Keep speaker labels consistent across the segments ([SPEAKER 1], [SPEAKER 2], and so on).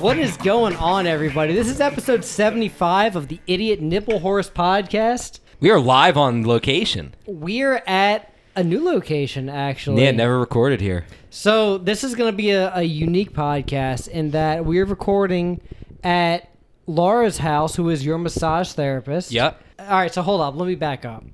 [SPEAKER 1] What is going on, everybody? This is episode 75 of the Idiot Nipple Horse podcast.
[SPEAKER 2] We are live on location.
[SPEAKER 1] We're at a new location, actually.
[SPEAKER 2] Yeah, never recorded here.
[SPEAKER 1] So, this is going to be a, a unique podcast in that we're recording at Laura's house, who is your massage therapist.
[SPEAKER 2] Yep.
[SPEAKER 1] All right, so hold up. Let me back up.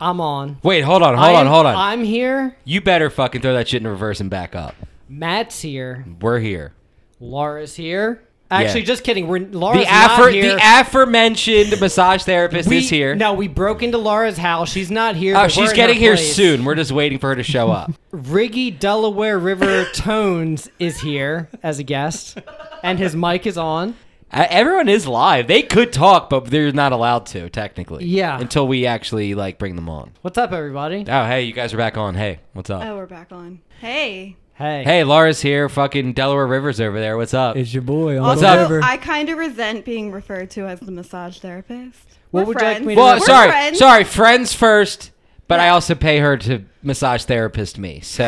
[SPEAKER 1] I'm on.
[SPEAKER 2] Wait, hold on, hold
[SPEAKER 1] I
[SPEAKER 2] on,
[SPEAKER 1] am-
[SPEAKER 2] hold on.
[SPEAKER 1] I'm here.
[SPEAKER 2] you better fucking throw that shit in reverse and back up.
[SPEAKER 1] Matt's here.
[SPEAKER 2] We're here.
[SPEAKER 1] Laura's here. Actually, just kidding. We're Laura's
[SPEAKER 2] The
[SPEAKER 1] not
[SPEAKER 2] affer-
[SPEAKER 1] here.
[SPEAKER 2] the aforementioned massage therapist
[SPEAKER 1] we,
[SPEAKER 2] is here.
[SPEAKER 1] No, we broke into Laura's house. She's not here.
[SPEAKER 2] oh,
[SPEAKER 1] but we're
[SPEAKER 2] she's
[SPEAKER 1] in
[SPEAKER 2] getting
[SPEAKER 1] her
[SPEAKER 2] here
[SPEAKER 1] place.
[SPEAKER 2] soon. We're just waiting for her to show up.
[SPEAKER 1] Riggy Delaware River Tones is here as a guest, and his mic is on.
[SPEAKER 2] Uh, Everyone is live. They could talk, but they're not allowed to technically.
[SPEAKER 1] Yeah.
[SPEAKER 2] Until we actually like bring them on.
[SPEAKER 1] What's up, everybody?
[SPEAKER 2] Oh, hey, you guys are back on. Hey, what's up?
[SPEAKER 3] Oh, we're back on. Hey.
[SPEAKER 1] Hey,
[SPEAKER 2] Hey, Laura's here. Fucking Delaware Rivers over there. What's up?
[SPEAKER 4] It's your boy.
[SPEAKER 3] Also,
[SPEAKER 2] up?
[SPEAKER 3] I kind of resent being referred to as the massage therapist.
[SPEAKER 1] What
[SPEAKER 3] We're
[SPEAKER 1] would you like
[SPEAKER 3] friends.
[SPEAKER 1] me to-
[SPEAKER 2] Well,
[SPEAKER 1] We're
[SPEAKER 2] sorry,
[SPEAKER 3] friends.
[SPEAKER 2] sorry, friends first. But I also pay her to massage therapist me. So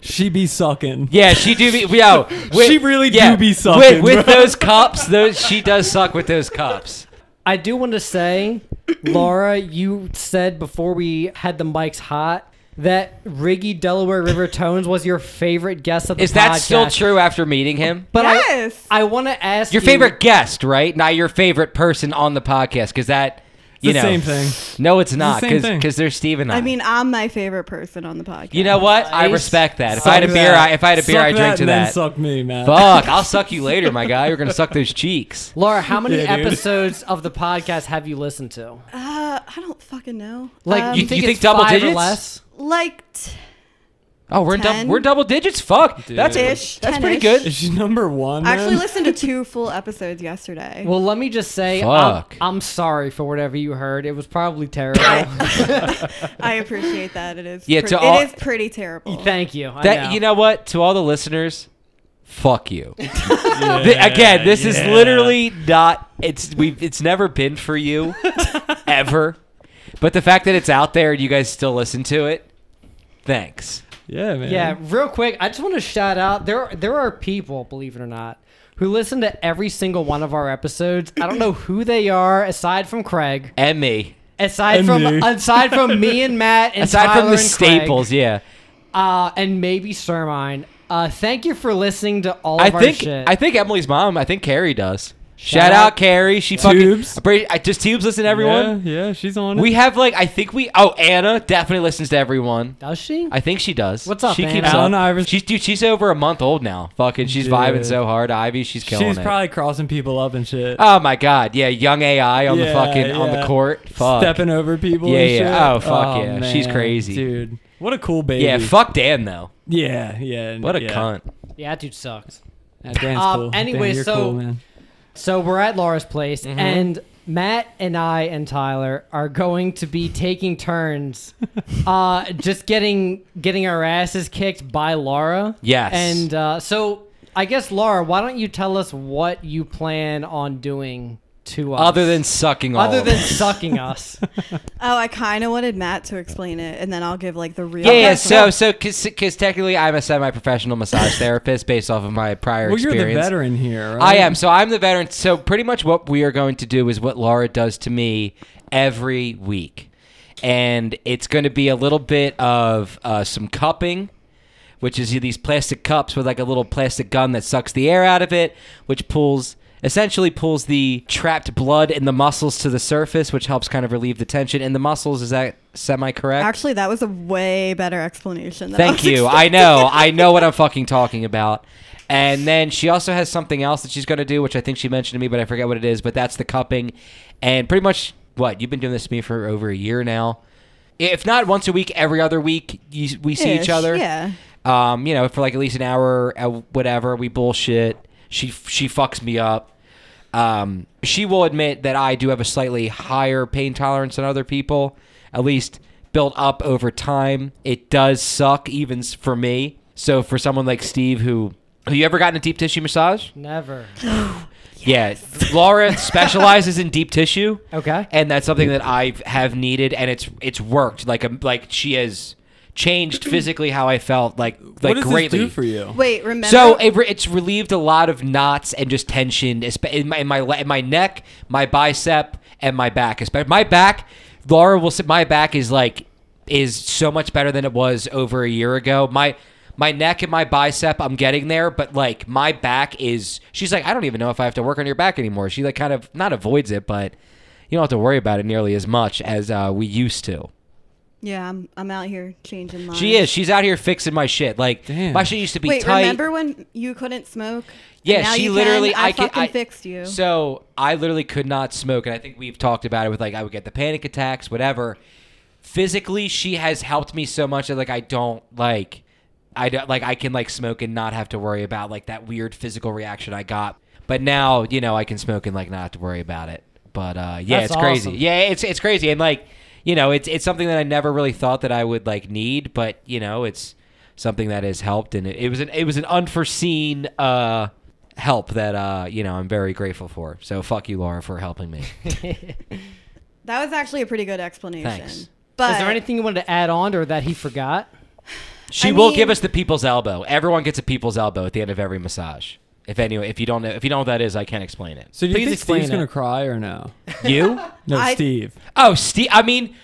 [SPEAKER 4] She be sucking.
[SPEAKER 2] yeah, she do be. Yo, with-
[SPEAKER 4] She really do be
[SPEAKER 2] with,
[SPEAKER 4] sucking,
[SPEAKER 2] with
[SPEAKER 4] bro.
[SPEAKER 2] those cups. Those she does suck with those cups.
[SPEAKER 1] I do want to say, Laura, you said before we had the mics hot that Riggy Delaware River Tones was your favorite guest of the
[SPEAKER 2] Is that still
[SPEAKER 1] podcast.
[SPEAKER 2] true after meeting him?
[SPEAKER 1] But I-
[SPEAKER 3] Yes.
[SPEAKER 1] I, want to ask
[SPEAKER 2] Your
[SPEAKER 1] you-
[SPEAKER 2] favorite guest, right? Not your favorite person on the podcast, because that you
[SPEAKER 4] the
[SPEAKER 2] know
[SPEAKER 4] same thing.
[SPEAKER 2] No, it's not,
[SPEAKER 4] same
[SPEAKER 2] because
[SPEAKER 4] thing.
[SPEAKER 2] because there's Steve and I.
[SPEAKER 3] I mean, I'm my favorite person on the podcast.
[SPEAKER 2] you know what? I
[SPEAKER 1] Nice.
[SPEAKER 2] respect that. If
[SPEAKER 4] Suck
[SPEAKER 2] I had a beer,
[SPEAKER 4] that.
[SPEAKER 2] I, if I had a beer,
[SPEAKER 4] Suck
[SPEAKER 2] I drink to
[SPEAKER 4] and then
[SPEAKER 2] that.
[SPEAKER 4] Suck me, man.
[SPEAKER 2] Fuck, I'll suck you later, my guy. You're gonna suck those cheeks.
[SPEAKER 1] Laura, how many
[SPEAKER 4] Yeah, dude.
[SPEAKER 1] episodes of the podcast have you listened to?
[SPEAKER 3] Uh, I don't fucking know.
[SPEAKER 1] Like,
[SPEAKER 3] Um,
[SPEAKER 1] you
[SPEAKER 2] You
[SPEAKER 1] think
[SPEAKER 2] think
[SPEAKER 1] it's
[SPEAKER 2] double
[SPEAKER 1] five or
[SPEAKER 2] digits?
[SPEAKER 1] less?
[SPEAKER 3] like t-
[SPEAKER 2] Oh, we're in dou-
[SPEAKER 3] Ten?
[SPEAKER 2] we're double digits. Fuck, that's
[SPEAKER 3] Ish,
[SPEAKER 2] that's pretty
[SPEAKER 3] 10-ish.
[SPEAKER 2] good.
[SPEAKER 4] Is she number one?
[SPEAKER 3] I actually
[SPEAKER 4] man?
[SPEAKER 3] listened to two full episodes yesterday.
[SPEAKER 1] Well, let me just say, I'm,
[SPEAKER 2] Fuck.
[SPEAKER 1] I'm sorry for whatever you heard. It was probably terrible.
[SPEAKER 3] I appreciate that. It is.
[SPEAKER 2] Yeah,
[SPEAKER 3] pre-
[SPEAKER 2] to all-
[SPEAKER 3] it is pretty terrible.
[SPEAKER 1] Thank you. I
[SPEAKER 2] That
[SPEAKER 1] know.
[SPEAKER 2] you know what? To all the listeners, fuck you.
[SPEAKER 4] Yeah,
[SPEAKER 2] Th- Again, this is
[SPEAKER 4] yeah.
[SPEAKER 2] literally not. It's we. It's never been for you, ever. But the fact that it's out there and you guys still listen to it, thanks.
[SPEAKER 4] Yeah, man.
[SPEAKER 1] Yeah, real quick, I just want to shout out there. There are people, believe it or not, who listen to every single one of our episodes. I don't know who they are, aside from Craig,
[SPEAKER 2] And me.
[SPEAKER 1] aside
[SPEAKER 4] And
[SPEAKER 1] from
[SPEAKER 4] me.
[SPEAKER 1] aside from me and Matt, and
[SPEAKER 2] Aside
[SPEAKER 1] Tyler
[SPEAKER 2] from the
[SPEAKER 1] and Craig,
[SPEAKER 2] staples, yeah.
[SPEAKER 1] uh, and maybe Sermine. Uh, thank you for listening to all
[SPEAKER 2] I
[SPEAKER 1] of
[SPEAKER 2] think
[SPEAKER 1] our shit.
[SPEAKER 2] I think Emily's mom. I think Carrie does. Shout,
[SPEAKER 1] Shout
[SPEAKER 2] out,
[SPEAKER 1] out.
[SPEAKER 2] Carrie. She fucking.
[SPEAKER 4] Tubes.
[SPEAKER 2] I pray- I just tubes listen to everyone.
[SPEAKER 4] Yeah, yeah, she's on it.
[SPEAKER 2] We have like I think we. Oh, Anna definitely listens to everyone.
[SPEAKER 1] Does she?
[SPEAKER 2] I think she does.
[SPEAKER 1] What's up,
[SPEAKER 2] She
[SPEAKER 1] Anna?
[SPEAKER 2] keeps
[SPEAKER 4] Alan
[SPEAKER 2] up.
[SPEAKER 4] Iverson.
[SPEAKER 2] She's dude. She's over a month old now. Fucking, she's
[SPEAKER 4] Dude.
[SPEAKER 2] vibing so hard. Ivy, she's killing
[SPEAKER 4] she's
[SPEAKER 2] it.
[SPEAKER 4] probably crossing people up and shit.
[SPEAKER 2] oh my god, yeah, young AI on the
[SPEAKER 4] Yeah,
[SPEAKER 2] fucking on the
[SPEAKER 4] yeah.
[SPEAKER 2] court. Fuck.
[SPEAKER 4] Stepping over people.
[SPEAKER 2] Yeah,
[SPEAKER 4] and
[SPEAKER 2] yeah.
[SPEAKER 4] shit.
[SPEAKER 2] Oh, fuck yeah. She's
[SPEAKER 4] man.
[SPEAKER 2] crazy.
[SPEAKER 4] dude. What a cool baby.
[SPEAKER 2] yeah, fuck Dan though.
[SPEAKER 4] Yeah, yeah.
[SPEAKER 2] What a
[SPEAKER 4] yeah.
[SPEAKER 2] cunt.
[SPEAKER 1] yeah, that dude sucks.
[SPEAKER 4] Yeah, Dan's
[SPEAKER 1] Um,
[SPEAKER 4] cool.
[SPEAKER 1] anyway,
[SPEAKER 4] Dan, you're
[SPEAKER 1] so-
[SPEAKER 4] cool, man.
[SPEAKER 1] So we're at Laura's place,
[SPEAKER 2] Mm-hmm.
[SPEAKER 1] and Matt and I and Tyler are going to be taking turns, uh, just getting getting our asses kicked by Laura.
[SPEAKER 2] Yes.
[SPEAKER 1] And uh, so I guess Laura, why don't you tell us what you plan on doing to us,
[SPEAKER 2] Other than sucking. All
[SPEAKER 1] other
[SPEAKER 2] of
[SPEAKER 1] than
[SPEAKER 2] us.
[SPEAKER 1] sucking us?
[SPEAKER 3] oh, I kind of wanted Matt to explain it, and then I'll give like the real.
[SPEAKER 2] Yeah, yeah, so so because technically I'm a semi-professional massage therapist based off of my prior
[SPEAKER 4] Well, you're
[SPEAKER 2] experience.
[SPEAKER 4] the veteran here, right?
[SPEAKER 2] I am. So I'm the veteran. So pretty much what we are going to do is what Laura does to me every week. And it's going to be a little bit of uh, some cupping, which is these plastic cups with like a little plastic gun that sucks the air out of it, which pulls essentially pulls the trapped blood in the muscles to the surface, which helps kind of relieve the tension in the muscles. Is that semi correct?
[SPEAKER 3] Actually, that was a way better explanation. Than I
[SPEAKER 2] Thank
[SPEAKER 3] was
[SPEAKER 2] you. I know. I know what I'm fucking talking about. And then she also has something else that she's going to do, which I think she mentioned to me, but I forget what it is. But that's the cupping. And pretty much, what? You've been doing this to me for over a year now. If not once a week, every other week, you, we see each
[SPEAKER 3] Ish,
[SPEAKER 2] other.
[SPEAKER 3] yeah.
[SPEAKER 2] Um, you know, for like at least an hour, uh, whatever. We bullshit. She she fucks me up. Um, she will admit that I do have a slightly higher pain tolerance than other people, at least built up over time. It does suck, even s- for me. So for someone like Steve, who Have you ever gotten a deep tissue massage?
[SPEAKER 1] Never.
[SPEAKER 2] Yeah. Laura specializes in deep tissue.
[SPEAKER 1] Okay.
[SPEAKER 2] and that's something that I have needed, and it's it's worked. Like a, like she has changed physically how I felt, like
[SPEAKER 4] what
[SPEAKER 2] like
[SPEAKER 4] does
[SPEAKER 2] greatly.
[SPEAKER 4] this do for you?
[SPEAKER 3] Wait, remember?
[SPEAKER 2] So it, re- it's relieved a lot of knots and just tension espe- in my in my, le- in my neck, my bicep, and my back. Especially my back, Laura will say my back is like is so much better than it was over a year ago. My my neck and my bicep, I'm getting there, but like my back is. She's like, I don't even know if I have to work on your back anymore. She like kind of not avoids it, but you don't have to worry about it nearly as much as uh, we used to.
[SPEAKER 3] yeah, I'm, I'm out here changing lives.
[SPEAKER 2] She is. She's out here fixing my shit. Like
[SPEAKER 4] Damn.
[SPEAKER 2] my shit used to be
[SPEAKER 3] Wait,
[SPEAKER 2] tight.
[SPEAKER 3] remember when you couldn't smoke?
[SPEAKER 2] Yeah,
[SPEAKER 3] Now
[SPEAKER 2] she
[SPEAKER 3] you
[SPEAKER 2] literally.
[SPEAKER 3] Can. I,
[SPEAKER 2] could-
[SPEAKER 3] fucking fixed you.
[SPEAKER 2] So I literally could not smoke, and I think we've talked about it with like I would get the panic attacks, whatever. Physically, she has helped me so much that like I don't like, I don't like I can like smoke and not have to worry about like that weird physical reaction I got. But now you know I can smoke and like not have to worry about it. But uh, yeah,
[SPEAKER 1] That's
[SPEAKER 2] it's crazy.
[SPEAKER 1] awesome.
[SPEAKER 2] Yeah, it's it's crazy, and like you know, it's it's something that I never really thought that I would like need, but you know, it's something that has helped, and it, it was an it was an unforeseen uh, help that uh, you know I'm very grateful for. So fuck you, Laura, for helping me.
[SPEAKER 3] that was actually a pretty good explanation.
[SPEAKER 2] Thanks.
[SPEAKER 3] But
[SPEAKER 1] Is there anything you wanted to add on or that he forgot?
[SPEAKER 2] She
[SPEAKER 3] I
[SPEAKER 2] will
[SPEAKER 3] mean-
[SPEAKER 2] give us the people's elbow. Everyone gets a people's elbow at the end of every massage. If anyone, if you don't know, if you don't know what that is, I can't explain it.
[SPEAKER 4] So do you
[SPEAKER 1] Please
[SPEAKER 4] think
[SPEAKER 1] explain
[SPEAKER 4] Steve's gonna
[SPEAKER 1] it.
[SPEAKER 4] cry or no?
[SPEAKER 2] You?
[SPEAKER 4] No,
[SPEAKER 3] I-
[SPEAKER 4] Steve.
[SPEAKER 2] Oh, Steve. I mean,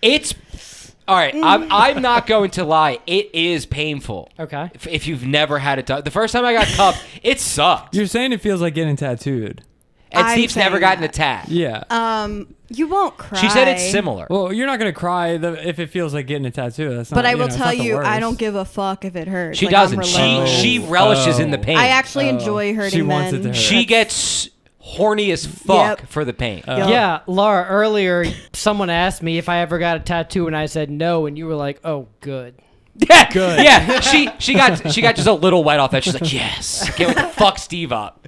[SPEAKER 2] it's all right. I'm, I'm not going to lie. It is painful.
[SPEAKER 1] Okay.
[SPEAKER 2] If, if you've never had it done, the first time I got cupped, it sucked.
[SPEAKER 4] You're saying it feels like getting tattooed.
[SPEAKER 2] And
[SPEAKER 3] I'm
[SPEAKER 2] Steve's never
[SPEAKER 3] saying
[SPEAKER 2] gotten
[SPEAKER 3] that.
[SPEAKER 2] a tat.
[SPEAKER 4] Yeah.
[SPEAKER 3] Um, you won't cry.
[SPEAKER 2] She said it's similar.
[SPEAKER 4] well, you're not gonna cry the, if it feels like getting a tattoo. That's not,
[SPEAKER 3] But I
[SPEAKER 4] you
[SPEAKER 3] will
[SPEAKER 4] know, it's
[SPEAKER 3] tell
[SPEAKER 4] not the
[SPEAKER 3] you, I
[SPEAKER 4] worst.
[SPEAKER 3] don't give a fuck if it hurts.
[SPEAKER 2] she
[SPEAKER 3] Like, I'm
[SPEAKER 2] doesn't. She
[SPEAKER 3] relentless.
[SPEAKER 2] she
[SPEAKER 4] Oh.
[SPEAKER 2] relishes in the
[SPEAKER 4] Oh.
[SPEAKER 2] pain.
[SPEAKER 3] I actually
[SPEAKER 4] Oh.
[SPEAKER 3] enjoy
[SPEAKER 4] She
[SPEAKER 3] hurting
[SPEAKER 4] wants it
[SPEAKER 3] men.
[SPEAKER 4] to hurt.
[SPEAKER 2] she gets horny as fuck
[SPEAKER 3] Yep.
[SPEAKER 2] for the pain.
[SPEAKER 4] Oh.
[SPEAKER 1] Yeah, Laura, earlier someone asked me if I ever got a tattoo and I said no and you were like, "Oh, good."
[SPEAKER 2] Yeah, good. Yeah, she she got she got just a little wet off that. She's like, yes, get what the fuck Steve up.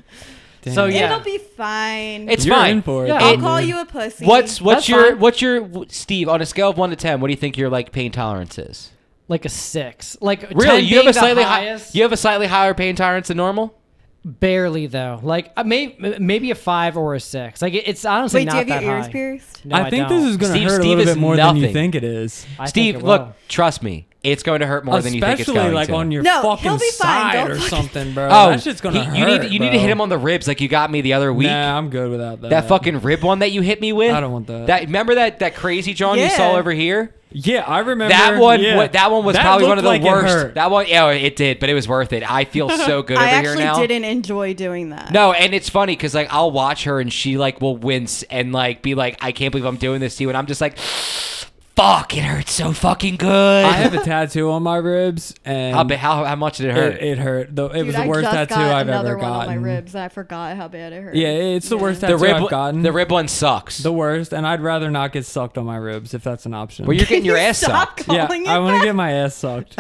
[SPEAKER 4] Damn.
[SPEAKER 1] So, yeah.
[SPEAKER 3] It'll be fine.
[SPEAKER 2] It's
[SPEAKER 4] You're
[SPEAKER 2] fine. Mm-hmm.
[SPEAKER 4] in for it.
[SPEAKER 1] Yeah.
[SPEAKER 3] I'll
[SPEAKER 2] it-
[SPEAKER 3] call you a pussy.
[SPEAKER 2] What's what's
[SPEAKER 1] That's
[SPEAKER 2] your
[SPEAKER 1] fine.
[SPEAKER 2] what's your Steve on a scale of one to ten? What do you think your like pain tolerance is?
[SPEAKER 1] Like a 6. Like
[SPEAKER 2] Really,
[SPEAKER 1] 10
[SPEAKER 2] you have
[SPEAKER 1] being the
[SPEAKER 2] a slightly hi-
[SPEAKER 1] highest?
[SPEAKER 2] you have a slightly higher pain tolerance than normal.
[SPEAKER 1] Barely though. Like uh, may- maybe a 5 or a 6. Like it- it's honestly
[SPEAKER 3] Wait, do
[SPEAKER 1] not
[SPEAKER 3] you have your
[SPEAKER 1] that
[SPEAKER 3] ears
[SPEAKER 1] high.
[SPEAKER 3] pierced?
[SPEAKER 1] No,
[SPEAKER 4] I, think
[SPEAKER 1] don't.
[SPEAKER 4] this is gonna
[SPEAKER 2] Steve-
[SPEAKER 4] hurt
[SPEAKER 2] Steve
[SPEAKER 4] a little
[SPEAKER 2] is
[SPEAKER 4] bit more than you
[SPEAKER 2] nothing.
[SPEAKER 4] think it is.
[SPEAKER 1] I think
[SPEAKER 2] Steve,
[SPEAKER 1] it
[SPEAKER 2] look,
[SPEAKER 1] will.
[SPEAKER 2] trust me, it's going to hurt more than you think it's
[SPEAKER 4] Especially
[SPEAKER 2] going
[SPEAKER 4] like
[SPEAKER 2] to.
[SPEAKER 4] on your
[SPEAKER 3] No, he'll
[SPEAKER 4] fucking
[SPEAKER 3] be fine.
[SPEAKER 4] side
[SPEAKER 3] Don't
[SPEAKER 4] or
[SPEAKER 3] fucking-
[SPEAKER 4] something, bro.
[SPEAKER 2] oh,
[SPEAKER 4] that shit's gonna
[SPEAKER 2] he-
[SPEAKER 4] hurt.
[SPEAKER 2] you need you need to
[SPEAKER 4] bro.
[SPEAKER 2] hit him on the ribs like you got me the other week.
[SPEAKER 4] Nah, I'm good without that.
[SPEAKER 2] That fucking rib one that you hit me with.
[SPEAKER 4] I don't want that.
[SPEAKER 2] That remember that that crazy John you
[SPEAKER 3] Yeah.
[SPEAKER 2] saw over here.
[SPEAKER 4] Yeah, I remember
[SPEAKER 2] That one,
[SPEAKER 4] yeah.
[SPEAKER 2] wa- that one was
[SPEAKER 4] That
[SPEAKER 2] probably one
[SPEAKER 4] looked
[SPEAKER 2] of the
[SPEAKER 4] like it
[SPEAKER 2] worst.
[SPEAKER 4] hurt.
[SPEAKER 2] That one, yeah, it did, but it was worth it. I feel so good
[SPEAKER 3] I
[SPEAKER 2] over here
[SPEAKER 3] actually
[SPEAKER 2] now.
[SPEAKER 3] didn't enjoy doing that.
[SPEAKER 2] No, and it's funny because like I'll watch her and she like will wince and like be like, I can't believe I'm doing this to you, and I'm just like, fuck, it hurts so fucking good.
[SPEAKER 4] I have a tattoo on my ribs, and
[SPEAKER 2] how, ba- how how much did it hurt?
[SPEAKER 4] it, it hurt. Though it
[SPEAKER 3] Dude,
[SPEAKER 4] was the
[SPEAKER 3] I
[SPEAKER 4] worst
[SPEAKER 3] just
[SPEAKER 4] tattoo
[SPEAKER 3] got
[SPEAKER 4] I've
[SPEAKER 3] another
[SPEAKER 4] ever
[SPEAKER 3] one
[SPEAKER 4] gotten.
[SPEAKER 3] on my ribs, and I forgot how bad it hurt.
[SPEAKER 4] Yeah, it's the worst
[SPEAKER 2] the
[SPEAKER 4] tattoo
[SPEAKER 2] rib,
[SPEAKER 4] I've gotten.
[SPEAKER 2] the rib one sucks.
[SPEAKER 4] the worst, and I'd rather not get sucked on my ribs if that's an option.
[SPEAKER 2] well, you're getting your ass
[SPEAKER 3] Stop
[SPEAKER 2] sucked.
[SPEAKER 4] yeah,
[SPEAKER 3] calling
[SPEAKER 4] I
[SPEAKER 3] it
[SPEAKER 4] want
[SPEAKER 3] that.
[SPEAKER 4] to get my ass sucked.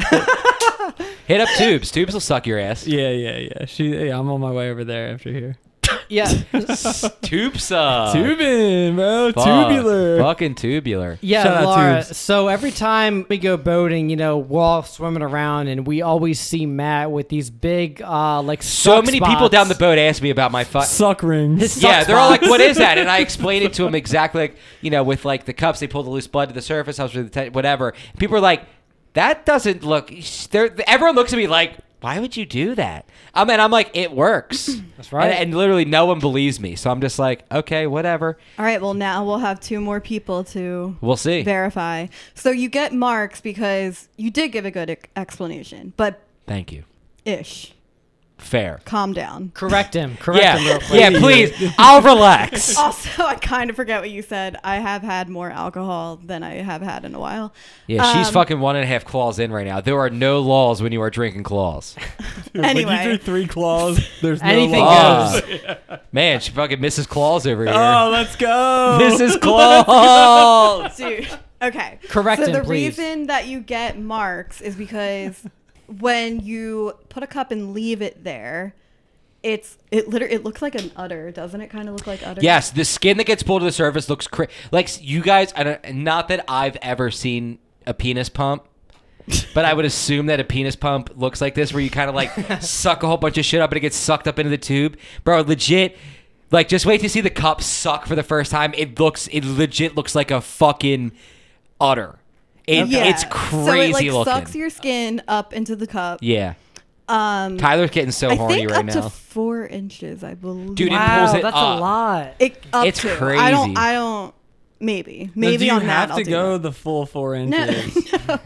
[SPEAKER 2] Hit up tubes. Tubes will suck your ass.
[SPEAKER 4] yeah, yeah, yeah. She, yeah, I'm on my way over there after here.
[SPEAKER 1] Yeah.
[SPEAKER 2] Tube suck.
[SPEAKER 4] Tubing, bro,
[SPEAKER 2] Uh, Fuck.
[SPEAKER 4] tubular.
[SPEAKER 2] Fucking tubular.
[SPEAKER 1] Yeah,
[SPEAKER 4] Shout out
[SPEAKER 1] Laura.
[SPEAKER 4] Tubes.
[SPEAKER 1] So every time we go boating, you know, we're all swimming around, and we always see Matt with these big, uh, like
[SPEAKER 2] So
[SPEAKER 1] suck
[SPEAKER 2] many
[SPEAKER 1] spots.
[SPEAKER 2] people down the boat ask me about my fuck.
[SPEAKER 4] Suck rings.
[SPEAKER 1] His
[SPEAKER 2] yeah,
[SPEAKER 1] suck
[SPEAKER 2] they're all like,
[SPEAKER 1] spots.
[SPEAKER 2] "What is that?" And I explained it to him exactly, like you know, with like the cups, they pull the loose blood to the surface, helps with the te- whatever. People are like, "That doesn't look." They're, everyone looks at me like, "Why would you do that?" I mean, I'm like, "It works." That's
[SPEAKER 1] right.
[SPEAKER 2] And, and literally, no one believes me, so I'm just like, "Okay, whatever.
[SPEAKER 3] All right, well now we'll have two more people to
[SPEAKER 2] We'll see."
[SPEAKER 3] verify. So you get marks because you did give a good e- explanation, but
[SPEAKER 2] Thank you.
[SPEAKER 3] ish,
[SPEAKER 2] Fair.
[SPEAKER 3] calm down.
[SPEAKER 1] Correct him. Correct him.
[SPEAKER 2] yeah,
[SPEAKER 1] Real quick.
[SPEAKER 2] yeah. Please, I'll relax.
[SPEAKER 3] Also, I kind of forget what you said. I have had more alcohol than I have had in a while.
[SPEAKER 2] Yeah, she's
[SPEAKER 3] Um,
[SPEAKER 2] fucking one and a half claws in right now. There are no laws when you are drinking claws.
[SPEAKER 3] Anyway.
[SPEAKER 4] When you do three claws, there's no
[SPEAKER 1] Anything
[SPEAKER 4] laws.
[SPEAKER 1] goes.
[SPEAKER 2] Oh. Man, she fucking misses claws over here.
[SPEAKER 4] Oh, let's go.
[SPEAKER 2] Mrs. Claws.
[SPEAKER 3] Dude. Okay.
[SPEAKER 1] Correct
[SPEAKER 3] So
[SPEAKER 1] him,
[SPEAKER 3] the
[SPEAKER 1] please.
[SPEAKER 3] reason that you get marks is because when you put a cup and leave it there, it's it literally it looks like an udder, doesn't it? Kind of look like udder.
[SPEAKER 2] Yes, the skin that gets pulled to the surface looks cra- like you guys. I don't, not that I've ever seen a penis pump, But I would assume that a penis pump looks like this, where you kind of like suck a whole bunch of shit up and it gets sucked up into the tube, bro. Legit, like just wait to see the cup suck for the first time. It looks, it legit looks like a fucking udder. It, It's
[SPEAKER 3] So it
[SPEAKER 2] crazy
[SPEAKER 3] like
[SPEAKER 2] looking.
[SPEAKER 3] sucks your skin up into the cup.
[SPEAKER 2] yeah,
[SPEAKER 3] Um,
[SPEAKER 2] Tyler's getting so
[SPEAKER 3] I
[SPEAKER 2] horny
[SPEAKER 3] think
[SPEAKER 2] right
[SPEAKER 3] up
[SPEAKER 2] now.
[SPEAKER 3] to four inches, I believe.
[SPEAKER 2] Dude, it-
[SPEAKER 1] Wow,
[SPEAKER 2] pulls
[SPEAKER 1] that's
[SPEAKER 2] up.
[SPEAKER 1] a lot.
[SPEAKER 3] It- up
[SPEAKER 2] It's
[SPEAKER 3] to. I
[SPEAKER 2] crazy.
[SPEAKER 3] don't. I don't. Maybe. Maybe
[SPEAKER 4] do you
[SPEAKER 3] on
[SPEAKER 4] have
[SPEAKER 3] that
[SPEAKER 4] to
[SPEAKER 3] I'll do
[SPEAKER 4] go
[SPEAKER 3] that.
[SPEAKER 4] the full four
[SPEAKER 3] No,
[SPEAKER 4] inches?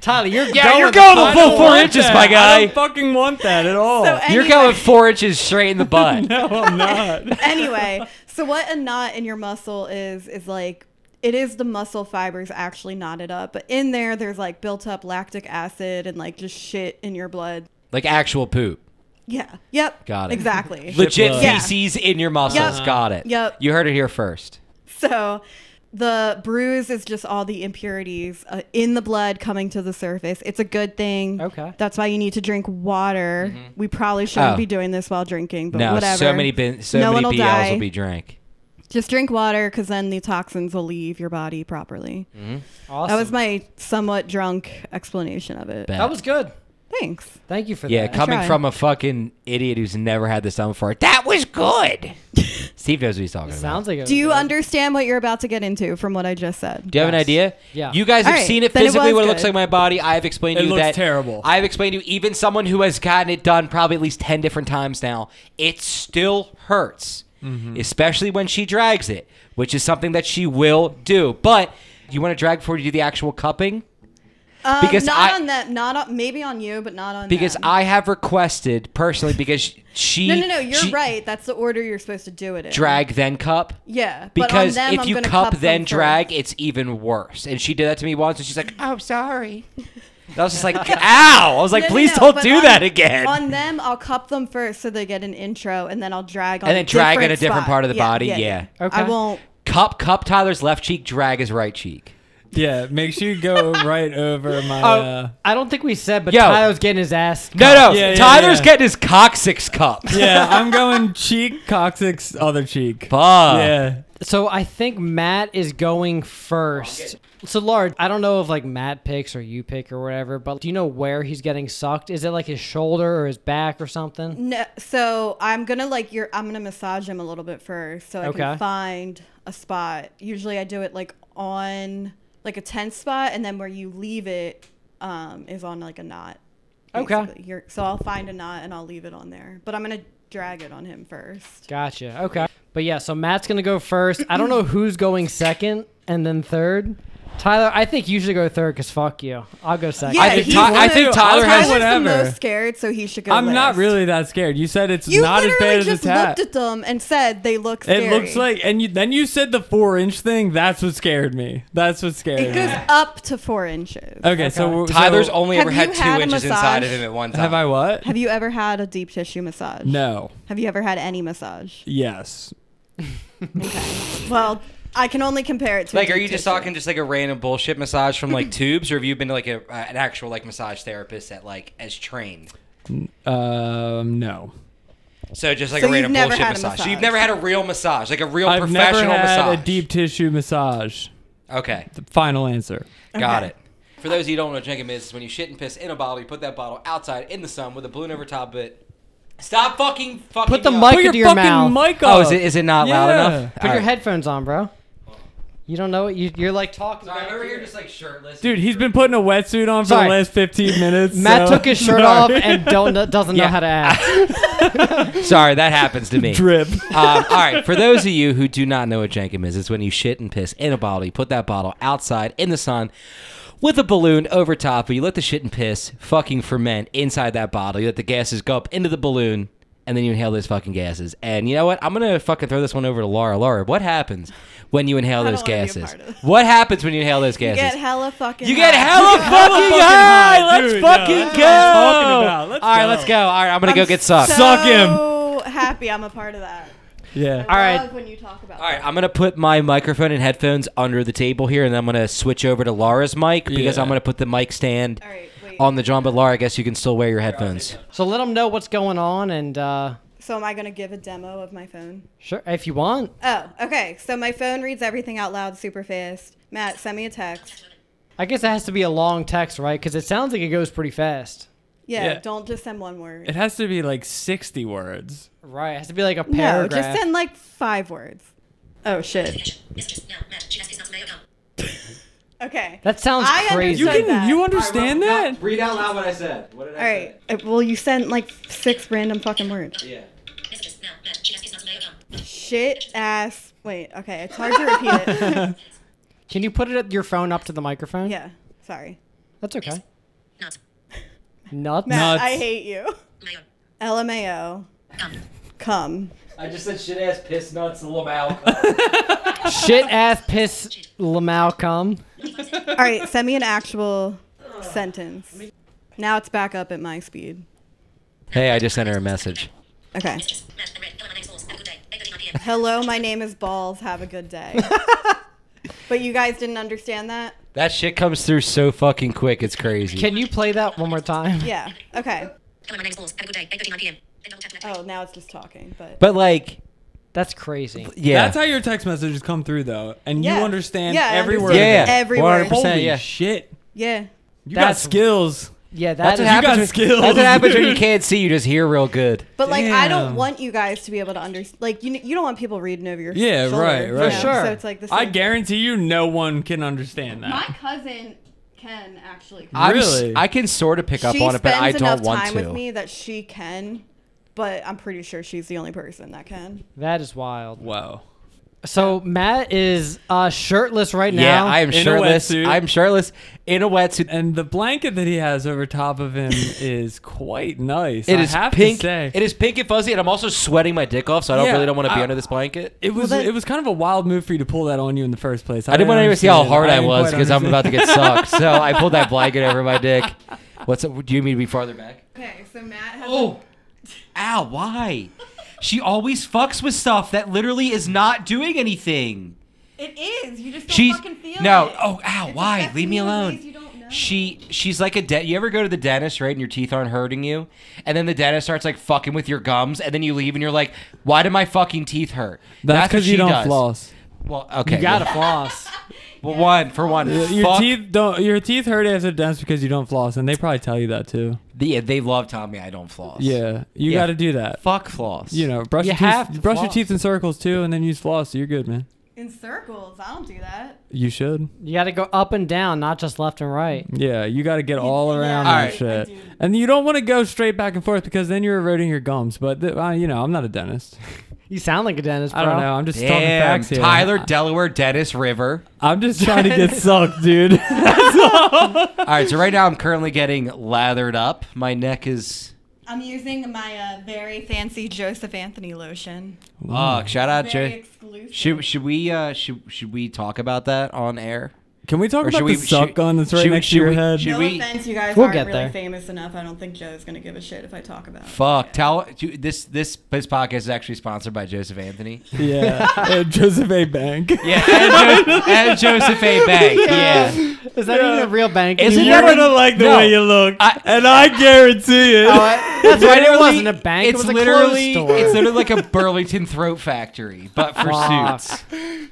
[SPEAKER 1] Tyler, you're
[SPEAKER 2] Yeah,
[SPEAKER 1] going
[SPEAKER 2] you're going the
[SPEAKER 1] fuck-
[SPEAKER 4] I
[SPEAKER 2] full
[SPEAKER 4] don't
[SPEAKER 2] four
[SPEAKER 4] want
[SPEAKER 2] inches,
[SPEAKER 4] that.
[SPEAKER 2] my guy.
[SPEAKER 4] I don't fucking want that at all.
[SPEAKER 3] So
[SPEAKER 2] You're
[SPEAKER 3] anyway-
[SPEAKER 2] going four inches straight in the butt.
[SPEAKER 4] no, I'm not.
[SPEAKER 3] anyway, so what a knot in your muscle is is like it is the muscle fibers actually knotted up, but in there there's like built up lactic acid and like just shit in your blood.
[SPEAKER 2] Like actual poop.
[SPEAKER 3] Yeah. Yep.
[SPEAKER 2] Got it.
[SPEAKER 3] Exactly.
[SPEAKER 2] Legit
[SPEAKER 4] blood.
[SPEAKER 3] Yeah.
[SPEAKER 2] feces in your muscles.
[SPEAKER 3] Yep.
[SPEAKER 2] Got it.
[SPEAKER 3] Yep.
[SPEAKER 2] You heard it here first.
[SPEAKER 3] So the bruise is just all the impurities uh, in the blood coming to the surface. It's a good thing.
[SPEAKER 1] Okay.
[SPEAKER 3] That's why you need to drink water. We probably shouldn't
[SPEAKER 2] Oh.
[SPEAKER 3] be doing this while drinking, but
[SPEAKER 2] no,
[SPEAKER 3] whatever.
[SPEAKER 2] so many bin, so
[SPEAKER 3] No
[SPEAKER 2] many
[SPEAKER 3] one
[SPEAKER 2] BLs
[SPEAKER 3] will die.
[SPEAKER 2] will be drank.
[SPEAKER 3] Just drink water because then the toxins will leave your body properly.
[SPEAKER 1] Awesome.
[SPEAKER 3] That was my somewhat drunk explanation of it.
[SPEAKER 2] Bet.
[SPEAKER 1] That was good.
[SPEAKER 3] Thanks.
[SPEAKER 1] Thank you for
[SPEAKER 2] yeah,
[SPEAKER 1] that.
[SPEAKER 2] coming
[SPEAKER 3] tried.
[SPEAKER 2] from a fucking idiot who's never had this done before. That was good. Steve knows what he's talking
[SPEAKER 1] It
[SPEAKER 2] about.
[SPEAKER 1] sounds like it.
[SPEAKER 3] Do you
[SPEAKER 1] was good.
[SPEAKER 3] understand what you're about to get into from what I just said?
[SPEAKER 2] Do you have an
[SPEAKER 1] Yes.
[SPEAKER 2] idea?
[SPEAKER 1] Yeah.
[SPEAKER 2] You guys
[SPEAKER 3] All
[SPEAKER 2] have
[SPEAKER 3] right,
[SPEAKER 2] seen it
[SPEAKER 3] then it
[SPEAKER 2] physically
[SPEAKER 3] was
[SPEAKER 2] what it looks
[SPEAKER 3] good.
[SPEAKER 2] like my body. I've explained to
[SPEAKER 4] It
[SPEAKER 2] you
[SPEAKER 4] looks
[SPEAKER 2] that
[SPEAKER 4] terrible.
[SPEAKER 2] I've explained to you even someone who has gotten it done probably at least ten different times now. It still hurts,
[SPEAKER 4] Mm-hmm.
[SPEAKER 2] especially when she drags it, which is something that she will do. But you want to drag before you do the actual cupping?
[SPEAKER 3] Um,
[SPEAKER 2] Because
[SPEAKER 3] not
[SPEAKER 2] I-
[SPEAKER 3] on them, not on, maybe on you, but not on
[SPEAKER 2] Because
[SPEAKER 3] them.
[SPEAKER 2] I have requested personally because she
[SPEAKER 3] No, no, no. You're
[SPEAKER 2] she-
[SPEAKER 3] right. That's the order you're supposed to do it in.
[SPEAKER 2] Drag then cup.
[SPEAKER 3] Yeah. but on
[SPEAKER 2] Because
[SPEAKER 3] them,
[SPEAKER 2] if
[SPEAKER 3] I'm
[SPEAKER 2] you
[SPEAKER 3] gonna
[SPEAKER 2] cup,
[SPEAKER 3] cup them
[SPEAKER 2] then
[SPEAKER 3] first.
[SPEAKER 2] drag, it's even worse. And she did that to me once, and she's like, "Oh, sorry." I was just like, "Ow!" I was like,
[SPEAKER 3] No, no,
[SPEAKER 2] "Please
[SPEAKER 3] no,
[SPEAKER 2] don't
[SPEAKER 3] but
[SPEAKER 2] do
[SPEAKER 3] on-
[SPEAKER 2] that again."
[SPEAKER 3] On them, I'll cup them first so they get an intro, and then I'll drag on.
[SPEAKER 2] And then
[SPEAKER 3] a
[SPEAKER 2] drag
[SPEAKER 3] different
[SPEAKER 2] in a different
[SPEAKER 3] spot.
[SPEAKER 2] part of the body, yeah.
[SPEAKER 1] Okay.
[SPEAKER 3] I won't.
[SPEAKER 2] cup, cup Tyler's left cheek, drag his right cheek.
[SPEAKER 4] Yeah, make sure you go right over my.
[SPEAKER 1] Oh,
[SPEAKER 4] Uh,
[SPEAKER 1] I don't think we said, but
[SPEAKER 2] Yo.
[SPEAKER 1] Tyler's getting his ass.
[SPEAKER 2] No, no,
[SPEAKER 4] Yeah, yeah,
[SPEAKER 2] Tyler's
[SPEAKER 4] yeah.
[SPEAKER 2] getting his cock six cup.
[SPEAKER 4] yeah, I'm going cheek, coccyx, other cheek.
[SPEAKER 2] Fuck.
[SPEAKER 4] Yeah.
[SPEAKER 1] So I think Matt is going first. So Laura, I don't know if like Matt picks or you pick or whatever, but do you know where he's getting sucked? Is it like his shoulder or his back or something?
[SPEAKER 3] No, so I'm gonna like you're. I'm gonna massage him a little bit first, so I
[SPEAKER 1] Okay.
[SPEAKER 3] can find a spot. Usually, I do it like on like a tense spot, and then where you leave it um, is on like a knot.
[SPEAKER 1] Okay.
[SPEAKER 3] basically. You're, so I'll find a knot and I'll leave it on there, but I'm gonna drag it on him first.
[SPEAKER 1] Gotcha. Okay. But yeah, so Matt's gonna go first. I don't know who's going second and then third. Tyler, I think you should go third because fuck you. I'll go second.
[SPEAKER 3] Yeah,
[SPEAKER 2] I think,
[SPEAKER 3] he's
[SPEAKER 2] Ty- I
[SPEAKER 3] one-
[SPEAKER 2] think
[SPEAKER 4] I'll
[SPEAKER 2] Tyler
[SPEAKER 4] try
[SPEAKER 2] has.
[SPEAKER 4] one.
[SPEAKER 3] Tyler's the
[SPEAKER 4] whatever.
[SPEAKER 3] most scared, so he should go.
[SPEAKER 4] I'm not
[SPEAKER 3] last.
[SPEAKER 4] really that scared. You said it's
[SPEAKER 3] You
[SPEAKER 4] not as
[SPEAKER 3] literally
[SPEAKER 4] bad as
[SPEAKER 3] just
[SPEAKER 4] a tat.
[SPEAKER 3] looked at them and said they look
[SPEAKER 4] It
[SPEAKER 3] scary.
[SPEAKER 4] looks like, and you, then you said the four inch thing. That's what scared me. That's what scared
[SPEAKER 3] it
[SPEAKER 4] me.
[SPEAKER 3] goes up to four inches.
[SPEAKER 4] okay, so we're- so
[SPEAKER 2] Tyler's only
[SPEAKER 3] Have
[SPEAKER 2] ever had
[SPEAKER 3] you
[SPEAKER 2] two
[SPEAKER 3] had a
[SPEAKER 2] inches
[SPEAKER 3] massage?
[SPEAKER 2] inside of him at one time.
[SPEAKER 4] Have I what?
[SPEAKER 3] Have you ever had a deep tissue massage?
[SPEAKER 4] No.
[SPEAKER 3] Have you ever had any massage?
[SPEAKER 4] Yes.
[SPEAKER 3] Well, I can only compare it to. a
[SPEAKER 2] Like, are
[SPEAKER 3] deep
[SPEAKER 2] you just
[SPEAKER 3] tissue.
[SPEAKER 2] talking just like a random bullshit massage from like tubes, or have you been to like a, uh, an actual like massage therapist that like as trained?
[SPEAKER 4] Um, no.
[SPEAKER 2] So just like
[SPEAKER 3] So
[SPEAKER 2] a
[SPEAKER 3] you've
[SPEAKER 2] random
[SPEAKER 3] never
[SPEAKER 2] bullshit
[SPEAKER 3] had a
[SPEAKER 2] massage. So you've
[SPEAKER 3] massage.
[SPEAKER 2] never had a real massage, like a real
[SPEAKER 4] I've never
[SPEAKER 2] professional
[SPEAKER 4] had
[SPEAKER 2] massage.
[SPEAKER 4] a deep tissue massage.
[SPEAKER 2] okay,
[SPEAKER 4] Final answer.
[SPEAKER 2] got
[SPEAKER 3] Okay.
[SPEAKER 2] it. For those of you who don't know, drinking is when you shit and piss in a bottle. You put that bottle outside in the sun with a balloon over top of it. Stop fucking fucking.
[SPEAKER 1] Put the
[SPEAKER 2] me up.
[SPEAKER 1] mic
[SPEAKER 4] Put your
[SPEAKER 1] into your
[SPEAKER 4] fucking
[SPEAKER 1] mouth.
[SPEAKER 4] mic up.
[SPEAKER 2] Oh, is it is it not loud
[SPEAKER 4] Yeah.
[SPEAKER 2] enough?
[SPEAKER 1] Put your headphones on, bro. You don't know what you, you're like talking.
[SPEAKER 2] Sorry,
[SPEAKER 1] back
[SPEAKER 2] I'm over
[SPEAKER 1] here.
[SPEAKER 2] here just like shirtless.
[SPEAKER 4] Dude, he's been putting a wetsuit on for
[SPEAKER 1] Sorry.
[SPEAKER 4] the last 15 minutes.
[SPEAKER 1] Matt
[SPEAKER 4] so-
[SPEAKER 1] took his shirt
[SPEAKER 4] Sorry.
[SPEAKER 1] off and don't doesn't
[SPEAKER 2] Yeah.
[SPEAKER 1] know how to act.
[SPEAKER 2] Sorry, that happens to me.
[SPEAKER 4] drip.
[SPEAKER 2] um, all right, for those of you who do not know what jankum is, it's when you shit and piss in a bottle. You put that bottle outside in the sun with a balloon over top, but you let the shit and piss fucking ferment inside that bottle. You let the gases go up into the balloon, and then you inhale those fucking gases. And you know what? I'm gonna fucking throw this one over to Laura. Laura, what happens when you inhale
[SPEAKER 3] I don't
[SPEAKER 2] those
[SPEAKER 3] wanna be a
[SPEAKER 2] gases?
[SPEAKER 3] part of this.
[SPEAKER 2] What happens when you inhale those
[SPEAKER 3] You
[SPEAKER 2] gases?
[SPEAKER 3] get hella fucking.
[SPEAKER 2] You get
[SPEAKER 3] high.
[SPEAKER 2] hella fucking high.
[SPEAKER 4] high,
[SPEAKER 2] Let's
[SPEAKER 4] dude.
[SPEAKER 2] fucking
[SPEAKER 4] Yeah, that's
[SPEAKER 2] go.
[SPEAKER 4] what I'm talking about. Let's
[SPEAKER 2] All right,
[SPEAKER 4] go.
[SPEAKER 2] let's go. All right, I'm gonna go get sucked.
[SPEAKER 3] So
[SPEAKER 4] Suck him.
[SPEAKER 3] happy I'm a part of that.
[SPEAKER 4] Yeah.
[SPEAKER 1] All
[SPEAKER 3] I
[SPEAKER 1] right.
[SPEAKER 3] love when you talk about.
[SPEAKER 2] All right, I'm gonna put my microphone and headphones under the table here, and then I'm gonna switch over to Laura's mic because
[SPEAKER 4] Yeah.
[SPEAKER 2] I'm gonna put the mic stand
[SPEAKER 3] That. All right. Wait.
[SPEAKER 2] on the drum. But Laura, I guess you can still wear your headphones.
[SPEAKER 1] So let them know what's going on and uh,
[SPEAKER 3] so am I gonna give a demo of my phone?
[SPEAKER 1] sure if you want.
[SPEAKER 3] Oh, okay. So my phone reads everything out loud super fast. Matt, send me a text.
[SPEAKER 1] I guess it has to be a long text, right? Because it sounds like it goes pretty fast.
[SPEAKER 3] Yeah,
[SPEAKER 4] Yeah.
[SPEAKER 3] don't just send one word.
[SPEAKER 4] It has to be like 60 words.
[SPEAKER 1] Right. It has to be like a
[SPEAKER 3] no,
[SPEAKER 1] paragraph.
[SPEAKER 3] just send like five words. Oh shit. Okay.
[SPEAKER 1] That sounds
[SPEAKER 3] I
[SPEAKER 1] crazy.
[SPEAKER 4] You
[SPEAKER 3] Said
[SPEAKER 4] can
[SPEAKER 3] that.
[SPEAKER 4] you understand that?
[SPEAKER 2] read out loud what I said. What did
[SPEAKER 3] All right. Uh, Well, you sent like six random fucking words.
[SPEAKER 2] Yeah.
[SPEAKER 3] Shit ass. Wait. Okay. It's hard to repeat it.
[SPEAKER 1] can you put it your phone up to the microphone?
[SPEAKER 3] yeah. Sorry.
[SPEAKER 1] That's okay. Nuts.
[SPEAKER 3] Matt,
[SPEAKER 4] Nuts.
[SPEAKER 3] I hate you. LMAO. Come.
[SPEAKER 2] I just said shit ass piss nuts little mouth.
[SPEAKER 1] Shit ass piss Lamalcom.
[SPEAKER 3] All right. Send me an actual sentence. Now it's back up at my speed.
[SPEAKER 2] hey, I just sent her a message.
[SPEAKER 3] Okay. Hello, my name is Balls. Have a good day. but you guys didn't understand that?
[SPEAKER 2] That shit comes through so fucking quick, it's crazy.
[SPEAKER 1] Can you play that one more time?
[SPEAKER 3] Yeah. Okay.
[SPEAKER 5] Oh.
[SPEAKER 3] Oh, now it's just talking, but
[SPEAKER 2] but like,
[SPEAKER 1] That's crazy.
[SPEAKER 2] yeah.
[SPEAKER 4] That's how your text messages come through though, and
[SPEAKER 3] Yeah.
[SPEAKER 4] you understand
[SPEAKER 3] Yeah, I
[SPEAKER 4] every
[SPEAKER 3] understand
[SPEAKER 4] word. of
[SPEAKER 2] yeah,
[SPEAKER 4] it.
[SPEAKER 3] Every word.
[SPEAKER 2] 100%,
[SPEAKER 4] Holy
[SPEAKER 2] yeah.
[SPEAKER 4] shit.
[SPEAKER 3] yeah.
[SPEAKER 4] You
[SPEAKER 1] That's-
[SPEAKER 4] got skills.
[SPEAKER 1] Yeah, that
[SPEAKER 2] That's what
[SPEAKER 1] is-
[SPEAKER 4] got
[SPEAKER 2] happens. when-
[SPEAKER 4] skills,
[SPEAKER 2] that's what happens when you
[SPEAKER 4] dude.
[SPEAKER 2] can't see. You just hear real good.
[SPEAKER 3] But like, I don't
[SPEAKER 4] Damn.
[SPEAKER 3] want you guys to be able to understand. Like, you you don't want people reading over your
[SPEAKER 4] Yeah,
[SPEAKER 3] shoulder,
[SPEAKER 4] right,
[SPEAKER 3] you
[SPEAKER 4] right.
[SPEAKER 3] know?
[SPEAKER 1] For sure.
[SPEAKER 3] So it's like this.
[SPEAKER 4] I guarantee you no one can understand that.
[SPEAKER 3] my cousin can actually.
[SPEAKER 2] I'm s-
[SPEAKER 4] Really?
[SPEAKER 2] I can sort of pick up
[SPEAKER 3] she
[SPEAKER 2] on it, but
[SPEAKER 3] spends
[SPEAKER 2] I don't
[SPEAKER 3] enough
[SPEAKER 2] want to.
[SPEAKER 3] time with me that she can, but I'm pretty sure she's the only person that can.
[SPEAKER 1] that is wild.
[SPEAKER 4] Whoa.
[SPEAKER 1] So Matt is uh, shirtless right
[SPEAKER 2] Yeah,
[SPEAKER 1] now.
[SPEAKER 2] I am
[SPEAKER 4] In a
[SPEAKER 2] shirtless.
[SPEAKER 4] wetsuit.
[SPEAKER 2] I'm shirtless in a wetsuit.
[SPEAKER 4] And the blanket that he has over top of him is quite nice.
[SPEAKER 2] It
[SPEAKER 4] I
[SPEAKER 2] is
[SPEAKER 4] have
[SPEAKER 2] pink.
[SPEAKER 4] to say.
[SPEAKER 2] It is pink and fuzzy, and I'm also sweating my dick off, so I don't
[SPEAKER 4] Yeah,
[SPEAKER 2] really don't want to be
[SPEAKER 4] I-
[SPEAKER 2] under this blanket.
[SPEAKER 4] It was
[SPEAKER 3] that-
[SPEAKER 4] it was kind of a wild move for you to pull that on you in the first place.
[SPEAKER 2] I didn't want anyone to see how
[SPEAKER 4] understand.
[SPEAKER 2] hard I
[SPEAKER 4] didn't
[SPEAKER 2] was
[SPEAKER 4] quite
[SPEAKER 2] because I'm about
[SPEAKER 4] understand.
[SPEAKER 2] to get sucked. So I pulled that blanket over my dick. What's up? Do you mean to be farther back?
[SPEAKER 3] Okay, so Matt has.
[SPEAKER 2] Oh, ow! Why? She always fucks with stuff that literally is not doing anything.
[SPEAKER 3] It is. You just don't
[SPEAKER 2] She's
[SPEAKER 3] fucking feel
[SPEAKER 2] no.
[SPEAKER 3] it.
[SPEAKER 2] Oh, ow! Why?
[SPEAKER 3] affecting
[SPEAKER 2] Leave me
[SPEAKER 3] you in
[SPEAKER 2] alone.
[SPEAKER 3] ways you don't know.
[SPEAKER 2] She she's like a de- you ever go to the dentist right and your teeth aren't hurting you and then the dentist starts like fucking with your gums and then you leave and you're like why do my fucking teeth hurt
[SPEAKER 4] That's
[SPEAKER 2] what
[SPEAKER 4] because you
[SPEAKER 2] she
[SPEAKER 4] don't
[SPEAKER 2] does.
[SPEAKER 4] floss.
[SPEAKER 2] well okay
[SPEAKER 1] You gotta floss.
[SPEAKER 2] well, one for one
[SPEAKER 4] Uh, Your
[SPEAKER 2] Fuck
[SPEAKER 4] teeth don't. Your teeth hurt after dentist because you don't floss, and they probably tell you that too.
[SPEAKER 2] the- yeah, they love Tommy I don't floss
[SPEAKER 4] Yeah, you
[SPEAKER 2] Yeah.
[SPEAKER 4] got to do that.
[SPEAKER 2] fuck floss
[SPEAKER 4] You know, brush
[SPEAKER 1] You
[SPEAKER 4] your
[SPEAKER 1] have to
[SPEAKER 4] teeth, brush your
[SPEAKER 1] floss.
[SPEAKER 4] teeth in circles too, and then use floss. So you're good, man.
[SPEAKER 3] In circles. I don't do that.
[SPEAKER 4] You should.
[SPEAKER 1] you gotta go up and down, not just left and right.
[SPEAKER 4] Yeah, you got to get all
[SPEAKER 3] yeah,
[SPEAKER 4] around
[SPEAKER 3] I-
[SPEAKER 4] that
[SPEAKER 3] I
[SPEAKER 4] shit,
[SPEAKER 3] do.
[SPEAKER 4] and you don't want to go straight back and forth because then you're eroding your gums. But th- uh, you know, I'm not a dentist.
[SPEAKER 1] You sound like a dentist, bro.
[SPEAKER 4] I don't know. I'm just talking
[SPEAKER 2] Damn,
[SPEAKER 4] facts here.
[SPEAKER 2] Tyler Delaware Dennis River
[SPEAKER 4] I'm just trying to get sucked, dude.
[SPEAKER 2] all right so right now I'm currently getting lathered up my neck is
[SPEAKER 3] I'm using my uh, very fancy Joseph Anthony lotion.
[SPEAKER 2] oh shout out
[SPEAKER 3] Very
[SPEAKER 2] Jay
[SPEAKER 3] exclusive.
[SPEAKER 2] should should we uh should should we talk about that on air
[SPEAKER 4] Can we talk
[SPEAKER 2] Or should
[SPEAKER 4] about
[SPEAKER 2] we-
[SPEAKER 4] the suck
[SPEAKER 2] should-
[SPEAKER 4] gun that's right
[SPEAKER 2] should we-
[SPEAKER 4] next
[SPEAKER 2] should
[SPEAKER 4] to your
[SPEAKER 2] we-
[SPEAKER 4] head?
[SPEAKER 2] should
[SPEAKER 3] no
[SPEAKER 2] we-
[SPEAKER 3] offense, you guys
[SPEAKER 1] We'll
[SPEAKER 3] aren't
[SPEAKER 1] get
[SPEAKER 3] really
[SPEAKER 1] there.
[SPEAKER 3] famous enough. I don't think Joe's gonna give a shit if I talk about. it.
[SPEAKER 2] Fuck, tell dude, this this this podcast is actually sponsored by Joseph Anthony.
[SPEAKER 4] Yeah, Uh, Joseph A. Bank.
[SPEAKER 2] Yeah, and, Jo- and Joseph A. Bank. Yeah.
[SPEAKER 1] Is that even a real bank?
[SPEAKER 2] Isn't
[SPEAKER 1] You
[SPEAKER 2] that
[SPEAKER 1] weren't-
[SPEAKER 2] what-
[SPEAKER 4] like
[SPEAKER 2] No,
[SPEAKER 4] look,
[SPEAKER 2] I- Oh,
[SPEAKER 4] and I guarantee it.
[SPEAKER 1] That's right. It
[SPEAKER 2] Literally,
[SPEAKER 1] wasn't a bank. it was a
[SPEAKER 2] literally
[SPEAKER 1] clothes store.
[SPEAKER 2] it's literally like a Burlington throat factory, but for
[SPEAKER 1] Fuck.
[SPEAKER 2] suits.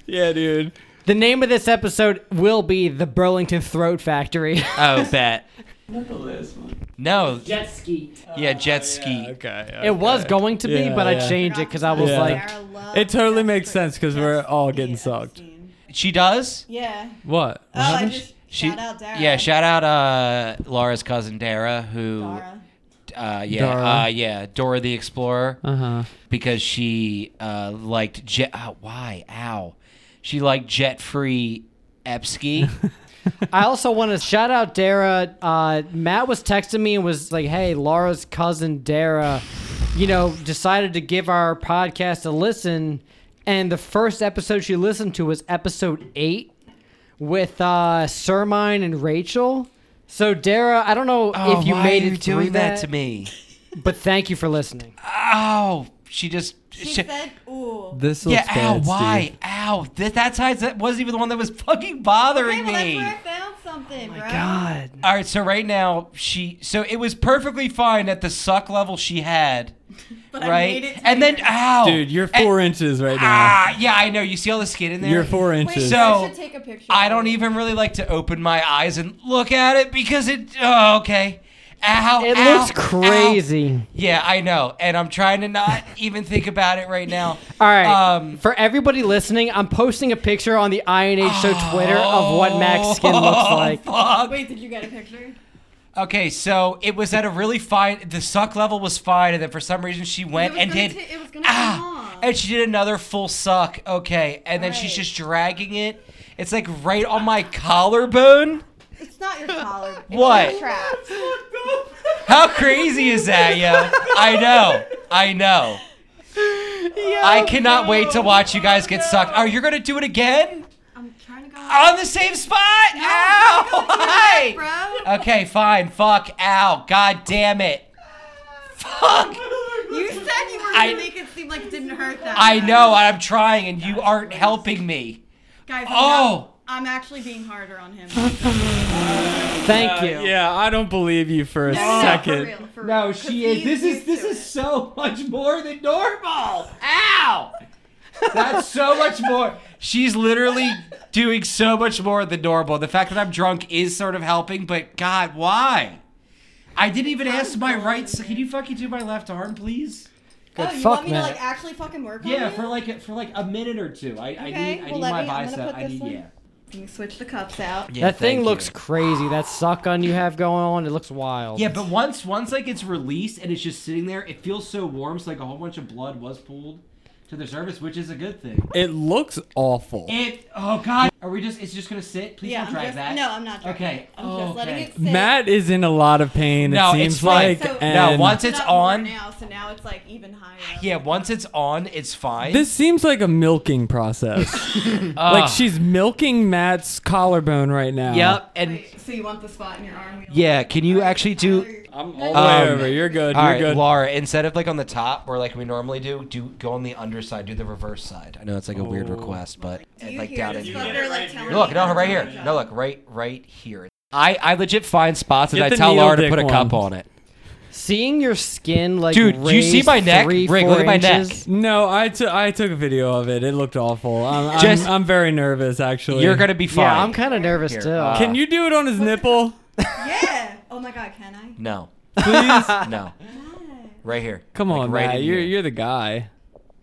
[SPEAKER 4] yeah, dude.
[SPEAKER 1] the name of this episode will be the Burlington Throat Factory.
[SPEAKER 2] Oh, bet.
[SPEAKER 4] Not the last one. Oh,
[SPEAKER 2] No,
[SPEAKER 1] Jet ski.
[SPEAKER 2] yeah, jet ski.
[SPEAKER 4] Okay,
[SPEAKER 1] It was going to be,
[SPEAKER 4] Yeah,
[SPEAKER 1] but
[SPEAKER 4] yeah.
[SPEAKER 1] I changed it because I was
[SPEAKER 4] Yeah.
[SPEAKER 1] like,
[SPEAKER 3] Sarah loves
[SPEAKER 4] It totally
[SPEAKER 3] that
[SPEAKER 4] makes
[SPEAKER 3] fruit.
[SPEAKER 4] sense because we're all getting
[SPEAKER 3] Yeah, I've
[SPEAKER 4] sucked.
[SPEAKER 3] seen.
[SPEAKER 2] She does.
[SPEAKER 3] Yeah.
[SPEAKER 4] What?
[SPEAKER 3] Oh, I
[SPEAKER 4] happened?
[SPEAKER 3] just
[SPEAKER 2] She,
[SPEAKER 3] shout out Dara.
[SPEAKER 2] Yeah, shout out uh, Laura's cousin Dara, who,
[SPEAKER 3] Dara.
[SPEAKER 2] uh, yeah,
[SPEAKER 4] Dara.
[SPEAKER 2] uh, yeah, Dora the Explorer.
[SPEAKER 4] uh-huh.
[SPEAKER 2] because she uh, liked jet. Oh, why? Ow! She liked jet free Epsky.
[SPEAKER 1] I also want to shout out Dara. Uh, Matt was texting me and was like, "Hey, Laura's cousin Dara, you know, decided to give our podcast a listen, and the first episode she listened to was episode eight with uh, Sermine and Rachel." So Dara, I don't know
[SPEAKER 2] Oh,
[SPEAKER 1] if you made it through
[SPEAKER 2] doing that,
[SPEAKER 1] that
[SPEAKER 2] to me.
[SPEAKER 1] but thank you for listening.
[SPEAKER 2] Ow! She just.
[SPEAKER 3] She
[SPEAKER 2] she-
[SPEAKER 3] said, "Ooh."
[SPEAKER 4] This looks
[SPEAKER 2] yeah. Ow!
[SPEAKER 4] bad,
[SPEAKER 2] Why?
[SPEAKER 4] Steve.
[SPEAKER 2] Ow! Th- that side that wasn't even the one that was fucking bothering
[SPEAKER 3] Okay, well, that's
[SPEAKER 2] me.
[SPEAKER 3] where I found something,
[SPEAKER 2] Oh
[SPEAKER 3] bro.
[SPEAKER 1] God,
[SPEAKER 2] All right. So right now she. So it was perfectly fine at the suck level she had.
[SPEAKER 3] But I
[SPEAKER 2] right?
[SPEAKER 3] made it to
[SPEAKER 2] and then
[SPEAKER 3] here.
[SPEAKER 2] ow,
[SPEAKER 4] Dude, you're
[SPEAKER 2] Oh. And-
[SPEAKER 4] four inches right now.
[SPEAKER 2] Ah, yeah, I know. You see all the skin in there.
[SPEAKER 4] You're four
[SPEAKER 3] Wait,
[SPEAKER 4] inches.
[SPEAKER 2] So-
[SPEAKER 3] I should take a picture.
[SPEAKER 2] I don't even really like to open my eyes and look at it because it. Oh, okay. Ow!
[SPEAKER 1] It
[SPEAKER 2] ow,
[SPEAKER 1] looks
[SPEAKER 2] ow.
[SPEAKER 1] crazy.
[SPEAKER 2] Yeah, I know, and I'm trying to not even think about it right now.
[SPEAKER 1] All right.
[SPEAKER 2] Um,
[SPEAKER 1] For everybody listening, I'm posting a picture on the INH Show Twitter of what Mac's skin looks like.
[SPEAKER 2] oh, Fuck.
[SPEAKER 3] Wait, did you get a picture?
[SPEAKER 2] Okay, so it was at a really fine. The suck level was fine, and then for some reason she went
[SPEAKER 3] It was
[SPEAKER 2] and
[SPEAKER 3] gonna
[SPEAKER 2] did.
[SPEAKER 3] ta- it was gonna
[SPEAKER 2] ah,
[SPEAKER 3] come off.
[SPEAKER 2] and she did another full suck. Okay, and then she's
[SPEAKER 3] Right.
[SPEAKER 2] just dragging it. It's like right on my collarbone.
[SPEAKER 3] It's not your collar. It's
[SPEAKER 2] What?
[SPEAKER 3] Your traps.
[SPEAKER 2] How crazy is that, yo? I know. I know. I cannot wait to watch you guys get sucked. Oh, you're gonna do it again?
[SPEAKER 3] I'm trying to go.
[SPEAKER 2] On the same spot? Ow! Hi!
[SPEAKER 3] bro.
[SPEAKER 2] Okay, fine. Fuck. Ow. God damn it. Fuck.
[SPEAKER 3] You said you were
[SPEAKER 2] I-
[SPEAKER 3] gonna make it seem like it didn't hurt that.
[SPEAKER 2] I
[SPEAKER 3] bad.
[SPEAKER 2] know. I'm trying, and you aren't helping me.
[SPEAKER 3] Guys, I'm
[SPEAKER 2] Oh.
[SPEAKER 3] not- I'm actually being harder on him.
[SPEAKER 1] Thank
[SPEAKER 4] Uh,
[SPEAKER 1] you.
[SPEAKER 4] yeah, I don't believe you for a
[SPEAKER 3] No, no, no, for
[SPEAKER 4] second.
[SPEAKER 3] real, for
[SPEAKER 2] No,
[SPEAKER 3] real, 'cause
[SPEAKER 2] she is.
[SPEAKER 3] he's
[SPEAKER 2] This is
[SPEAKER 3] used
[SPEAKER 2] this
[SPEAKER 3] to
[SPEAKER 2] is
[SPEAKER 3] it.
[SPEAKER 2] so much more than normal. Ow! That's so much more. She's literally doing so much more than normal. The fact that I'm drunk is sort of helping, but God, why? I didn't even ask my right. So can you fucking do my left arm, please?
[SPEAKER 1] Good
[SPEAKER 3] oh, you
[SPEAKER 1] fuck,
[SPEAKER 3] want me
[SPEAKER 1] Matt.
[SPEAKER 3] to like actually fucking work on
[SPEAKER 2] Yeah,
[SPEAKER 3] you?
[SPEAKER 2] for like a, for like a minute or two. I, I
[SPEAKER 3] Okay,
[SPEAKER 2] need I
[SPEAKER 3] well,
[SPEAKER 2] need
[SPEAKER 3] let
[SPEAKER 2] my
[SPEAKER 3] me- I'm gonna
[SPEAKER 2] bicep.
[SPEAKER 3] put
[SPEAKER 2] I
[SPEAKER 3] this
[SPEAKER 2] need
[SPEAKER 3] one-
[SPEAKER 2] yeah.
[SPEAKER 3] you switch the cups out.
[SPEAKER 2] yeah.
[SPEAKER 1] that thing
[SPEAKER 2] thank
[SPEAKER 1] looks
[SPEAKER 2] you.
[SPEAKER 1] crazy. That suck gun you have going on, it looks wild.
[SPEAKER 2] Yeah, but once once like it's released and it's just sitting there, it feels so warm. So like a whole bunch of blood was pulled to the surface, which is a good thing.
[SPEAKER 4] It looks awful.
[SPEAKER 2] It. Oh God. Are we just? It's just gonna sit. Please
[SPEAKER 3] Yeah,
[SPEAKER 2] don't
[SPEAKER 3] I'm
[SPEAKER 2] drag
[SPEAKER 3] just,
[SPEAKER 2] that.
[SPEAKER 3] No, I'm not. dragging
[SPEAKER 2] Okay.
[SPEAKER 3] it. I'm
[SPEAKER 2] Oh,
[SPEAKER 3] just letting
[SPEAKER 2] okay.
[SPEAKER 3] it sit.
[SPEAKER 4] Matt is in a lot of pain.
[SPEAKER 2] No,
[SPEAKER 4] it seems
[SPEAKER 2] it's fine.
[SPEAKER 4] like.
[SPEAKER 3] So- No,
[SPEAKER 4] and
[SPEAKER 2] once it's
[SPEAKER 3] Not more
[SPEAKER 2] on- Ah,
[SPEAKER 3] now, so now it's like even higher. up.
[SPEAKER 2] Yeah. Once it's on, it's fine.
[SPEAKER 4] This seems like a milking process.
[SPEAKER 2] Ugh.
[SPEAKER 4] like she's milking Matt's collarbone right now.
[SPEAKER 2] Yep. And
[SPEAKER 3] Wait, so you want the spot in your arm?
[SPEAKER 2] yeah. Can you actually do?
[SPEAKER 4] I'm all
[SPEAKER 2] the way Um,
[SPEAKER 4] over.
[SPEAKER 2] over.
[SPEAKER 4] You're good.
[SPEAKER 2] All
[SPEAKER 4] You're
[SPEAKER 2] right,
[SPEAKER 4] good.
[SPEAKER 2] Laura. Instead of like on the top or like we normally do, do go on the underside. Do the reverse side. I know it's like a weird
[SPEAKER 4] Oh.
[SPEAKER 2] request, but
[SPEAKER 3] Do you
[SPEAKER 2] like
[SPEAKER 3] hear
[SPEAKER 2] down in
[SPEAKER 3] this
[SPEAKER 2] here.
[SPEAKER 3] fucker, like, telling
[SPEAKER 2] Look,
[SPEAKER 3] me
[SPEAKER 2] no,
[SPEAKER 3] I'm
[SPEAKER 2] right
[SPEAKER 3] doing
[SPEAKER 2] here.
[SPEAKER 3] a job?
[SPEAKER 2] No, look, right, right here. I, I legit find spots and
[SPEAKER 4] Get
[SPEAKER 2] I
[SPEAKER 4] the
[SPEAKER 2] tell
[SPEAKER 4] needle
[SPEAKER 2] Laura to
[SPEAKER 4] dick
[SPEAKER 2] put a cup
[SPEAKER 4] one.
[SPEAKER 2] on it.
[SPEAKER 1] Seeing your skin like
[SPEAKER 2] Dude, do you see
[SPEAKER 1] raised
[SPEAKER 2] my neck?
[SPEAKER 1] Three,
[SPEAKER 2] Rick,
[SPEAKER 1] four
[SPEAKER 2] look at my neck.
[SPEAKER 1] inches.
[SPEAKER 4] No, I took I took a video of it. It looked awful. I'm, I'm,
[SPEAKER 2] Just-
[SPEAKER 4] I'm very nervous actually.
[SPEAKER 2] You're gonna be fine.
[SPEAKER 1] Yeah, I'm kind of nervous
[SPEAKER 2] Here,
[SPEAKER 1] too.
[SPEAKER 2] uh,
[SPEAKER 4] Can you do it on his nipple?
[SPEAKER 3] Yeah. Oh my god, can I?
[SPEAKER 2] no,
[SPEAKER 4] Please.
[SPEAKER 2] no, right here.
[SPEAKER 4] Come
[SPEAKER 2] Like,
[SPEAKER 4] on,
[SPEAKER 2] right
[SPEAKER 4] Matt.
[SPEAKER 2] in
[SPEAKER 4] You're
[SPEAKER 2] here.
[SPEAKER 4] you're the guy.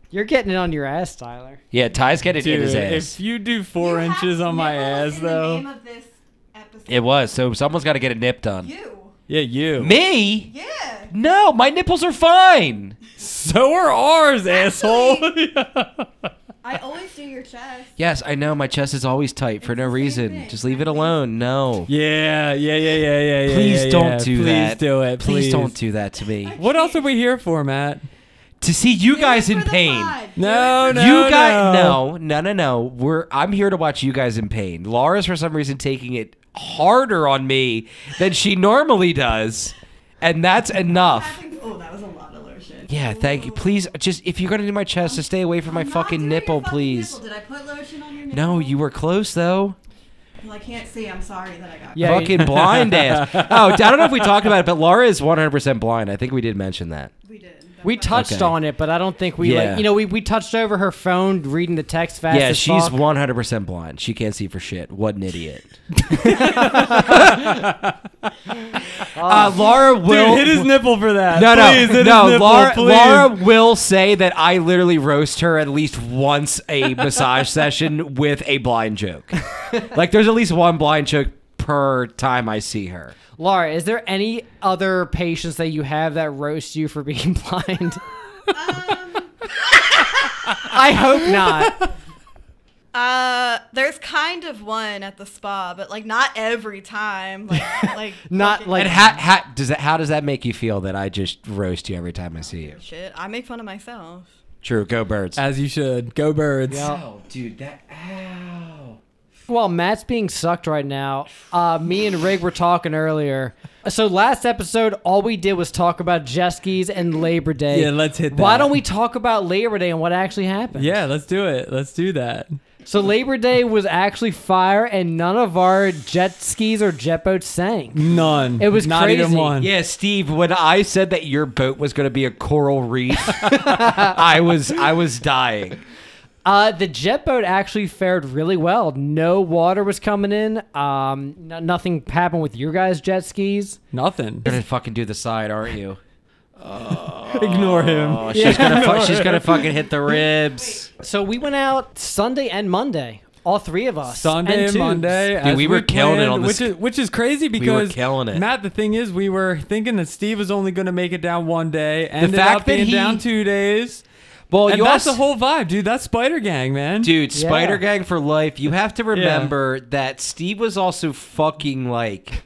[SPEAKER 1] You're getting it on your ass, Tyler.
[SPEAKER 2] Yeah, Ty's getting it in
[SPEAKER 4] Dude,
[SPEAKER 2] his
[SPEAKER 4] if
[SPEAKER 2] ass.
[SPEAKER 4] you do four
[SPEAKER 3] You have
[SPEAKER 4] inches on my
[SPEAKER 3] nipples
[SPEAKER 4] ass
[SPEAKER 3] in the
[SPEAKER 4] though.
[SPEAKER 3] name of this episode.
[SPEAKER 2] It was so someone's got to get a nip done.
[SPEAKER 3] You.
[SPEAKER 4] yeah, you.
[SPEAKER 2] Me?
[SPEAKER 3] Yeah.
[SPEAKER 2] No, my nipples are fine.
[SPEAKER 4] So are ours, asshole.
[SPEAKER 3] I always do your chest.
[SPEAKER 2] Yes, I know my chest is always tight for
[SPEAKER 3] It's
[SPEAKER 2] no
[SPEAKER 3] the same
[SPEAKER 2] reason.
[SPEAKER 3] thing.
[SPEAKER 2] Just leave it alone. No.
[SPEAKER 4] Yeah, yeah, yeah, yeah, yeah, yeah.
[SPEAKER 2] Please
[SPEAKER 4] yeah,
[SPEAKER 2] don't
[SPEAKER 4] yeah.
[SPEAKER 2] do
[SPEAKER 4] please
[SPEAKER 2] that.
[SPEAKER 4] Please do it. Please.
[SPEAKER 2] Please don't do that to me.
[SPEAKER 4] What else are we here for, Matt?
[SPEAKER 2] To see you
[SPEAKER 3] Do
[SPEAKER 2] guys
[SPEAKER 3] it for
[SPEAKER 2] in
[SPEAKER 3] the
[SPEAKER 2] pain.
[SPEAKER 3] pod. Do
[SPEAKER 4] No,
[SPEAKER 3] it for-
[SPEAKER 4] no,
[SPEAKER 2] you guys no. no no no we're i'm here to watch you guys in pain laura's for some reason taking it harder on me than she normally does and that's enough
[SPEAKER 3] Having- Oh, that was a lot of lotion.
[SPEAKER 2] yeah thank you please just if you're gonna do my chest just stay away from my
[SPEAKER 3] I'm not
[SPEAKER 2] fucking
[SPEAKER 3] doing your
[SPEAKER 2] nipple
[SPEAKER 3] fucking
[SPEAKER 2] please
[SPEAKER 3] nipple. Did I put lotion on your nipple?
[SPEAKER 2] no you were close though
[SPEAKER 3] Well, I can't see. I'm sorry that I got.
[SPEAKER 1] Yeah,
[SPEAKER 2] fucking blind ass oh i don't know if we talked about it but laura is 100% blind i think we did mention that
[SPEAKER 3] We did. That's
[SPEAKER 1] We
[SPEAKER 3] fine.
[SPEAKER 1] touched
[SPEAKER 2] Okay.
[SPEAKER 1] on it, but I don't think we
[SPEAKER 2] Yeah.
[SPEAKER 1] like. You know, we, we touched over her phone, reading the text fast.
[SPEAKER 2] yeah
[SPEAKER 1] as
[SPEAKER 2] she's
[SPEAKER 1] fuck.
[SPEAKER 2] 100% blind she can't see for shit what an idiot uh, laura will
[SPEAKER 4] Dude, hit his nipple for that.
[SPEAKER 2] No, no,
[SPEAKER 4] please, hit
[SPEAKER 2] no.
[SPEAKER 4] His nipple,
[SPEAKER 2] Laura,
[SPEAKER 4] please.
[SPEAKER 2] Laura will say that I literally roast her at least once a massage session with a blind joke. like, there's at least one blind joke per time I see her.
[SPEAKER 1] Laura, is there any other patients that you have that roast you for being blind?
[SPEAKER 3] Um,
[SPEAKER 1] I hope not.
[SPEAKER 3] uh, there's kind of one at the spa, but like not every time. Like, like
[SPEAKER 1] Not
[SPEAKER 3] fucking-
[SPEAKER 1] like-
[SPEAKER 2] And how, how does that? How does that make you feel that I just roast you every time I see you?
[SPEAKER 3] shit. I make fun of myself.
[SPEAKER 2] True, go birds.
[SPEAKER 4] As you should. Go birds.
[SPEAKER 1] Yeah.
[SPEAKER 2] oh, dude, that. Ow.
[SPEAKER 1] Well, Matt's being sucked right now. Uh, me and Rig were talking earlier. So last episode, all we did was talk about jet skis and Labor Day.
[SPEAKER 4] Yeah, let's hit
[SPEAKER 1] Why
[SPEAKER 4] that.
[SPEAKER 1] don't we talk about Labor Day and what actually happened?
[SPEAKER 4] Yeah, let's do it. Let's do that.
[SPEAKER 1] So Labor Day was actually fire, and none of our jet skis or jet boats sank.
[SPEAKER 4] None.
[SPEAKER 1] It was
[SPEAKER 4] not even
[SPEAKER 1] crazy.
[SPEAKER 4] one.
[SPEAKER 2] Yeah, Steve, when I said that your boat was going to be a coral reef, I was I was dying.
[SPEAKER 1] Uh, the jet boat actually fared really well. No water was coming in. Um, no- nothing happened with your guys' jet skis.
[SPEAKER 4] Nothing.
[SPEAKER 2] You're going to fucking do the side, aren't you?
[SPEAKER 4] Ignore him.
[SPEAKER 2] Oh, she's going to fu- she's going to fucking hit the ribs.
[SPEAKER 1] So we went out Sunday and Monday, all three of us.
[SPEAKER 4] Sunday
[SPEAKER 1] and
[SPEAKER 4] and
[SPEAKER 1] tubes.
[SPEAKER 4] Monday.
[SPEAKER 2] Dude, we were killing it on
[SPEAKER 4] which
[SPEAKER 2] this-
[SPEAKER 4] Is, which is crazy because
[SPEAKER 2] killing it.
[SPEAKER 4] Matt, the thing is, we were thinking that Steve was only going to make it down one day, ended
[SPEAKER 2] fact
[SPEAKER 4] up
[SPEAKER 2] that
[SPEAKER 4] being
[SPEAKER 2] he-
[SPEAKER 4] down two days.
[SPEAKER 2] Well,
[SPEAKER 4] and
[SPEAKER 2] you
[SPEAKER 4] that's
[SPEAKER 2] also
[SPEAKER 4] the whole vibe, dude. That's Spider Gang, man.
[SPEAKER 2] Dude,
[SPEAKER 1] Yeah.
[SPEAKER 2] Spider Gang for life. You have to remember that Steve was also fucking like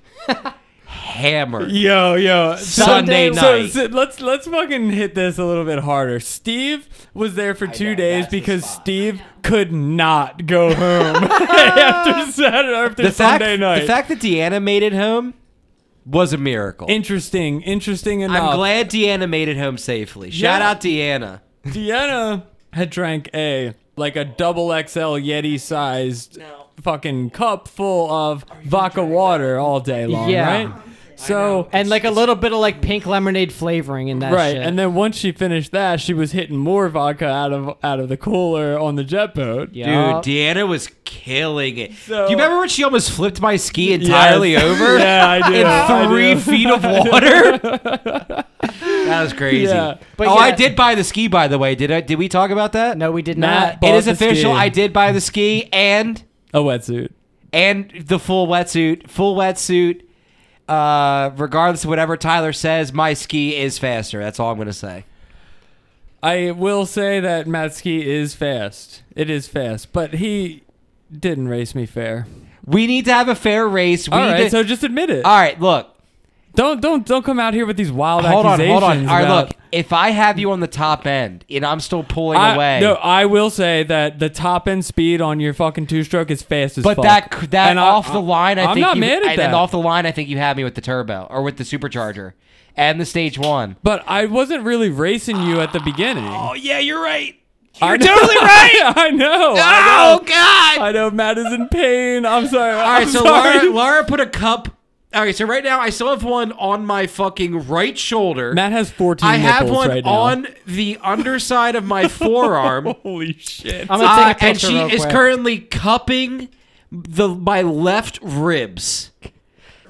[SPEAKER 2] hammered.
[SPEAKER 4] Yo, yo,
[SPEAKER 2] Sunday
[SPEAKER 4] so-
[SPEAKER 2] night.
[SPEAKER 4] so let's let's fucking hit this a little bit harder. Steve was there for two
[SPEAKER 2] know,
[SPEAKER 4] days
[SPEAKER 2] that's the
[SPEAKER 4] because
[SPEAKER 2] spot.
[SPEAKER 4] Steve could not go home after Saturday after
[SPEAKER 2] The fact,
[SPEAKER 4] Sunday night.
[SPEAKER 2] the fact that Deanna made it home was a miracle.
[SPEAKER 4] interesting, interesting enough.
[SPEAKER 2] I'm glad Deanna made it home safely. Shout
[SPEAKER 4] Yeah.
[SPEAKER 2] out Deanna.
[SPEAKER 4] Deanna had drank a like a double XL Yeti sized fucking cup full of vodka water all day long,
[SPEAKER 1] Yeah.
[SPEAKER 4] right? So
[SPEAKER 1] And like a little bit of like pink lemonade flavoring in that
[SPEAKER 4] right,
[SPEAKER 1] shit.
[SPEAKER 4] and then once she finished that, she was hitting more vodka out of out of the cooler on the jet boat.
[SPEAKER 1] Yeah.
[SPEAKER 2] Dude, Deanna was killing it.
[SPEAKER 4] So-
[SPEAKER 2] Do you remember when she almost flipped my ski entirely over?
[SPEAKER 4] Yeah, I do. I
[SPEAKER 2] In three
[SPEAKER 4] do.
[SPEAKER 2] feet of water. that was crazy.
[SPEAKER 4] Yeah.
[SPEAKER 1] But
[SPEAKER 2] oh, I
[SPEAKER 1] yeah.
[SPEAKER 2] did buy the ski. By the way, did I? Did we talk about that?
[SPEAKER 1] no, we did
[SPEAKER 4] Matt-
[SPEAKER 1] not.
[SPEAKER 4] bought
[SPEAKER 2] it is
[SPEAKER 4] the
[SPEAKER 2] official.
[SPEAKER 4] ski.
[SPEAKER 2] I did buy the ski and
[SPEAKER 4] A wetsuit.
[SPEAKER 2] and the full wetsuit. Full wetsuit. Uh, regardless of whatever Tyler says, my ski is faster. That's all I'm gonna say.
[SPEAKER 4] I will say that Matski is fast. It is fast, but he didn't race me fair.
[SPEAKER 2] We need to have a fair race. We
[SPEAKER 4] All
[SPEAKER 2] need
[SPEAKER 4] right,
[SPEAKER 2] to-
[SPEAKER 4] so just admit it.
[SPEAKER 2] all right, look.
[SPEAKER 4] Don't don't don't come out here with these wild
[SPEAKER 2] Hold on,
[SPEAKER 4] accusations.
[SPEAKER 2] hold on. All right,
[SPEAKER 4] about-
[SPEAKER 2] look. If I have you on the top end and I'm still pulling
[SPEAKER 4] I,
[SPEAKER 2] away,
[SPEAKER 4] No, uh, I will say that the top end speed on your fucking two stroke is fast as
[SPEAKER 2] but
[SPEAKER 4] fuck.
[SPEAKER 2] that c- that
[SPEAKER 4] And I-
[SPEAKER 2] off the line, I
[SPEAKER 4] I'm
[SPEAKER 2] think
[SPEAKER 4] not
[SPEAKER 2] you,
[SPEAKER 4] mad at
[SPEAKER 2] and, and
[SPEAKER 4] that.
[SPEAKER 2] off the line, I think you have me with the turbo or with the supercharger and the stage one.
[SPEAKER 4] But I wasn't really racing you at the beginning.
[SPEAKER 2] Oh yeah, you're right.
[SPEAKER 4] I
[SPEAKER 2] You're
[SPEAKER 4] know-
[SPEAKER 2] totally right.
[SPEAKER 4] I know. I
[SPEAKER 2] Oh
[SPEAKER 4] know.
[SPEAKER 2] God.
[SPEAKER 4] I know Matt is in pain. I'm sorry.
[SPEAKER 2] All right, so
[SPEAKER 4] sorry.
[SPEAKER 2] Laura, Laura put a cup. All right, so right now I still have one on my fucking right shoulder.
[SPEAKER 4] Matt has 14
[SPEAKER 2] I have
[SPEAKER 4] nipples
[SPEAKER 2] one
[SPEAKER 4] right now.
[SPEAKER 2] on the underside of my forearm.
[SPEAKER 4] Holy shit.
[SPEAKER 1] I'm gonna
[SPEAKER 2] Uh,
[SPEAKER 1] take a
[SPEAKER 2] and
[SPEAKER 1] picture
[SPEAKER 2] she
[SPEAKER 1] real
[SPEAKER 2] is
[SPEAKER 1] quick.
[SPEAKER 2] currently cupping the my left ribs.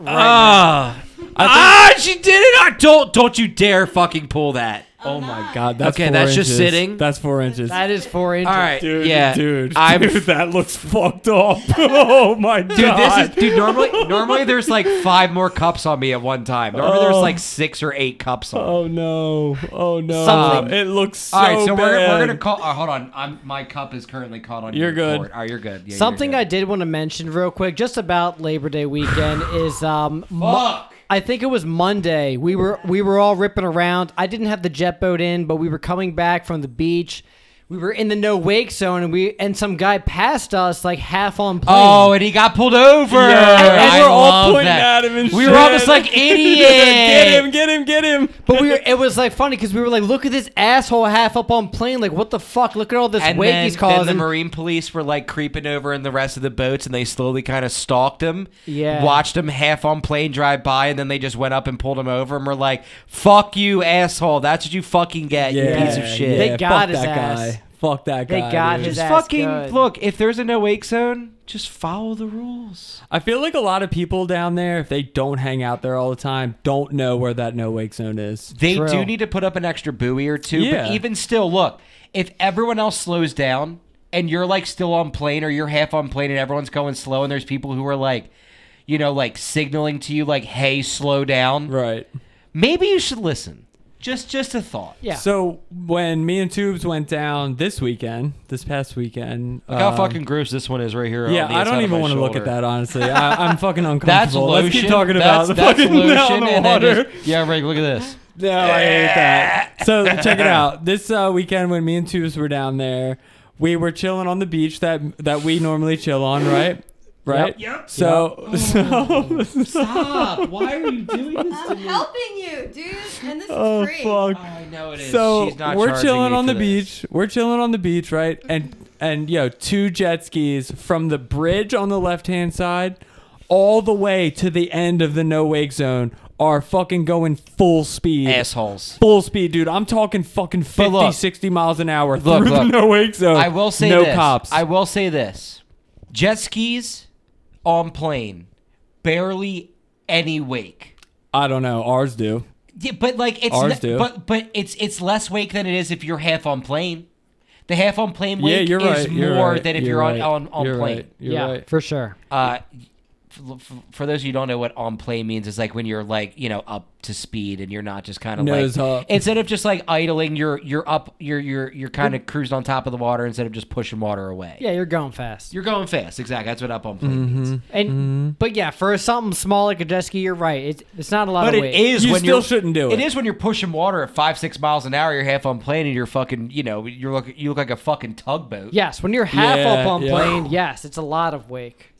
[SPEAKER 2] Ah, ah, she did it! Ah, don't don't you dare fucking pull that.
[SPEAKER 4] oh my god. That's
[SPEAKER 2] Okay,
[SPEAKER 4] four
[SPEAKER 2] that's just
[SPEAKER 4] inches.
[SPEAKER 2] sitting.
[SPEAKER 4] That's four inches.
[SPEAKER 1] that is four inches.
[SPEAKER 2] All right,
[SPEAKER 4] dude,
[SPEAKER 2] yeah,
[SPEAKER 4] dude,
[SPEAKER 2] I'm
[SPEAKER 4] dude, that looks fucked up. oh my
[SPEAKER 2] Dude, this
[SPEAKER 4] god.
[SPEAKER 2] is dude. Normally, normally there's like five more cups on me at one time. Normally, there's like six or eight cups on.
[SPEAKER 4] Oh no! Oh no!
[SPEAKER 1] Something-
[SPEAKER 4] It looks so
[SPEAKER 2] All right, so we're,
[SPEAKER 4] bad.
[SPEAKER 2] we're gonna call. oh, hold on, I'm, my cup is currently caught on.
[SPEAKER 4] You're
[SPEAKER 2] your
[SPEAKER 4] good.
[SPEAKER 2] Cord. Oh, you're good. Yeah,
[SPEAKER 1] Something I
[SPEAKER 2] you're
[SPEAKER 1] did want to mention real quick, just about Labor Day weekend, is um,
[SPEAKER 2] good.
[SPEAKER 1] Mo-
[SPEAKER 2] fuck.
[SPEAKER 1] I think it was Monday. We were we were all ripping around. I didn't have the jet boat in, but we were coming back from the beach. We were in the no wake zone, and we and some guy passed us like half on plane.
[SPEAKER 2] Oh, and he got pulled over.
[SPEAKER 4] Yeah, and
[SPEAKER 2] I
[SPEAKER 4] we're all
[SPEAKER 2] love
[SPEAKER 4] pointing
[SPEAKER 2] that.
[SPEAKER 4] at him and
[SPEAKER 2] we were all
[SPEAKER 4] shit.
[SPEAKER 2] just like idiot.
[SPEAKER 4] get him! Get him! Get him!
[SPEAKER 1] But we were, it was like funny because we were like, look at this asshole half up on plane. Like, what the fuck? Look at all this
[SPEAKER 2] And
[SPEAKER 1] wake
[SPEAKER 2] then,
[SPEAKER 1] he's
[SPEAKER 2] then
[SPEAKER 1] causing.
[SPEAKER 2] the Marine police were like creeping over in the rest of the boats, and they slowly kind of stalked him.
[SPEAKER 1] Yeah.
[SPEAKER 2] watched him half on plane drive by, and then they just went up and pulled him over, and were like, "Fuck you, asshole! That's what you fucking get, you piece of shit."
[SPEAKER 1] They
[SPEAKER 4] yeah,
[SPEAKER 1] got
[SPEAKER 4] fuck
[SPEAKER 1] his
[SPEAKER 4] that
[SPEAKER 1] ass.
[SPEAKER 4] guy. Fuck that
[SPEAKER 1] They
[SPEAKER 4] guy.
[SPEAKER 1] got
[SPEAKER 4] dude.
[SPEAKER 1] his
[SPEAKER 2] Just
[SPEAKER 1] ass
[SPEAKER 2] fucking
[SPEAKER 1] good.
[SPEAKER 2] look. If there's a no wake zone, just follow the rules.
[SPEAKER 4] I feel like a lot of people down there, if they don't hang out there all the time, don't know where that no wake zone is.
[SPEAKER 2] They
[SPEAKER 1] True.
[SPEAKER 2] do need to put up an extra buoy or two,
[SPEAKER 4] Yeah.
[SPEAKER 2] but even still, look. If everyone else slows down and you're like still on plane or you're half on plane and everyone's going slow, and there's people who are like, you know, like signaling to you like, "Hey, slow down."
[SPEAKER 4] Right.
[SPEAKER 2] Maybe you should listen. Just, just a thought.
[SPEAKER 1] yeah.
[SPEAKER 4] So when me and Tubes went down this weekend, this past weekend,
[SPEAKER 2] Look how
[SPEAKER 4] um,
[SPEAKER 2] fucking gross this one is right here.
[SPEAKER 4] Yeah,
[SPEAKER 2] on the
[SPEAKER 4] I
[SPEAKER 2] inside
[SPEAKER 4] don't
[SPEAKER 2] of
[SPEAKER 4] even
[SPEAKER 2] my
[SPEAKER 4] want to look at
[SPEAKER 2] shoulder.
[SPEAKER 4] that. Honestly, I, I'm fucking
[SPEAKER 2] That's
[SPEAKER 4] uncomfortable.
[SPEAKER 2] lotion.
[SPEAKER 4] Let's keep talking about
[SPEAKER 2] that's,
[SPEAKER 4] the
[SPEAKER 2] that's
[SPEAKER 4] fucking
[SPEAKER 2] lotion,
[SPEAKER 4] down the
[SPEAKER 2] and then
[SPEAKER 4] water.
[SPEAKER 2] just- yeah, right. Look at this.
[SPEAKER 4] No, I hate that. So check it out. This uh, weekend when me and Tubes were down there, we were chilling on the beach that that we normally chill on, right? Right.
[SPEAKER 2] Yep.
[SPEAKER 4] So, so
[SPEAKER 2] Stop! Why are you doing this?
[SPEAKER 3] I'm helping you, dude, and this
[SPEAKER 4] oh
[SPEAKER 3] is free.
[SPEAKER 4] fuck.
[SPEAKER 2] I know it is.
[SPEAKER 4] So
[SPEAKER 2] She's not
[SPEAKER 4] we're
[SPEAKER 2] charging
[SPEAKER 4] chilling
[SPEAKER 2] you
[SPEAKER 4] on
[SPEAKER 2] for
[SPEAKER 4] the
[SPEAKER 2] this.
[SPEAKER 4] beach. We're chilling on the beach, right? And and yo, two jet skis from the bridge on the left hand side all the way to the end of the no wake zone are fucking going full speed.
[SPEAKER 2] Assholes.
[SPEAKER 4] Full speed, dude. I'm talking fucking 50,
[SPEAKER 2] look-
[SPEAKER 4] 60 miles an hour
[SPEAKER 2] Look,
[SPEAKER 4] through
[SPEAKER 2] look.
[SPEAKER 4] the no wake zone.
[SPEAKER 2] I will say
[SPEAKER 4] no
[SPEAKER 2] this.
[SPEAKER 4] cops.
[SPEAKER 2] I will say this. Jet skis on plane, barely any wake.
[SPEAKER 4] I don't know. Ours do.
[SPEAKER 2] Yeah, but like it's
[SPEAKER 4] Ours
[SPEAKER 2] n-
[SPEAKER 4] do.
[SPEAKER 2] but but it's it's less wake than it is if you're half on plane. The half on plane wake
[SPEAKER 4] yeah, you're
[SPEAKER 2] is
[SPEAKER 4] right. you're
[SPEAKER 2] more
[SPEAKER 4] right,
[SPEAKER 2] than if
[SPEAKER 4] you're
[SPEAKER 2] you're,
[SPEAKER 4] right,
[SPEAKER 2] on on, on
[SPEAKER 4] you're
[SPEAKER 2] plane.
[SPEAKER 4] Right, you're
[SPEAKER 1] yeah,
[SPEAKER 4] right.
[SPEAKER 1] for sure.
[SPEAKER 2] Uh, f- for those of you who don't know what on play means, it's like when you're like you know up to speed and you're not just kind of
[SPEAKER 4] Nose
[SPEAKER 2] like
[SPEAKER 4] up.
[SPEAKER 2] instead of just like idling, you're you're up, you're you're you're kind of cruising on top of the water instead of just pushing water away.
[SPEAKER 1] Yeah, you're going fast.
[SPEAKER 2] You're going fast, exactly. That's what up on play means.
[SPEAKER 1] and but yeah, for something small like a jet ski, you're right. It's it's not a lot
[SPEAKER 2] But
[SPEAKER 1] of
[SPEAKER 2] it
[SPEAKER 1] weight.
[SPEAKER 2] is
[SPEAKER 4] You
[SPEAKER 2] when
[SPEAKER 4] still
[SPEAKER 2] you're,
[SPEAKER 4] shouldn't do it.
[SPEAKER 2] It is when you're pushing water at five six miles an hour. You're half on plane and you're fucking you know you look you look like a fucking tugboat.
[SPEAKER 1] Yes, when you're half
[SPEAKER 4] Yeah,
[SPEAKER 1] up on
[SPEAKER 4] yeah.
[SPEAKER 1] plane, yes, it's a lot of wake.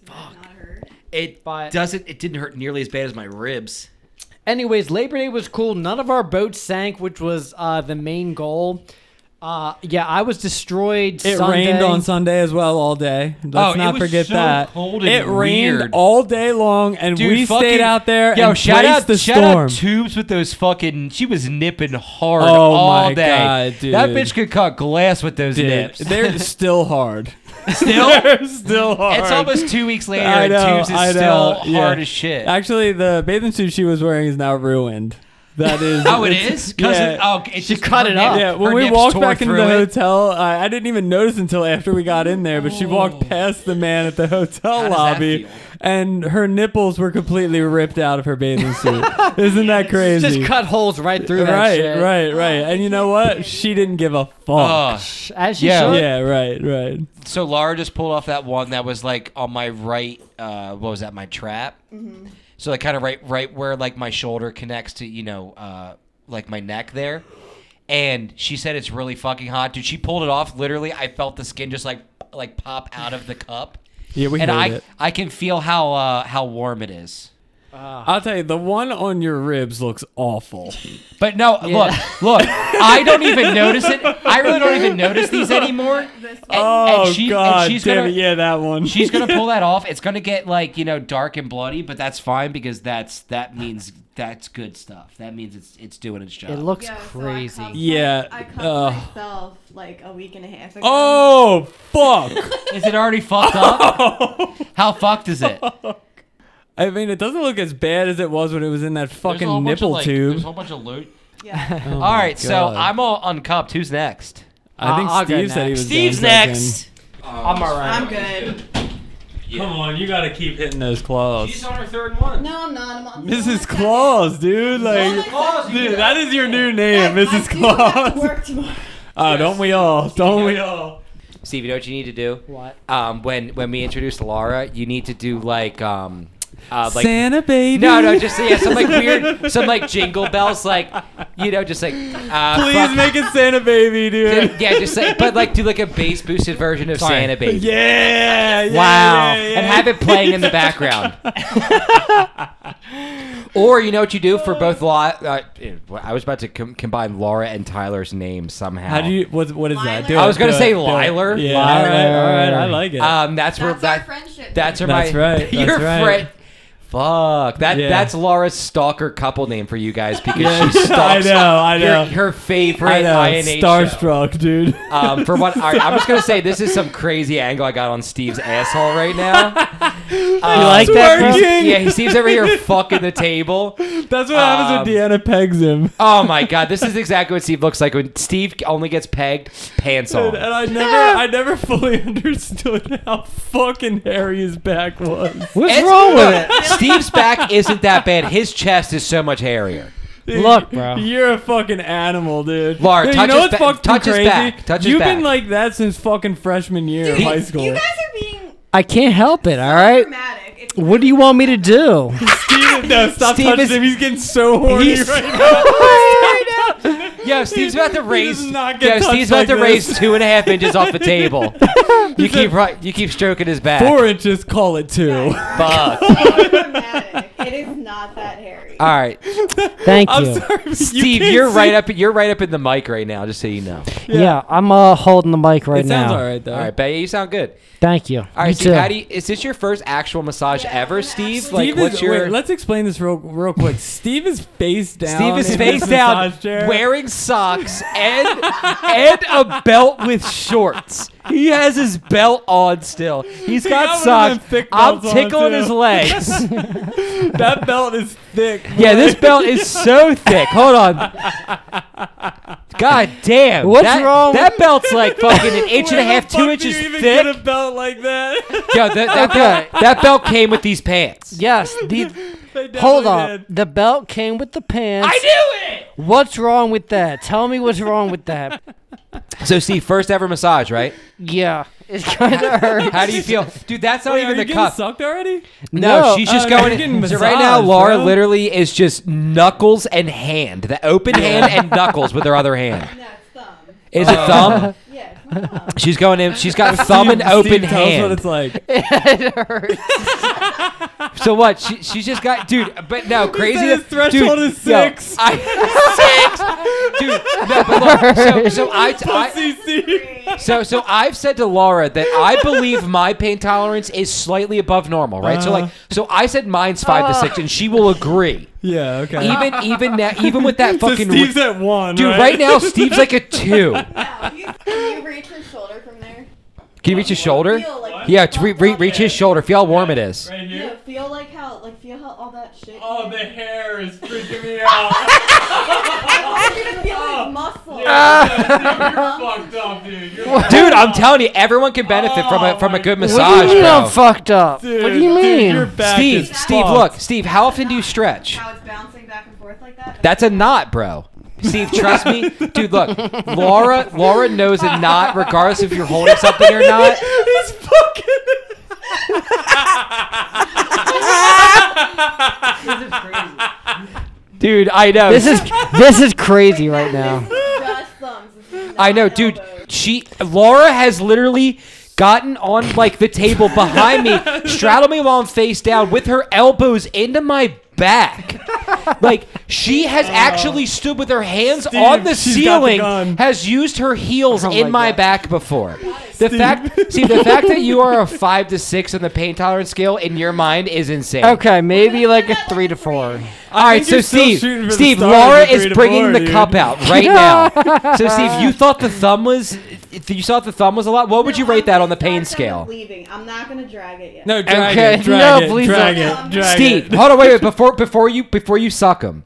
[SPEAKER 2] it
[SPEAKER 1] But-
[SPEAKER 2] doesn't. It didn't hurt nearly as bad as my ribs.
[SPEAKER 1] Anyways, Labor Day was cool. None of our boats sank, which was uh, the main goal. Uh, yeah, I was destroyed.
[SPEAKER 4] It
[SPEAKER 1] Sunday.
[SPEAKER 4] rained on Sunday as well all day. Let's
[SPEAKER 2] Oh, it
[SPEAKER 4] not
[SPEAKER 2] was
[SPEAKER 4] forget
[SPEAKER 2] so
[SPEAKER 4] that.
[SPEAKER 2] cold and
[SPEAKER 4] it rained
[SPEAKER 2] weird.
[SPEAKER 4] all day long, and
[SPEAKER 2] Dude,
[SPEAKER 4] we
[SPEAKER 2] fucking-
[SPEAKER 4] stayed out there.
[SPEAKER 2] Yo,
[SPEAKER 4] and
[SPEAKER 2] shout out
[SPEAKER 4] braced the
[SPEAKER 2] shout
[SPEAKER 4] storm.
[SPEAKER 2] out Tubes with those fucking. She was nipping hard
[SPEAKER 4] Oh
[SPEAKER 2] all
[SPEAKER 4] my
[SPEAKER 2] day.
[SPEAKER 4] God, dude.
[SPEAKER 2] That bitch could cut glass with those
[SPEAKER 4] Dude,
[SPEAKER 2] nips.
[SPEAKER 4] They're still hard.
[SPEAKER 2] Still,
[SPEAKER 4] They're still hard.
[SPEAKER 2] it's almost two weeks later,
[SPEAKER 4] I know,
[SPEAKER 2] and Tubes
[SPEAKER 4] I
[SPEAKER 2] is still
[SPEAKER 4] know, yeah.
[SPEAKER 2] hard as shit.
[SPEAKER 4] Actually, the bathing suit she was wearing is now ruined. That is.
[SPEAKER 2] oh, it
[SPEAKER 4] it's-
[SPEAKER 2] is. Cause
[SPEAKER 4] yeah.
[SPEAKER 2] it, oh, it's
[SPEAKER 1] She
[SPEAKER 2] just
[SPEAKER 1] cut
[SPEAKER 2] her
[SPEAKER 1] it up.
[SPEAKER 2] nip-
[SPEAKER 4] Yeah,
[SPEAKER 2] her
[SPEAKER 4] when we
[SPEAKER 2] nips
[SPEAKER 4] walked
[SPEAKER 2] tore
[SPEAKER 4] back into
[SPEAKER 2] through
[SPEAKER 4] the
[SPEAKER 2] it.
[SPEAKER 4] hotel, I, I didn't even notice until after we got in there, but she walked past the man at the hotel
[SPEAKER 2] Oh. How does that
[SPEAKER 4] lobby
[SPEAKER 2] feel?
[SPEAKER 4] and her nipples were completely ripped out of her bathing suit. Isn't that crazy?
[SPEAKER 1] Just cut holes right through that
[SPEAKER 4] right,
[SPEAKER 1] shit.
[SPEAKER 4] right, right. And you know what? She didn't give a fuck.
[SPEAKER 2] Ugh.
[SPEAKER 1] As she
[SPEAKER 2] Yeah.
[SPEAKER 1] should.
[SPEAKER 4] yeah, right, right.
[SPEAKER 2] Oh, So Laura just pulled off that one that was like on my right. Uh, what was that? My trap. So like kind of right, right where like my shoulder connects to you know, uh, like my neck there. And she said it's really fucking hot, dude. She pulled it off. Literally, I felt the skin just like like pop out of the cup.
[SPEAKER 4] Yeah, we
[SPEAKER 2] and
[SPEAKER 4] hate
[SPEAKER 2] I
[SPEAKER 4] it.
[SPEAKER 2] I can feel how uh, how warm it is.
[SPEAKER 4] I'll tell you, the one on your ribs looks awful.
[SPEAKER 2] But no, look, look, I don't even notice it. I really don't even notice these anymore. And,
[SPEAKER 4] oh
[SPEAKER 2] and she- and
[SPEAKER 4] God,
[SPEAKER 2] she's
[SPEAKER 4] damn
[SPEAKER 2] gonna-
[SPEAKER 4] it! Yeah, that one.
[SPEAKER 2] She's gonna pull that off. It's gonna get like you know dark and bloody, but that's fine because that's that means that's good stuff. That means it's it's doing its job.
[SPEAKER 1] It looks
[SPEAKER 3] Yeah, so I
[SPEAKER 1] crazy.
[SPEAKER 3] cuffed-
[SPEAKER 4] Yeah,
[SPEAKER 3] I cuffed
[SPEAKER 4] ugh.
[SPEAKER 3] myself like a week and a half ago.
[SPEAKER 4] Oh fuck!
[SPEAKER 2] is it already fucked up? How fucked is it?
[SPEAKER 4] I mean, it doesn't look as bad as it was when it was in that fucking nipple tube.
[SPEAKER 2] whole bunch of loot.
[SPEAKER 3] Yeah.
[SPEAKER 4] Oh,
[SPEAKER 2] all right, so
[SPEAKER 4] God.
[SPEAKER 2] I'm all uncupped. Who's next?
[SPEAKER 4] I think
[SPEAKER 1] I'll- I'll go
[SPEAKER 4] Steve said
[SPEAKER 1] next.
[SPEAKER 4] he was.
[SPEAKER 2] Steve's
[SPEAKER 4] done second.
[SPEAKER 2] next. I'm all right.
[SPEAKER 3] I'm good.
[SPEAKER 4] Come on, you gotta keep hitting those claws.
[SPEAKER 2] on her third one.
[SPEAKER 3] No, I'm not. I'm on
[SPEAKER 4] Mrs.
[SPEAKER 3] Claus.
[SPEAKER 4] Claus, dude, like, dude, that is your new name, Mrs.
[SPEAKER 3] Have to
[SPEAKER 4] Claus.
[SPEAKER 3] work tomorrow.
[SPEAKER 4] Oh, don't we all? Don't we all?
[SPEAKER 2] Steve, you know what you need to do?
[SPEAKER 1] What?
[SPEAKER 2] Um, when when we introduce Laura, you need to do like um, uh, like
[SPEAKER 4] Santa baby.
[SPEAKER 2] No, no, just yeah, some like weird, some like jingle bells, like you know, just like uh,
[SPEAKER 4] Please
[SPEAKER 2] fuck-
[SPEAKER 4] make it Santa baby, dude.
[SPEAKER 2] yeah, just like but like do like a bass boosted version of
[SPEAKER 1] Sorry.
[SPEAKER 2] Santa Baby.
[SPEAKER 4] Yeah. yeah,
[SPEAKER 2] Wow,
[SPEAKER 4] yeah, yeah.
[SPEAKER 2] and have it playing in the background. or you know what you do for both. La- uh, I was about to com- combine Laura and Tyler's names somehow.
[SPEAKER 4] How do you? What? What is that? Do
[SPEAKER 3] Liler. I
[SPEAKER 4] it,
[SPEAKER 2] was gonna
[SPEAKER 4] do it,
[SPEAKER 2] say
[SPEAKER 4] do it.
[SPEAKER 2] Liler.
[SPEAKER 4] Yeah. All right. All right.
[SPEAKER 1] Liler.
[SPEAKER 4] I like it.
[SPEAKER 2] Um, that's, where
[SPEAKER 3] That's our
[SPEAKER 2] that-
[SPEAKER 3] friendship.
[SPEAKER 2] That's where
[SPEAKER 4] That's
[SPEAKER 2] my
[SPEAKER 4] right,
[SPEAKER 2] your
[SPEAKER 4] that's right.
[SPEAKER 2] friend. Fuck that.
[SPEAKER 4] Yeah.
[SPEAKER 2] That's Laura's stalker couple name for you guys because she
[SPEAKER 4] I
[SPEAKER 2] stalks
[SPEAKER 4] know. I know.
[SPEAKER 2] her, her favorite
[SPEAKER 4] I know.
[SPEAKER 2] INH show.
[SPEAKER 4] Starstruck, dude.
[SPEAKER 2] Um, for what? All right, I'm just gonna say this is some crazy angle I got on Steve's asshole right now. Um,
[SPEAKER 1] like
[SPEAKER 4] It's
[SPEAKER 1] that, bro?
[SPEAKER 4] working.
[SPEAKER 2] Yeah, he Steve's over here fucking the table.
[SPEAKER 4] That's what happens when
[SPEAKER 2] um,
[SPEAKER 4] Deanna pegs him.
[SPEAKER 2] Oh my god, this is exactly what Steve looks like when Steve only gets pegged, pants
[SPEAKER 4] Dude,
[SPEAKER 2] on.
[SPEAKER 4] and I never, I never fully understood how fucking hairy his back was.
[SPEAKER 1] What's
[SPEAKER 2] It's-
[SPEAKER 1] wrong with
[SPEAKER 2] look,
[SPEAKER 1] it?
[SPEAKER 2] Steve's back isn't that bad. His chest is so much hairier.
[SPEAKER 4] Dude,
[SPEAKER 1] Look, bro.
[SPEAKER 4] you're a fucking animal, dude.
[SPEAKER 2] Lar,
[SPEAKER 4] Dude,
[SPEAKER 2] touch
[SPEAKER 4] you know
[SPEAKER 2] his
[SPEAKER 4] what's
[SPEAKER 2] ba-
[SPEAKER 4] fucking
[SPEAKER 2] touch his
[SPEAKER 4] crazy?
[SPEAKER 2] back, touch his
[SPEAKER 4] You've been
[SPEAKER 2] back.
[SPEAKER 4] like that since fucking freshman year of
[SPEAKER 2] He-
[SPEAKER 4] high school.
[SPEAKER 3] You guys are being
[SPEAKER 1] I can't help it. All right.
[SPEAKER 3] dramatic. It's
[SPEAKER 1] What do you want me to do?
[SPEAKER 4] Steven, no, stop
[SPEAKER 2] Steve
[SPEAKER 4] touching
[SPEAKER 2] is-
[SPEAKER 4] him. He's getting so horny
[SPEAKER 2] He's-
[SPEAKER 4] right now.
[SPEAKER 2] Yo, Steve's about to
[SPEAKER 4] He
[SPEAKER 2] raise.
[SPEAKER 4] does not
[SPEAKER 2] Yo,
[SPEAKER 4] get touched
[SPEAKER 2] Steve's about
[SPEAKER 4] like
[SPEAKER 2] to raise
[SPEAKER 4] this.
[SPEAKER 2] two and a half inches off the table. You keep right. You keep stroking his back.
[SPEAKER 4] Four inches, call it two.
[SPEAKER 2] Fuck.
[SPEAKER 3] so dramatic. It is not that hairy.
[SPEAKER 2] All right,
[SPEAKER 1] Thank
[SPEAKER 4] I'm
[SPEAKER 1] you.
[SPEAKER 4] sorry, but you
[SPEAKER 2] Steve,
[SPEAKER 4] can't
[SPEAKER 2] you are
[SPEAKER 4] see-
[SPEAKER 2] right up. You're right up in the mic right now. Just so you know.
[SPEAKER 1] Yeah. I'm uh, holding the mic right
[SPEAKER 4] It
[SPEAKER 1] now.
[SPEAKER 4] sounds all right though.
[SPEAKER 2] All right, Bea, you sound good.
[SPEAKER 1] Thank you.
[SPEAKER 2] All right,
[SPEAKER 1] you
[SPEAKER 2] Steve,
[SPEAKER 1] too.
[SPEAKER 2] how do you, is this your first actual massage ever, Steve? like,
[SPEAKER 4] Steve
[SPEAKER 2] what's
[SPEAKER 4] is,
[SPEAKER 2] your
[SPEAKER 4] wait, let's explain this real real quick. Steve is face down.
[SPEAKER 2] Steve is
[SPEAKER 4] in
[SPEAKER 2] face
[SPEAKER 4] this
[SPEAKER 2] down,
[SPEAKER 4] massage chair.
[SPEAKER 2] wearing socks and and a belt with shorts. He has his belt on still. He's got
[SPEAKER 4] got one of them
[SPEAKER 2] socks.
[SPEAKER 4] thick
[SPEAKER 2] I'm
[SPEAKER 4] belts on,
[SPEAKER 2] tickling his
[SPEAKER 4] too.
[SPEAKER 2] legs.
[SPEAKER 4] That belt is thick.
[SPEAKER 2] yeah, this belt is so thick. Hold on. God damn.
[SPEAKER 1] What's
[SPEAKER 2] that,
[SPEAKER 1] wrong?
[SPEAKER 2] That belt's like fucking an inch and
[SPEAKER 4] Where
[SPEAKER 2] a half,
[SPEAKER 4] the
[SPEAKER 2] two
[SPEAKER 4] fuck
[SPEAKER 2] inches
[SPEAKER 4] do you even
[SPEAKER 2] thick.
[SPEAKER 4] Get a belt like that.
[SPEAKER 2] Yo, that, that, belt, that belt came with these pants.
[SPEAKER 1] Yes. The,
[SPEAKER 4] They definitely
[SPEAKER 1] hold on.
[SPEAKER 4] did.
[SPEAKER 1] The belt came with the pants.
[SPEAKER 2] I knew it.
[SPEAKER 1] What's wrong with that? Tell me what's wrong with that.
[SPEAKER 2] So, Steve, first ever massage, right?
[SPEAKER 1] Yeah, it kind of hurts.
[SPEAKER 2] How do you feel, dude? That's not
[SPEAKER 4] Wait, are
[SPEAKER 2] even
[SPEAKER 4] you
[SPEAKER 2] the
[SPEAKER 4] getting
[SPEAKER 2] cuff.
[SPEAKER 4] sucked already?
[SPEAKER 2] No,
[SPEAKER 1] No.
[SPEAKER 2] she's just
[SPEAKER 4] Oh, no,
[SPEAKER 2] going.
[SPEAKER 4] you're getting
[SPEAKER 2] so right now,
[SPEAKER 4] massaged,
[SPEAKER 2] Laura
[SPEAKER 4] bro.
[SPEAKER 2] literally is just knuckles and hand, the open hand and knuckles with her other hand.
[SPEAKER 3] That's thumb.
[SPEAKER 2] Is
[SPEAKER 4] Uh,
[SPEAKER 2] it thumb?
[SPEAKER 3] Yeah, it's my thumb.
[SPEAKER 2] She's going in. She's got thumb and
[SPEAKER 4] Steve-
[SPEAKER 2] open
[SPEAKER 4] Steve, Tell
[SPEAKER 2] hand.
[SPEAKER 4] us what it's like.
[SPEAKER 1] it hurts.
[SPEAKER 2] So what? She, she's just got, dude. But no, crazy.
[SPEAKER 4] said
[SPEAKER 2] that-
[SPEAKER 4] his threshold
[SPEAKER 2] dude,
[SPEAKER 4] is
[SPEAKER 2] yo,
[SPEAKER 4] six.
[SPEAKER 2] I, six. Dude, no, but look, so, so I, I,
[SPEAKER 4] Pussy Steve.
[SPEAKER 2] so so I've said to Laura that I believe my pain tolerance is slightly above normal, right? So
[SPEAKER 4] Uh-huh.
[SPEAKER 2] like, so I said mine's five to six, and she will agree.
[SPEAKER 4] Yeah. Okay.
[SPEAKER 2] Even even now, even with that
[SPEAKER 4] Uh-huh. so
[SPEAKER 2] fucking.
[SPEAKER 4] Steve's at one.
[SPEAKER 2] Dude, right? now Steve's like a two. Can
[SPEAKER 3] Wow, you- Can you reach your shoulder from there?
[SPEAKER 2] you reach his shoulder?
[SPEAKER 3] Feel like
[SPEAKER 2] Yeah, to re- re- reach his shoulder. Feel how warm it is.
[SPEAKER 4] Right
[SPEAKER 3] Yeah, feel like how, like feel how all that shit.
[SPEAKER 4] Oh, the hair is freaking me out.
[SPEAKER 3] You're gonna feel
[SPEAKER 4] Oh.
[SPEAKER 3] his muscle.
[SPEAKER 4] fucked up, dude. You're
[SPEAKER 2] Dude, I'm telling you, everyone can benefit from a from a good
[SPEAKER 1] what do
[SPEAKER 2] massage,
[SPEAKER 1] you mean I'm
[SPEAKER 2] bro.
[SPEAKER 1] fucked up? what do you mean?
[SPEAKER 4] you're back
[SPEAKER 2] Steve,
[SPEAKER 4] as
[SPEAKER 2] Steve,
[SPEAKER 4] fuck.
[SPEAKER 2] look, Steve. How often do you stretch?
[SPEAKER 3] How it's bouncing back and forth like that.
[SPEAKER 2] That's a knot, bro. Steve, trust me, dude. Look, Laura, Laura knows a knot, regardless if you're holding something or not.
[SPEAKER 4] He's fucking.
[SPEAKER 2] Dude, I know.
[SPEAKER 1] This is this is crazy right now.
[SPEAKER 3] just thumbs. This is
[SPEAKER 2] I
[SPEAKER 3] not
[SPEAKER 2] know, dude.
[SPEAKER 3] elbows.
[SPEAKER 2] She Laura has literally gotten on like the table behind me, straddled me while I'm face down with her elbows into my back. Like she has actually stood with her hands
[SPEAKER 4] Oh. Steve,
[SPEAKER 2] on the
[SPEAKER 4] she's got the
[SPEAKER 2] ceiling,
[SPEAKER 4] gun.
[SPEAKER 2] has used her heels
[SPEAKER 1] Oh
[SPEAKER 2] in my
[SPEAKER 1] my God.
[SPEAKER 2] back before. The fact, see, the fact that you are a five to six on the pain tolerance scale in your mind is insane.
[SPEAKER 1] Okay, maybe like a three to four.
[SPEAKER 2] All right,
[SPEAKER 4] think
[SPEAKER 2] so
[SPEAKER 4] you're still
[SPEAKER 2] Steve,
[SPEAKER 4] shooting for the
[SPEAKER 2] Steve,
[SPEAKER 4] stars
[SPEAKER 2] Laura
[SPEAKER 4] at three
[SPEAKER 2] is
[SPEAKER 4] to
[SPEAKER 2] bringing
[SPEAKER 4] four,
[SPEAKER 2] the
[SPEAKER 4] dude.
[SPEAKER 2] cup out right now. so Steve, you thought the thumb was, you thought the thumb was a lot. What would you
[SPEAKER 3] No,
[SPEAKER 2] rate
[SPEAKER 3] I'm
[SPEAKER 2] that
[SPEAKER 3] gonna
[SPEAKER 2] on the pain
[SPEAKER 3] start them
[SPEAKER 2] scale?
[SPEAKER 3] with Leaving. I'm not gonna drag it yet.
[SPEAKER 4] No, drag
[SPEAKER 1] Okay,
[SPEAKER 4] it, drag
[SPEAKER 1] no,
[SPEAKER 4] it,
[SPEAKER 1] please
[SPEAKER 4] drag
[SPEAKER 3] don't.
[SPEAKER 4] it, drag
[SPEAKER 2] Steve,
[SPEAKER 4] it.
[SPEAKER 2] hold on, wait, wait, before before you before you suck him,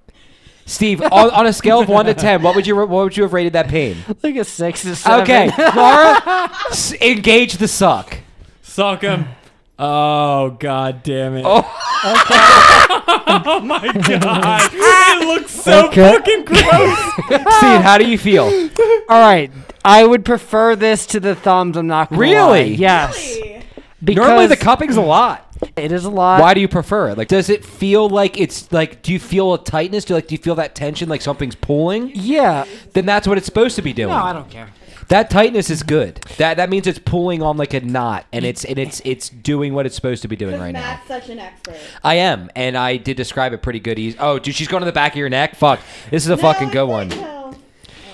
[SPEAKER 2] Steve, on, on a scale of one to ten, what would you what would you have rated that pain?
[SPEAKER 1] Like a six to seven.
[SPEAKER 2] Okay, Laura, s- engage the suck.
[SPEAKER 4] Suck him. Oh god damn it!
[SPEAKER 2] Oh.
[SPEAKER 4] Oh, my god! It looks so
[SPEAKER 1] Okay.
[SPEAKER 4] fucking gross.
[SPEAKER 2] Steve, how do you feel?
[SPEAKER 1] All right. I would prefer this to the thumbs. I'm not gonna
[SPEAKER 2] Really?
[SPEAKER 1] lie. Yes.
[SPEAKER 3] Really?
[SPEAKER 1] Because
[SPEAKER 2] Normally, the cupping's a lot.
[SPEAKER 1] it is a lot.
[SPEAKER 2] Why do you prefer it? Like, does it feel like it's like? Do you feel a tightness? Do you, like? Do you feel that tension? Like something's pulling?
[SPEAKER 1] yeah.
[SPEAKER 2] then that's what it's supposed to be doing.
[SPEAKER 1] No, I don't care.
[SPEAKER 2] That tightness is good. That that means it's pulling on like a knot, and it's and it's it's doing what it's supposed to be doing
[SPEAKER 3] 'Cause
[SPEAKER 2] right now.
[SPEAKER 3] Matt's such an expert.
[SPEAKER 2] I am, and I did describe it pretty good. Easy. Oh, dude, she's going to the back of your neck. Fuck, this is a fucking good one.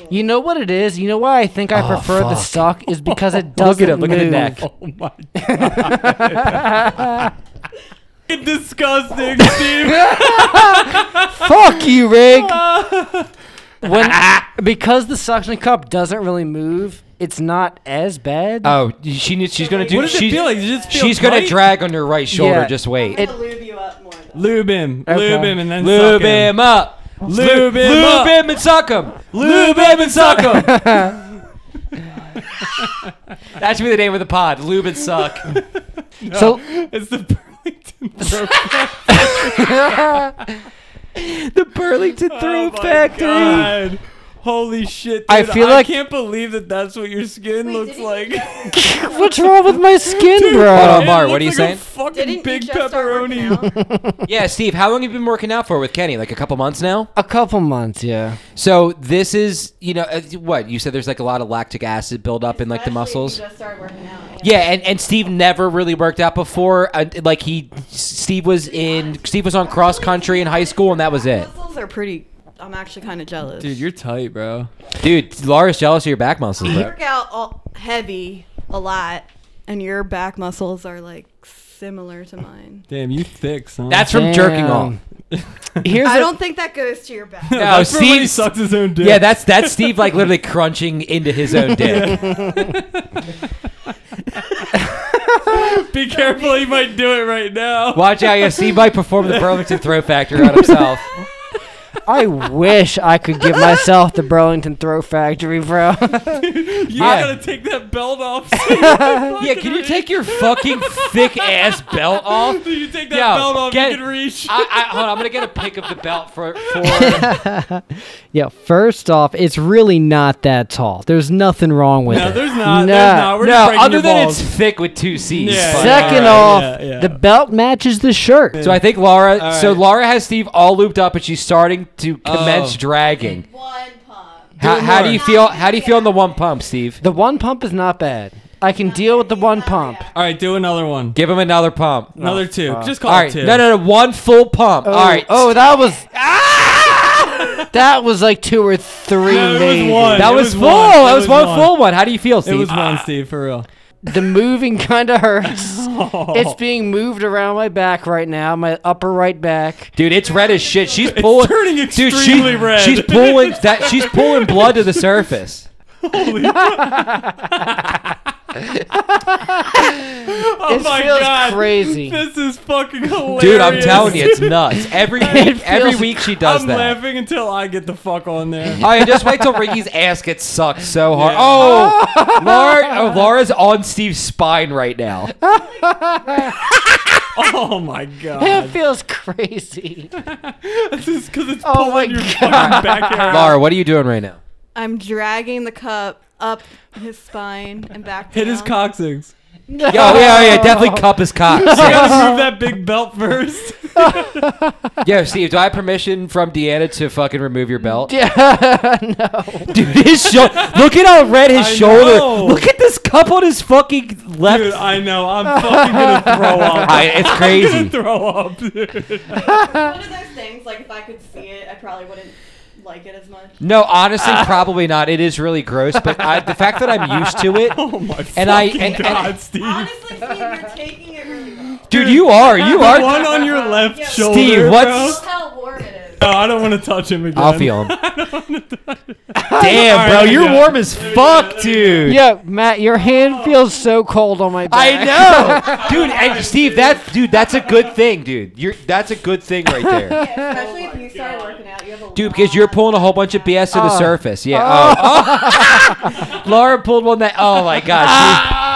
[SPEAKER 1] You know what it is? You know why I think I
[SPEAKER 2] Oh,
[SPEAKER 1] prefer the
[SPEAKER 2] fuck.
[SPEAKER 1] suck is because it doesn't
[SPEAKER 2] Look at it. Look
[SPEAKER 1] move.
[SPEAKER 2] at the neck.
[SPEAKER 4] oh my god! Fucking disgusting, Steve. Ah.
[SPEAKER 1] Fuck you, Rig. when because the suction cup doesn't really move, it's not as bad.
[SPEAKER 2] Oh, she needs. She's gonna do.
[SPEAKER 4] What does
[SPEAKER 2] she's,
[SPEAKER 4] it feel like? Does it just feel
[SPEAKER 2] She's gonna
[SPEAKER 4] tight?
[SPEAKER 2] drag on your right shoulder.
[SPEAKER 1] Yeah.
[SPEAKER 2] Just wait.
[SPEAKER 3] It'll lube you up more. Though.
[SPEAKER 4] Lube him, lube
[SPEAKER 1] Okay.
[SPEAKER 4] him, and then
[SPEAKER 2] Lube
[SPEAKER 4] suck him.
[SPEAKER 2] him up.
[SPEAKER 4] Lube him
[SPEAKER 2] Lube
[SPEAKER 4] up.
[SPEAKER 2] him and suck him. Lube him and suck him. that should be the name of the pod. Lube and suck.
[SPEAKER 1] So
[SPEAKER 4] It's the Burlington Broke
[SPEAKER 2] the Burlington
[SPEAKER 1] Oh
[SPEAKER 4] Factory. Oh Holy shit! Dude,
[SPEAKER 2] I feel like-
[SPEAKER 4] I can't believe that that's what your skin
[SPEAKER 3] Wait,
[SPEAKER 4] looks
[SPEAKER 3] didn't you
[SPEAKER 4] like.
[SPEAKER 1] What's wrong with my skin,
[SPEAKER 2] Hold on,
[SPEAKER 1] bro?
[SPEAKER 4] It
[SPEAKER 2] Mar,
[SPEAKER 4] looks
[SPEAKER 2] what are you
[SPEAKER 4] like
[SPEAKER 2] saying?
[SPEAKER 4] A fucking
[SPEAKER 3] Didn't
[SPEAKER 4] big
[SPEAKER 3] you just start working
[SPEAKER 4] pepperoni.
[SPEAKER 3] out?
[SPEAKER 2] yeah, Steve, how long have you been working out for with Kenny? Like a couple months now?
[SPEAKER 1] A couple months, yeah.
[SPEAKER 2] So this is, you know, uh, what you said. There's like a lot of lactic acid buildup in like the
[SPEAKER 3] Especially if you
[SPEAKER 2] muscles.
[SPEAKER 3] just started working out.
[SPEAKER 2] Yeah, and, and Steve never really worked out before. Uh, like he, Steve was in, Steve was on cross country in high school, and that was it.
[SPEAKER 3] Muscles are pretty. I'm actually kind of jealous.
[SPEAKER 4] Dude, you're tight, bro.
[SPEAKER 2] Dude, Laura's jealous of your back muscles.
[SPEAKER 3] you
[SPEAKER 2] Bro.
[SPEAKER 3] work out all heavy a lot, and your back muscles are like similar to mine.
[SPEAKER 4] Damn, you thick, son.
[SPEAKER 2] That's from jerking off.
[SPEAKER 1] Damn. Here's
[SPEAKER 3] I
[SPEAKER 1] a-
[SPEAKER 3] don't think that goes to your back.
[SPEAKER 4] no,
[SPEAKER 2] No,
[SPEAKER 4] that's from when he
[SPEAKER 2] Steve's-
[SPEAKER 4] sucks his own dick.
[SPEAKER 2] Yeah, that's that's Steve like literally crunching into his own dick.
[SPEAKER 4] Be careful, he might do it right now.
[SPEAKER 2] Watch out, yeah, Steve might perform the Burlington Throw Factor on himself.
[SPEAKER 1] I wish I could give myself the Burlington Throw Factory, bro.
[SPEAKER 4] You
[SPEAKER 2] Yeah.
[SPEAKER 4] gotta take that belt off.
[SPEAKER 2] Yeah, can you take your fucking thick ass belt off?
[SPEAKER 4] you take that
[SPEAKER 2] Yo,
[SPEAKER 4] belt off?
[SPEAKER 2] get-
[SPEAKER 4] you can reach.
[SPEAKER 2] I, I, hold on, I'm gonna get a pic of the belt for for.
[SPEAKER 1] yeah, first off, it's really not that tall. There's nothing wrong with
[SPEAKER 4] no,
[SPEAKER 1] it.
[SPEAKER 4] there's
[SPEAKER 1] No.
[SPEAKER 4] not. There's not. We're
[SPEAKER 2] no,
[SPEAKER 4] just breaking
[SPEAKER 2] Uh, other
[SPEAKER 4] your
[SPEAKER 2] than
[SPEAKER 4] balls.
[SPEAKER 2] it's thick with two C's.
[SPEAKER 4] Yeah,
[SPEAKER 2] but-
[SPEAKER 1] Second
[SPEAKER 4] Alright,
[SPEAKER 1] off,
[SPEAKER 4] yeah, yeah.
[SPEAKER 1] the belt matches the shirt.
[SPEAKER 2] So I think Laura.
[SPEAKER 4] Alright.
[SPEAKER 2] So Laura has Steve all looped up, and she's starting to commence
[SPEAKER 4] Oh.
[SPEAKER 2] dragging.
[SPEAKER 3] One pump.
[SPEAKER 2] How,
[SPEAKER 4] Do
[SPEAKER 2] how do
[SPEAKER 4] more.
[SPEAKER 2] you feel? How do you feel on the one pump, Steve?
[SPEAKER 1] The one pump is not bad. I can deal with the one pump.
[SPEAKER 4] All right, do another one.
[SPEAKER 2] Give him another pump.
[SPEAKER 4] Another two. Just call
[SPEAKER 2] All
[SPEAKER 4] it
[SPEAKER 2] right,
[SPEAKER 4] two.
[SPEAKER 2] no, no, no, one full pump. all right.
[SPEAKER 1] Oh, that was that was like two or three.
[SPEAKER 4] Ah! No, it was
[SPEAKER 1] maybe.
[SPEAKER 4] one.
[SPEAKER 2] that
[SPEAKER 4] it
[SPEAKER 2] was
[SPEAKER 4] was
[SPEAKER 2] full.
[SPEAKER 4] one.
[SPEAKER 2] That
[SPEAKER 4] It
[SPEAKER 2] was
[SPEAKER 4] was
[SPEAKER 2] one
[SPEAKER 4] one.
[SPEAKER 2] full one. How do you feel, Steve?
[SPEAKER 4] It was one,
[SPEAKER 2] Ah.
[SPEAKER 4] Steve, for real.
[SPEAKER 1] The moving kind of hurts. It's being moved around my back right now, my upper right back.
[SPEAKER 2] Dude, it's red as shit. She's
[SPEAKER 4] It's
[SPEAKER 2] pulling.
[SPEAKER 4] turning
[SPEAKER 2] Dude, she-
[SPEAKER 4] extremely red.
[SPEAKER 2] She's pulling that. She's pulling blood to the surface.
[SPEAKER 4] Holy oh
[SPEAKER 1] It
[SPEAKER 4] Oh my
[SPEAKER 1] feels
[SPEAKER 4] god.
[SPEAKER 1] crazy.
[SPEAKER 4] This is fucking hilarious.
[SPEAKER 2] Dude, I'm telling you, it's nuts. Every week, every
[SPEAKER 1] feels-
[SPEAKER 2] week she does
[SPEAKER 4] I'm
[SPEAKER 2] that.
[SPEAKER 4] laughing until I get the fuck on there.
[SPEAKER 2] Oh, yeah, just wait till Ricky's ass gets sucked so hard.
[SPEAKER 4] Yeah.
[SPEAKER 2] Oh, Laura, oh, Laura's on Steve's spine right now.
[SPEAKER 4] oh my
[SPEAKER 1] It
[SPEAKER 4] god.
[SPEAKER 1] feels crazy.
[SPEAKER 4] this is because it's
[SPEAKER 1] Oh my
[SPEAKER 4] pulling your fucking back hair. out.
[SPEAKER 2] Laura, what are you doing right now?
[SPEAKER 3] I'm dragging the cup up his spine and back.
[SPEAKER 4] Hit his
[SPEAKER 3] down.
[SPEAKER 4] coccyx.
[SPEAKER 2] Yo, yeah, yeah, definitely cup his cock.
[SPEAKER 4] You
[SPEAKER 2] Steve.
[SPEAKER 4] gotta move that big belt first.
[SPEAKER 2] Yo, Steve, do I have permission from Deanna to fucking remove your belt?
[SPEAKER 1] Yeah, no.
[SPEAKER 2] Dude, his shoulder. Look at how red his
[SPEAKER 4] I
[SPEAKER 2] shoulder.
[SPEAKER 4] know.
[SPEAKER 2] Look at this cup on his fucking left.
[SPEAKER 4] Dude, I know. I'm fucking gonna throw up.
[SPEAKER 2] I- it's
[SPEAKER 4] I'm gonna
[SPEAKER 2] crazy.
[SPEAKER 4] throw up, dude.
[SPEAKER 3] One of those things, like if I could see it, I probably wouldn't like it as much.
[SPEAKER 2] No, honestly, probably not. It is really gross, but I, the fact that I'm used to it,
[SPEAKER 4] Oh my
[SPEAKER 2] And
[SPEAKER 4] and
[SPEAKER 2] I-
[SPEAKER 4] fucking
[SPEAKER 2] and- and-
[SPEAKER 4] god, Steve.
[SPEAKER 3] Honestly, Steve, you're taking it really well.
[SPEAKER 2] dude, you are, you
[SPEAKER 4] the
[SPEAKER 2] are.
[SPEAKER 4] one on your left
[SPEAKER 3] Yeah.
[SPEAKER 4] shoulder.
[SPEAKER 2] Steve,
[SPEAKER 4] bro.
[SPEAKER 2] what's-
[SPEAKER 3] Look how warm it is.
[SPEAKER 4] No, I don't want to touch him again.
[SPEAKER 2] I'll feel him.
[SPEAKER 4] All
[SPEAKER 2] Damn,
[SPEAKER 4] right,
[SPEAKER 2] bro,
[SPEAKER 4] there you
[SPEAKER 2] you're
[SPEAKER 4] go.
[SPEAKER 2] warm as fuck, dude.
[SPEAKER 1] Yeah, Matt, your hand feels so cold on my back.
[SPEAKER 2] I know, dude. And Steve, that dude, that's a good thing, dude. You're that's a good thing right there,
[SPEAKER 3] Especially if you started working out, you have a
[SPEAKER 2] dude, because you're pulling a whole bunch of BS to the
[SPEAKER 1] Oh.
[SPEAKER 2] surface. Yeah. Oh. oh. Laura pulled one that. Oh my gosh.
[SPEAKER 1] Ah.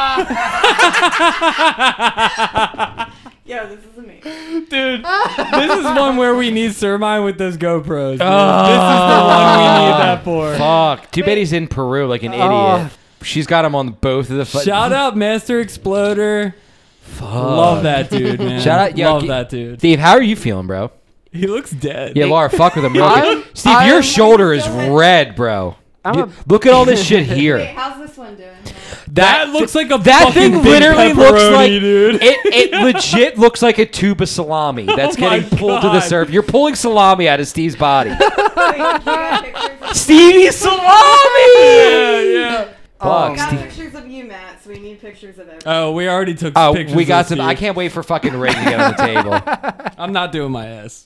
[SPEAKER 3] Yeah, this is amazing.
[SPEAKER 4] Dude, this is one where we need Sermine with those GoPros. dude.
[SPEAKER 2] Oh.
[SPEAKER 4] this is the one we need that for.
[SPEAKER 2] Fuck. Too bad he's in Peru like an
[SPEAKER 1] Oh.
[SPEAKER 2] idiot. She's got him on both of the. Fu-
[SPEAKER 4] Shout out Master Exploder.
[SPEAKER 2] Fuck.
[SPEAKER 4] Love that dude, man.
[SPEAKER 2] Shout out- yo,
[SPEAKER 4] Love
[SPEAKER 2] g-
[SPEAKER 4] that dude.
[SPEAKER 2] Steve, how are you feeling, bro?
[SPEAKER 4] He looks dead.
[SPEAKER 2] Yeah, Laura, fuck with him. Real
[SPEAKER 1] I'm-
[SPEAKER 2] quick. Steve, your
[SPEAKER 1] I'm-
[SPEAKER 2] shoulder is red, bro.
[SPEAKER 1] I'm
[SPEAKER 2] Dude,
[SPEAKER 1] a-
[SPEAKER 2] look at all this shit
[SPEAKER 3] Wait,
[SPEAKER 2] here.
[SPEAKER 3] how's this one doing?
[SPEAKER 4] that looks like a
[SPEAKER 2] That
[SPEAKER 4] fucking
[SPEAKER 2] thing
[SPEAKER 4] big
[SPEAKER 2] literally looks
[SPEAKER 4] pepperoni,
[SPEAKER 2] like
[SPEAKER 4] dude.
[SPEAKER 2] it. It legit looks like a tube of salami that's
[SPEAKER 4] Oh my
[SPEAKER 2] getting pulled to the
[SPEAKER 4] God.
[SPEAKER 2] surface. You're pulling salami out of Steve's body.
[SPEAKER 3] Wait, you got pictures of-
[SPEAKER 2] Stevie salami.
[SPEAKER 4] yeah, Oh, yeah.
[SPEAKER 2] Fuck,
[SPEAKER 3] we got
[SPEAKER 2] Steve.
[SPEAKER 3] pictures of you, Matt, so we need pictures of everyone.
[SPEAKER 4] Oh, we already took
[SPEAKER 2] Oh,
[SPEAKER 4] pictures.
[SPEAKER 2] we
[SPEAKER 4] of
[SPEAKER 2] got some.
[SPEAKER 4] Steve.
[SPEAKER 2] I can't wait for fucking Ray to get on the table.
[SPEAKER 4] I'm not doing my ass.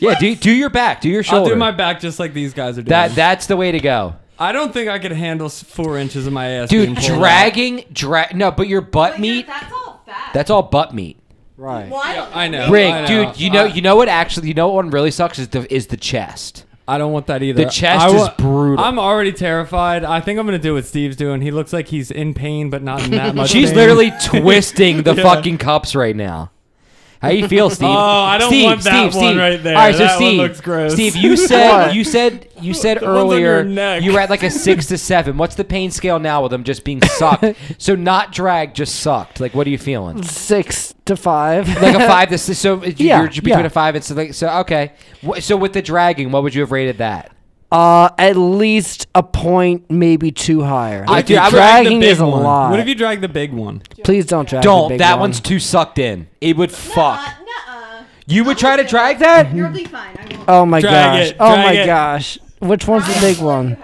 [SPEAKER 2] Yeah, do do your back, do your shoulder.
[SPEAKER 4] I'll do my back just like these guys are doing.
[SPEAKER 2] that that's the way to go,
[SPEAKER 4] I don't think I could handle s- four inches of my ass.
[SPEAKER 2] dude.
[SPEAKER 4] being pulled out.
[SPEAKER 2] Dragging, drag. No, but your butt
[SPEAKER 3] But
[SPEAKER 2] meat.
[SPEAKER 3] you're- That's all fat.
[SPEAKER 2] That's all butt meat.
[SPEAKER 1] Right.
[SPEAKER 3] Well, I don't
[SPEAKER 4] I know.
[SPEAKER 2] Rick,
[SPEAKER 4] I know.
[SPEAKER 2] dude, you know,
[SPEAKER 4] I-
[SPEAKER 2] you know what actually, you know what one really sucks is the is the chest.
[SPEAKER 4] I don't want that either.
[SPEAKER 2] The chest
[SPEAKER 4] I
[SPEAKER 2] is brutal.
[SPEAKER 4] I'm already terrified. I think I'm gonna do what Steve's doing. He looks like he's in pain, but not in that much.
[SPEAKER 2] She's
[SPEAKER 4] pain.
[SPEAKER 2] literally twisting the
[SPEAKER 4] Yeah.
[SPEAKER 2] fucking cups right now. How you feel, Steve?
[SPEAKER 4] Oh, I don't
[SPEAKER 2] Steve,
[SPEAKER 4] want that
[SPEAKER 2] Steve,
[SPEAKER 4] one
[SPEAKER 2] Steve.
[SPEAKER 4] right there.
[SPEAKER 2] All right, so
[SPEAKER 4] That one
[SPEAKER 2] Steve,
[SPEAKER 4] looks gross.
[SPEAKER 2] Steve, you said you said you said
[SPEAKER 4] The ones on your
[SPEAKER 2] earlier
[SPEAKER 4] neck.
[SPEAKER 2] you were at like a six to seven. What's the pain scale now with them just being sucked? so not drag, just sucked. Like, what are you feeling?
[SPEAKER 1] Six to five.
[SPEAKER 2] Like a five to six. So it-
[SPEAKER 1] Yeah,
[SPEAKER 2] you're between
[SPEAKER 1] yeah.
[SPEAKER 2] a five and so. Like, so okay. Wh- So with the dragging, what would you have rated that?
[SPEAKER 1] Uh, at least a point, maybe two higher.
[SPEAKER 2] I-
[SPEAKER 1] Like,
[SPEAKER 4] If you
[SPEAKER 2] dude, I would-
[SPEAKER 4] drag the
[SPEAKER 1] dragging
[SPEAKER 4] big
[SPEAKER 1] is a
[SPEAKER 4] one.
[SPEAKER 1] lot.
[SPEAKER 4] What if you drag the big one?
[SPEAKER 1] Please don't drag. the
[SPEAKER 2] Don't.
[SPEAKER 1] big
[SPEAKER 2] That
[SPEAKER 1] one.
[SPEAKER 2] one's too sucked in. It would fuck.
[SPEAKER 3] Nuh-uh.
[SPEAKER 2] You would try to drag that?
[SPEAKER 3] You'll be fine. I won't.
[SPEAKER 1] Oh my
[SPEAKER 4] Drag
[SPEAKER 1] gosh.
[SPEAKER 4] it,
[SPEAKER 1] oh
[SPEAKER 4] drag
[SPEAKER 1] my
[SPEAKER 4] it.
[SPEAKER 1] gosh. Which one's the big one?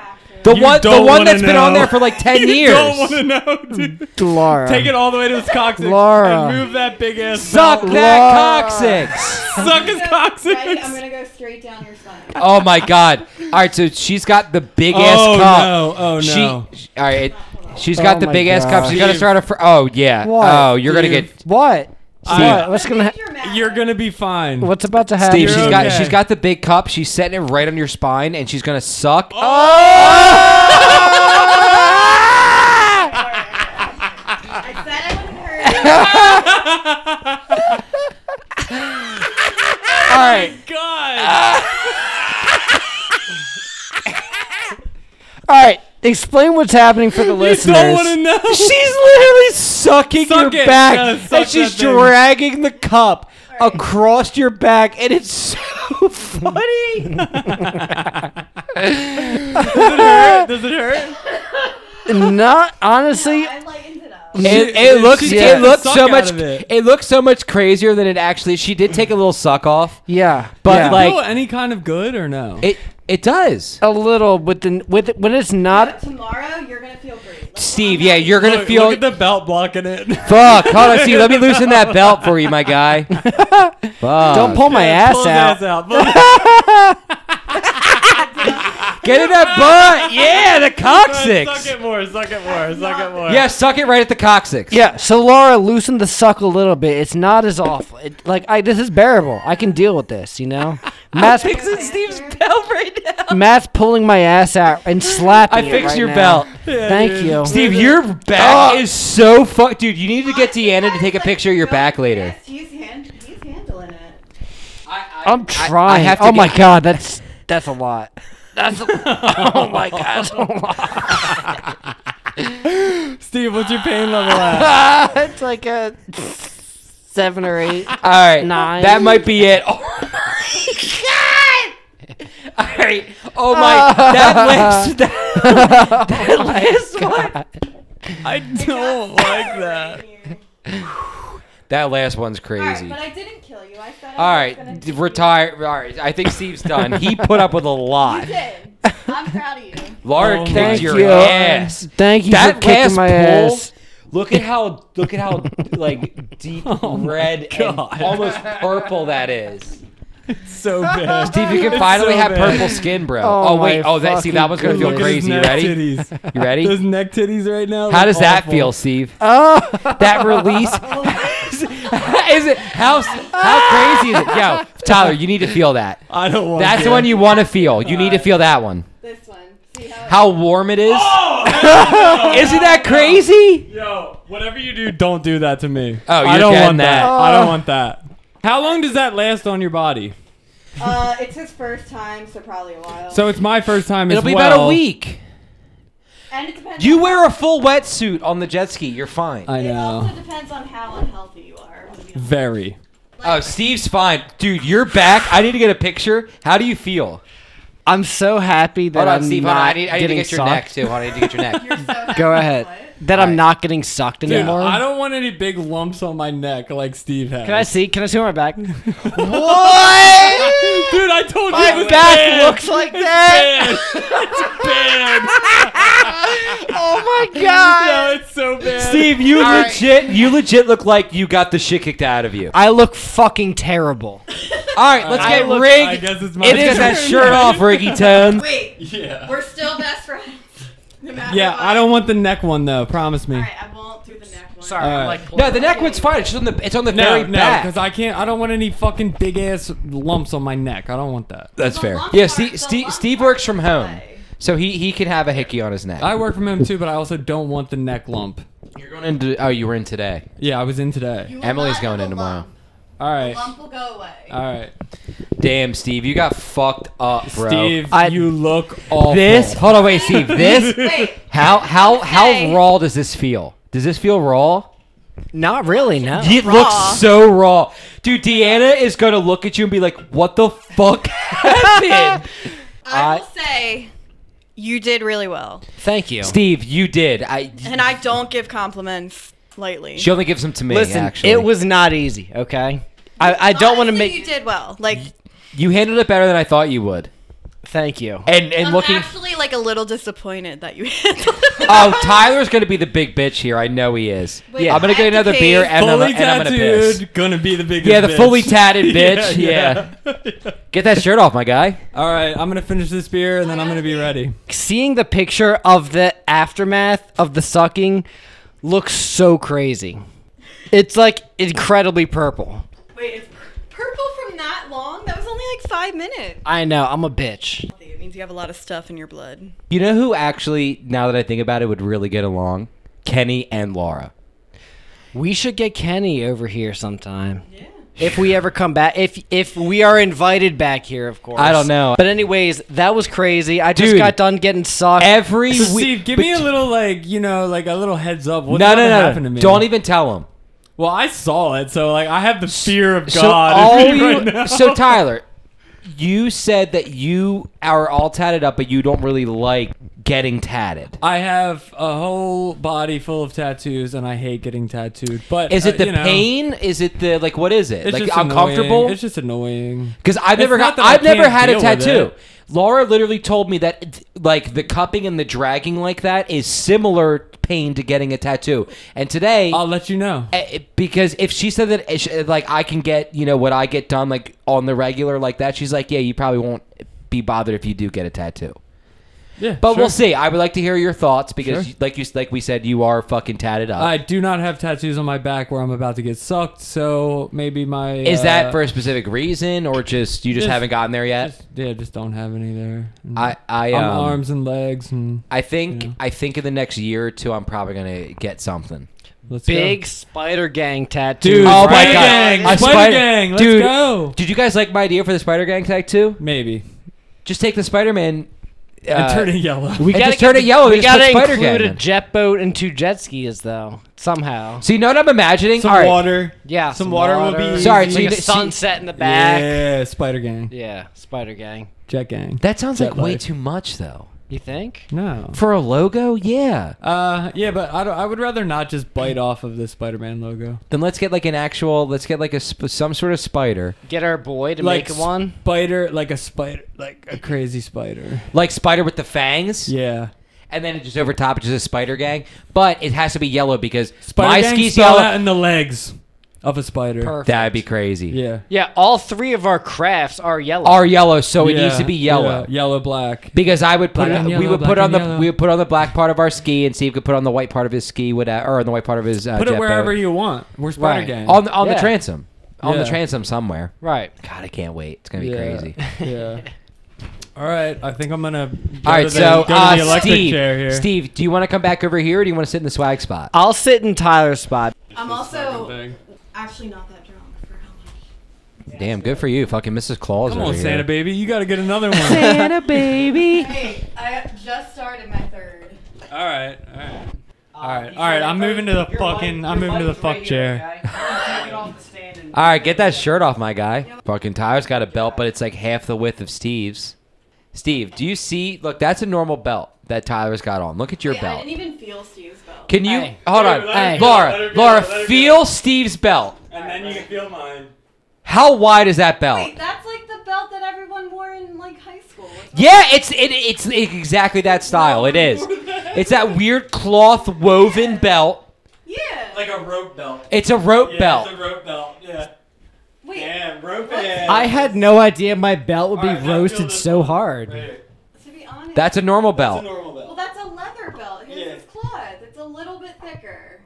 [SPEAKER 2] The
[SPEAKER 4] You
[SPEAKER 2] one, the
[SPEAKER 4] don't
[SPEAKER 2] one
[SPEAKER 4] wanna
[SPEAKER 2] that's been on
[SPEAKER 4] know.
[SPEAKER 2] there for like ten
[SPEAKER 4] You
[SPEAKER 2] years.
[SPEAKER 4] don't want to know, dude.
[SPEAKER 1] Laura.
[SPEAKER 4] Take it all the way to his coccyx
[SPEAKER 1] Laura.
[SPEAKER 4] and move that big ass.
[SPEAKER 2] Suck
[SPEAKER 4] down.
[SPEAKER 2] that
[SPEAKER 1] Laura.
[SPEAKER 2] coccyx.
[SPEAKER 4] Suck his coccyx.
[SPEAKER 3] Ready? I'm gonna go straight down your spine.
[SPEAKER 2] Oh my god! All right, so she's got the big ass
[SPEAKER 4] Oh,
[SPEAKER 2] cup.
[SPEAKER 4] no. Oh,
[SPEAKER 2] She,
[SPEAKER 4] no.
[SPEAKER 2] all right, she's
[SPEAKER 1] Oh
[SPEAKER 2] got the
[SPEAKER 1] my
[SPEAKER 2] big ass cup. She's got to
[SPEAKER 4] gosh.
[SPEAKER 2] start a. Fr- oh yeah.
[SPEAKER 1] What?
[SPEAKER 2] Oh, you're gonna
[SPEAKER 4] Dude.
[SPEAKER 2] get.
[SPEAKER 1] What?
[SPEAKER 4] I-
[SPEAKER 1] what? What's gonna? Ha-
[SPEAKER 3] You're mad.
[SPEAKER 4] You're gonna be fine.
[SPEAKER 1] what's about to happen?
[SPEAKER 2] Steve,
[SPEAKER 4] You're
[SPEAKER 2] she's got
[SPEAKER 4] okay.
[SPEAKER 2] she's got the big cup. She's setting it right on your spine, and she's gonna suck.
[SPEAKER 4] Oh.
[SPEAKER 3] I said I wouldn't hurt.
[SPEAKER 2] All right,
[SPEAKER 4] God.
[SPEAKER 2] Ah,
[SPEAKER 1] All right. Explain what's happening for the
[SPEAKER 4] you
[SPEAKER 1] listeners.
[SPEAKER 4] don't want to know.
[SPEAKER 2] she's literally sucking
[SPEAKER 4] Suck
[SPEAKER 2] your
[SPEAKER 4] it.
[SPEAKER 2] back,
[SPEAKER 4] Yeah,
[SPEAKER 2] and
[SPEAKER 4] suck
[SPEAKER 2] she's
[SPEAKER 4] that thing.
[SPEAKER 2] dragging the cup across your back, and it's so funny.
[SPEAKER 4] Does it hurt? Does it hurt?
[SPEAKER 1] Not honestly.
[SPEAKER 3] I lightened it up.
[SPEAKER 2] It,
[SPEAKER 4] She-
[SPEAKER 2] it looks
[SPEAKER 4] she
[SPEAKER 1] took
[SPEAKER 2] it
[SPEAKER 1] the
[SPEAKER 2] looks
[SPEAKER 4] suck
[SPEAKER 2] so
[SPEAKER 4] out
[SPEAKER 2] much
[SPEAKER 4] of
[SPEAKER 2] it.
[SPEAKER 4] it.
[SPEAKER 2] looks so much crazier than it actually. She did take a little suck off.
[SPEAKER 1] Yeah.
[SPEAKER 2] But,
[SPEAKER 1] yeah.
[SPEAKER 2] like-
[SPEAKER 4] Feel any kind of good or no?
[SPEAKER 2] It it does.
[SPEAKER 1] a little with the with when it's not.
[SPEAKER 3] Tomorrow you're gonna feel great. Like,
[SPEAKER 2] Steve,
[SPEAKER 3] I'm
[SPEAKER 2] yeah,
[SPEAKER 3] not-
[SPEAKER 2] you're gonna
[SPEAKER 4] look,
[SPEAKER 2] feel
[SPEAKER 4] look at the belt blocking it.
[SPEAKER 2] fuck. Hold on, Steve. Let me loosen that belt for you, my guy. Fuck.
[SPEAKER 1] Don't pull my ass
[SPEAKER 4] Pull his
[SPEAKER 1] out.
[SPEAKER 4] ass out. Pull-
[SPEAKER 2] Get in that butt. Yeah, the
[SPEAKER 4] suck
[SPEAKER 2] coccyx.
[SPEAKER 4] it more. Suck it more. Suck it more.
[SPEAKER 2] Yeah, suck it right at the coccyx.
[SPEAKER 1] Yeah. So Laura loosened the suck a little bit. It's not as awful. It, like I, this is bearable. I can deal with this. You know. Matt's
[SPEAKER 2] Fixing Steve's belt right now.
[SPEAKER 1] Matt's pulling my ass out and slapping.
[SPEAKER 2] I
[SPEAKER 1] it
[SPEAKER 2] fixed
[SPEAKER 1] right
[SPEAKER 2] your
[SPEAKER 1] now.
[SPEAKER 2] belt.
[SPEAKER 1] Thank you.
[SPEAKER 2] Steve, your back is so fucked, dude. You need to get Deanna to take a
[SPEAKER 3] Like,
[SPEAKER 2] picture of your
[SPEAKER 3] no,
[SPEAKER 2] back later.
[SPEAKER 3] yes, He's, hand, he's handling it.
[SPEAKER 1] I'm trying.
[SPEAKER 2] have to
[SPEAKER 1] oh
[SPEAKER 2] get-
[SPEAKER 1] my god, that's that's a lot. That's a, oh my god, that's a lot.
[SPEAKER 4] Steve, what's your pain level at?
[SPEAKER 1] it's like a seven or eight.
[SPEAKER 2] All right,
[SPEAKER 1] Nine.
[SPEAKER 2] that might be it. Oh my god! All right. Oh my, that last, that, that
[SPEAKER 1] Oh
[SPEAKER 2] last one,
[SPEAKER 4] I don't like that.
[SPEAKER 2] that last one's
[SPEAKER 3] Alright,
[SPEAKER 2] crazy.
[SPEAKER 3] but I didn't kill you. I said I
[SPEAKER 2] All
[SPEAKER 3] was gonna
[SPEAKER 2] right, d-
[SPEAKER 3] do-
[SPEAKER 2] retire. All right, I think Steve's done. He put up with a
[SPEAKER 3] You
[SPEAKER 2] lot.
[SPEAKER 3] did. I'm proud of you.
[SPEAKER 2] Laura
[SPEAKER 4] Oh
[SPEAKER 2] kicked
[SPEAKER 4] my
[SPEAKER 2] your
[SPEAKER 1] you.
[SPEAKER 2] ass.
[SPEAKER 1] Thank you for
[SPEAKER 2] That
[SPEAKER 1] kicking
[SPEAKER 2] last
[SPEAKER 1] my
[SPEAKER 2] pull.
[SPEAKER 1] ass.
[SPEAKER 2] Look at how look at how like deep red and almost purple that is.
[SPEAKER 4] So bad.
[SPEAKER 2] Steve, you can
[SPEAKER 4] It's
[SPEAKER 2] finally
[SPEAKER 4] so
[SPEAKER 2] have
[SPEAKER 4] bad.
[SPEAKER 2] purple skin, bro.
[SPEAKER 1] Oh
[SPEAKER 2] Oh, wait.
[SPEAKER 1] my
[SPEAKER 2] Oh, that see that
[SPEAKER 1] fucking
[SPEAKER 2] one's gonna feel
[SPEAKER 4] Look at his
[SPEAKER 2] crazy. You
[SPEAKER 4] neck
[SPEAKER 2] ready?
[SPEAKER 4] Titties.
[SPEAKER 2] You ready?
[SPEAKER 4] Those neck titties right now.
[SPEAKER 2] How
[SPEAKER 4] look
[SPEAKER 2] does that
[SPEAKER 4] awful.
[SPEAKER 2] feel, Steve?
[SPEAKER 1] Oh,
[SPEAKER 2] That release is it? How how crazy is it? Yo, Tyler, you need to feel that.
[SPEAKER 4] I don't want.
[SPEAKER 2] That's
[SPEAKER 4] to.
[SPEAKER 2] the one you want to feel. You need to feel that one.
[SPEAKER 3] This one. See how, it-
[SPEAKER 2] How warm it is. Isn't that crazy?
[SPEAKER 4] Yo, whatever you do, don't do that to me.
[SPEAKER 2] Oh,
[SPEAKER 4] I
[SPEAKER 2] you're
[SPEAKER 4] don't
[SPEAKER 2] getting
[SPEAKER 4] want that.
[SPEAKER 2] that. Oh.
[SPEAKER 4] I don't want that. How long does that last on your body?
[SPEAKER 3] Uh, it's his first time, so probably a while.
[SPEAKER 4] So it's my first time
[SPEAKER 2] It'll
[SPEAKER 4] as
[SPEAKER 2] be
[SPEAKER 4] well.
[SPEAKER 2] about a week.
[SPEAKER 3] and it depends.
[SPEAKER 2] You
[SPEAKER 3] on-
[SPEAKER 2] wear a full wetsuit on the jet ski. You're fine.
[SPEAKER 4] I
[SPEAKER 3] It
[SPEAKER 4] know.
[SPEAKER 3] also depends on how unhealthy you are. to be honest.
[SPEAKER 4] Very.
[SPEAKER 2] Oh, Steve's fine, dude. You're back. I need to get a picture. How do you feel?
[SPEAKER 1] I'm so happy that
[SPEAKER 2] Hold on,
[SPEAKER 1] I'm
[SPEAKER 2] Steve.
[SPEAKER 1] not
[SPEAKER 2] Hold on. I need, I need to
[SPEAKER 1] getting
[SPEAKER 2] get your
[SPEAKER 1] sucked.
[SPEAKER 2] neck too. Hold on, I need to get your neck.
[SPEAKER 3] You're so happy
[SPEAKER 1] Go
[SPEAKER 3] you
[SPEAKER 1] ahead.
[SPEAKER 3] know it.
[SPEAKER 1] That I'm not getting sucked
[SPEAKER 4] Dude,
[SPEAKER 1] anymore.
[SPEAKER 4] I don't want any big lumps on my neck like Steve has.
[SPEAKER 1] Can I see? Can I see my back? my
[SPEAKER 2] what?
[SPEAKER 4] Dude, I told you it was
[SPEAKER 1] back
[SPEAKER 4] bad.
[SPEAKER 1] looks like that.
[SPEAKER 4] bad. it's bad.
[SPEAKER 1] Oh my god.
[SPEAKER 4] No, it's so bad.
[SPEAKER 2] Steve, you
[SPEAKER 1] All right.
[SPEAKER 2] legit, you legit look like you got the shit kicked out of you.
[SPEAKER 1] I look fucking terrible.
[SPEAKER 2] All right, let's
[SPEAKER 4] I
[SPEAKER 2] get
[SPEAKER 4] look-
[SPEAKER 2] Rig.
[SPEAKER 4] I guess it's my
[SPEAKER 2] It is
[SPEAKER 4] turn.
[SPEAKER 2] that shirt off, Riggy Tone.
[SPEAKER 3] Wait,
[SPEAKER 4] Yeah.
[SPEAKER 3] we're still best friends. No matter
[SPEAKER 4] Yeah,
[SPEAKER 3] what.
[SPEAKER 4] I don't want the neck one though. Promise me.
[SPEAKER 3] All right, I won't do the neck one.
[SPEAKER 1] Sorry,
[SPEAKER 4] All
[SPEAKER 1] I'm
[SPEAKER 4] right.
[SPEAKER 1] like
[SPEAKER 2] No, the neck one's fine. It's just on the, it's on the
[SPEAKER 4] No,
[SPEAKER 2] very
[SPEAKER 4] no,
[SPEAKER 2] back.
[SPEAKER 4] because I can't. I don't want any fucking big ass lumps on my neck. I don't want that.
[SPEAKER 2] That's
[SPEAKER 3] fair. lump
[SPEAKER 2] Yeah,
[SPEAKER 3] part- the
[SPEAKER 2] Steve, Steve,
[SPEAKER 3] lump
[SPEAKER 2] Steve
[SPEAKER 3] part
[SPEAKER 2] works from
[SPEAKER 3] is
[SPEAKER 2] home,
[SPEAKER 3] okay.
[SPEAKER 2] so he he can have a hickey on his neck.
[SPEAKER 4] I work from home too, but I also don't want the neck lump.
[SPEAKER 2] You're going into oh, you were in today.
[SPEAKER 4] Yeah, I was in today.
[SPEAKER 3] You will
[SPEAKER 2] Emily's
[SPEAKER 3] not
[SPEAKER 2] going Uh,
[SPEAKER 3] have
[SPEAKER 2] in
[SPEAKER 3] a
[SPEAKER 2] tomorrow.
[SPEAKER 3] lump.
[SPEAKER 4] All right.
[SPEAKER 3] Lump will go away.
[SPEAKER 4] All right.
[SPEAKER 2] Damn, Steve, you got fucked up, bro.
[SPEAKER 4] Steve,
[SPEAKER 1] I-
[SPEAKER 4] you look awful.
[SPEAKER 2] This hold on, wait, Steve. This
[SPEAKER 3] Wait.
[SPEAKER 2] how how
[SPEAKER 3] Okay.
[SPEAKER 2] how raw does this feel? Does this feel raw?
[SPEAKER 1] Not really, no.
[SPEAKER 2] It looks so raw, dude. Deanna is gonna look at you and be like, "What the fuck happened?"
[SPEAKER 3] I will say, you did really well,
[SPEAKER 1] Thank you.
[SPEAKER 2] Steve, you did. I.
[SPEAKER 3] and I don't give compliments lightly.
[SPEAKER 2] She only gives them to me.
[SPEAKER 1] Listen,
[SPEAKER 2] actually,
[SPEAKER 1] it was not easy, okay? I, I don't want to
[SPEAKER 3] Honestly,
[SPEAKER 1] make.
[SPEAKER 3] You did well. Like
[SPEAKER 2] you handled it better than I thought you would.
[SPEAKER 1] Thank you.
[SPEAKER 2] And and
[SPEAKER 3] I'm
[SPEAKER 2] looking,
[SPEAKER 3] actually like a little disappointed that you. hit.
[SPEAKER 2] oh, Tyler's gonna be the big bitch here. I know he is.
[SPEAKER 3] Wait,
[SPEAKER 2] I'm gonna get
[SPEAKER 3] I'm
[SPEAKER 2] another
[SPEAKER 3] the
[SPEAKER 2] beer
[SPEAKER 3] king.
[SPEAKER 2] and I'm,
[SPEAKER 4] fully
[SPEAKER 2] and I'm gonna piss.
[SPEAKER 4] tattooed, gonna be the biggest.
[SPEAKER 2] Yeah, the
[SPEAKER 4] bitch.
[SPEAKER 2] fully tatted bitch. yeah. Get that shirt off, my guy.
[SPEAKER 4] All right, I'm gonna finish this beer and then I'm gonna be ready.
[SPEAKER 1] Seeing the picture of the aftermath of the sucking looks so crazy. It's like incredibly purple.
[SPEAKER 3] Wait, it's pur- purple from that long? That was only like five minutes.
[SPEAKER 1] I know, I'm a bitch.
[SPEAKER 3] It means you have a lot of stuff in your blood.
[SPEAKER 2] You know who actually, now that I think about it, would really get along? Kenny and Laura.
[SPEAKER 1] We should get Kenny over here sometime. Yeah. If we ever come back, if if we are invited back here, of course.
[SPEAKER 2] I don't know.
[SPEAKER 1] But anyways, that was crazy. I just
[SPEAKER 2] Dude.
[SPEAKER 1] got done getting sucked.
[SPEAKER 2] Every
[SPEAKER 4] So
[SPEAKER 2] week.
[SPEAKER 4] Steve, give me a little like you know like a little heads up. What's
[SPEAKER 2] no,
[SPEAKER 4] gonna
[SPEAKER 2] no, no,
[SPEAKER 4] happen to me?
[SPEAKER 2] Don't even tell him.
[SPEAKER 4] Well, I saw it, so like I have the fear of
[SPEAKER 2] So,
[SPEAKER 4] God.
[SPEAKER 2] all
[SPEAKER 4] in me
[SPEAKER 2] you-
[SPEAKER 4] right now.
[SPEAKER 2] so Tyler, you said that you are all tatted up, but you don't really like getting tatted.
[SPEAKER 4] I have a whole body full of tattoos, and I hate getting tattooed. But
[SPEAKER 2] Is
[SPEAKER 4] uh,
[SPEAKER 2] it the
[SPEAKER 4] you know,
[SPEAKER 2] pain? Is it the like? What is it?
[SPEAKER 4] It's
[SPEAKER 2] like
[SPEAKER 4] just
[SPEAKER 2] uncomfortable?
[SPEAKER 4] Annoying. It's just annoying.
[SPEAKER 2] Because I've
[SPEAKER 4] It's
[SPEAKER 2] never got,
[SPEAKER 4] not that I
[SPEAKER 2] I've never
[SPEAKER 4] can't
[SPEAKER 2] had a
[SPEAKER 4] deal with
[SPEAKER 2] tattoo.
[SPEAKER 4] it.
[SPEAKER 2] Laura literally told me that it's- like the cupping and the dragging like that is similar pain to getting a tattoo. And today,
[SPEAKER 4] I'll let you know.
[SPEAKER 2] eh, because if she said that eh, sh- eh, like I can get you know what I get done like on the regular like that, she's like, yeah, you probably won't be bothered if you do get a tattoo.
[SPEAKER 4] Yeah,
[SPEAKER 2] But
[SPEAKER 4] sure.
[SPEAKER 2] we'll see. I would like to hear your thoughts because
[SPEAKER 4] Sure.
[SPEAKER 2] like you like we said, you are fucking tatted up.
[SPEAKER 4] I do not have tattoos on my back where I'm about to get sucked, so maybe my
[SPEAKER 2] is
[SPEAKER 4] uh,
[SPEAKER 2] that for a specific reason or just you just,
[SPEAKER 4] Just-
[SPEAKER 2] haven't gotten there yet?
[SPEAKER 4] Just, yeah, just don't have any there.
[SPEAKER 2] I I
[SPEAKER 4] I'm
[SPEAKER 2] um,
[SPEAKER 4] arms and legs and
[SPEAKER 2] I think
[SPEAKER 4] Yeah.
[SPEAKER 2] I think in the next year or two I'm probably gonna get something.
[SPEAKER 4] let's
[SPEAKER 1] Big
[SPEAKER 4] go.
[SPEAKER 1] spider gang tattoo.
[SPEAKER 4] Dude,
[SPEAKER 2] Oh my
[SPEAKER 4] Spider
[SPEAKER 2] God.
[SPEAKER 4] Gang,
[SPEAKER 2] A
[SPEAKER 4] Spider
[SPEAKER 2] spider-
[SPEAKER 4] Gang, let's
[SPEAKER 2] Dude.
[SPEAKER 4] go.
[SPEAKER 2] Did you guys like my idea for the Spider Gang tag too?
[SPEAKER 4] Maybe
[SPEAKER 2] Just take the Spider Man. Uh,
[SPEAKER 4] and turn it yellow.
[SPEAKER 1] We
[SPEAKER 2] And
[SPEAKER 1] gotta
[SPEAKER 2] just turn
[SPEAKER 1] get-
[SPEAKER 2] it yellow,
[SPEAKER 1] We
[SPEAKER 2] just put
[SPEAKER 1] gotta
[SPEAKER 2] Spider
[SPEAKER 1] include
[SPEAKER 2] Gang
[SPEAKER 1] a
[SPEAKER 2] in.
[SPEAKER 1] jet boat and two jet skis, though. Somehow.
[SPEAKER 2] so you know what I'm imagining?
[SPEAKER 4] some
[SPEAKER 2] All right.
[SPEAKER 4] water.
[SPEAKER 1] Yeah.
[SPEAKER 4] Some water will be
[SPEAKER 2] Sorry,
[SPEAKER 1] It's
[SPEAKER 2] so
[SPEAKER 1] like
[SPEAKER 2] you
[SPEAKER 1] a
[SPEAKER 2] did- see-
[SPEAKER 1] sunset in the back.
[SPEAKER 4] Yeah, Spider Gang,
[SPEAKER 1] Yeah, Spider Gang.
[SPEAKER 4] Jet Gang.
[SPEAKER 2] That sounds like
[SPEAKER 4] Jet
[SPEAKER 2] way
[SPEAKER 4] life.
[SPEAKER 2] too much though.
[SPEAKER 1] You think?
[SPEAKER 4] no.
[SPEAKER 2] For a logo, yeah.
[SPEAKER 4] Uh, yeah, but I, don't, I would rather not just bite off of the Spider-Man logo.
[SPEAKER 2] Then let's get like an actual. Let's get like a sp- some sort of spider,
[SPEAKER 1] Get our boy to
[SPEAKER 4] like
[SPEAKER 1] make one.
[SPEAKER 4] spider, like a spider, like a crazy spider.
[SPEAKER 2] like spider with the fangs,
[SPEAKER 4] Yeah,
[SPEAKER 2] and then it just over top it's just a Spider Gang. But it has to be yellow because
[SPEAKER 4] spider
[SPEAKER 2] my
[SPEAKER 4] gang
[SPEAKER 2] skis
[SPEAKER 4] spelled
[SPEAKER 2] yellow.
[SPEAKER 4] out in the legs of a spider.
[SPEAKER 1] Perfect.
[SPEAKER 2] That'd be crazy.
[SPEAKER 4] Yeah,
[SPEAKER 1] Yeah, all three of our crafts are yellow.
[SPEAKER 2] Are yellow, so Oh, it
[SPEAKER 4] Yeah,
[SPEAKER 2] needs to be yellow.
[SPEAKER 4] yeah, yellow black.
[SPEAKER 2] Because I would put
[SPEAKER 4] Black
[SPEAKER 2] it,
[SPEAKER 4] and
[SPEAKER 2] we
[SPEAKER 4] yellow,
[SPEAKER 2] would put
[SPEAKER 4] black
[SPEAKER 2] on
[SPEAKER 4] and
[SPEAKER 2] the
[SPEAKER 4] yellow.
[SPEAKER 2] we would put on the black part of our ski and Steve could put on the white part of his ski whatever or on the white part of his uh,
[SPEAKER 4] Put it
[SPEAKER 2] jet
[SPEAKER 4] wherever
[SPEAKER 2] boat.
[SPEAKER 4] you want. We're spider
[SPEAKER 1] Right.
[SPEAKER 4] gang.
[SPEAKER 2] on the- on
[SPEAKER 1] Yeah.
[SPEAKER 2] the transom on the
[SPEAKER 4] Yeah.
[SPEAKER 2] transom somewhere.
[SPEAKER 1] right.
[SPEAKER 2] God, I can't wait. It's gonna be
[SPEAKER 4] Yeah.
[SPEAKER 2] crazy.
[SPEAKER 4] yeah. All right, I think I'm gonna. Go
[SPEAKER 2] All right,
[SPEAKER 4] to the,
[SPEAKER 2] so
[SPEAKER 4] go to the
[SPEAKER 2] uh,
[SPEAKER 4] electric
[SPEAKER 2] Steve,
[SPEAKER 4] chair here.
[SPEAKER 2] Steve, do you want to come back over here or do you want to sit in the swag spot?
[SPEAKER 1] I'll sit in Tyler's spot.
[SPEAKER 3] I'm also
[SPEAKER 4] Thing.
[SPEAKER 3] actually not that drunk for how much.
[SPEAKER 2] Damn, good for you, fucking Mrs. Claus.
[SPEAKER 4] Come
[SPEAKER 2] over
[SPEAKER 4] on,
[SPEAKER 2] here.
[SPEAKER 4] Santa baby, you gotta get another one.
[SPEAKER 1] Santa baby.
[SPEAKER 3] Hey, I just started my third.
[SPEAKER 4] all right, all right. All right, all right. I'm moving to the fucking. I'm moving to the fuck chair.
[SPEAKER 2] All right, get that shirt off, my guy. Fucking Tyler's got a belt, but it's like half the width of Steve's. Steve, do you see? Look, that's a normal belt that Tyler's got on. Look at your
[SPEAKER 3] Wait, I
[SPEAKER 2] belt.
[SPEAKER 3] didn't even feel Steve's belt.
[SPEAKER 2] Can you
[SPEAKER 1] Hey.
[SPEAKER 2] hold on,
[SPEAKER 1] Hey. go,
[SPEAKER 2] Laura?
[SPEAKER 4] let her go,
[SPEAKER 2] Laura,
[SPEAKER 4] let her go.
[SPEAKER 2] feel Steve's belt.
[SPEAKER 4] And then you can feel mine.
[SPEAKER 2] How wide is that belt?
[SPEAKER 3] Wait, that's like the belt that everyone wore in like high school. What's up?
[SPEAKER 2] Yeah, it's it, it's exactly that style. It is. It's that weird cloth woven belt.
[SPEAKER 3] Yeah.
[SPEAKER 4] Like a rope belt.
[SPEAKER 2] It's a rope belt.
[SPEAKER 4] rope belt. Yeah.
[SPEAKER 3] Wait.
[SPEAKER 4] Damn, rope
[SPEAKER 1] I had no idea my belt would be
[SPEAKER 4] Alright, now feel
[SPEAKER 1] roasted
[SPEAKER 4] this
[SPEAKER 1] so
[SPEAKER 4] one.
[SPEAKER 1] hard.
[SPEAKER 3] To be honest.
[SPEAKER 2] That's a normal belt.
[SPEAKER 4] normal
[SPEAKER 3] Well, that's a leather belt. Here's
[SPEAKER 4] Yeah.
[SPEAKER 3] his cloth. It's a little bit thicker.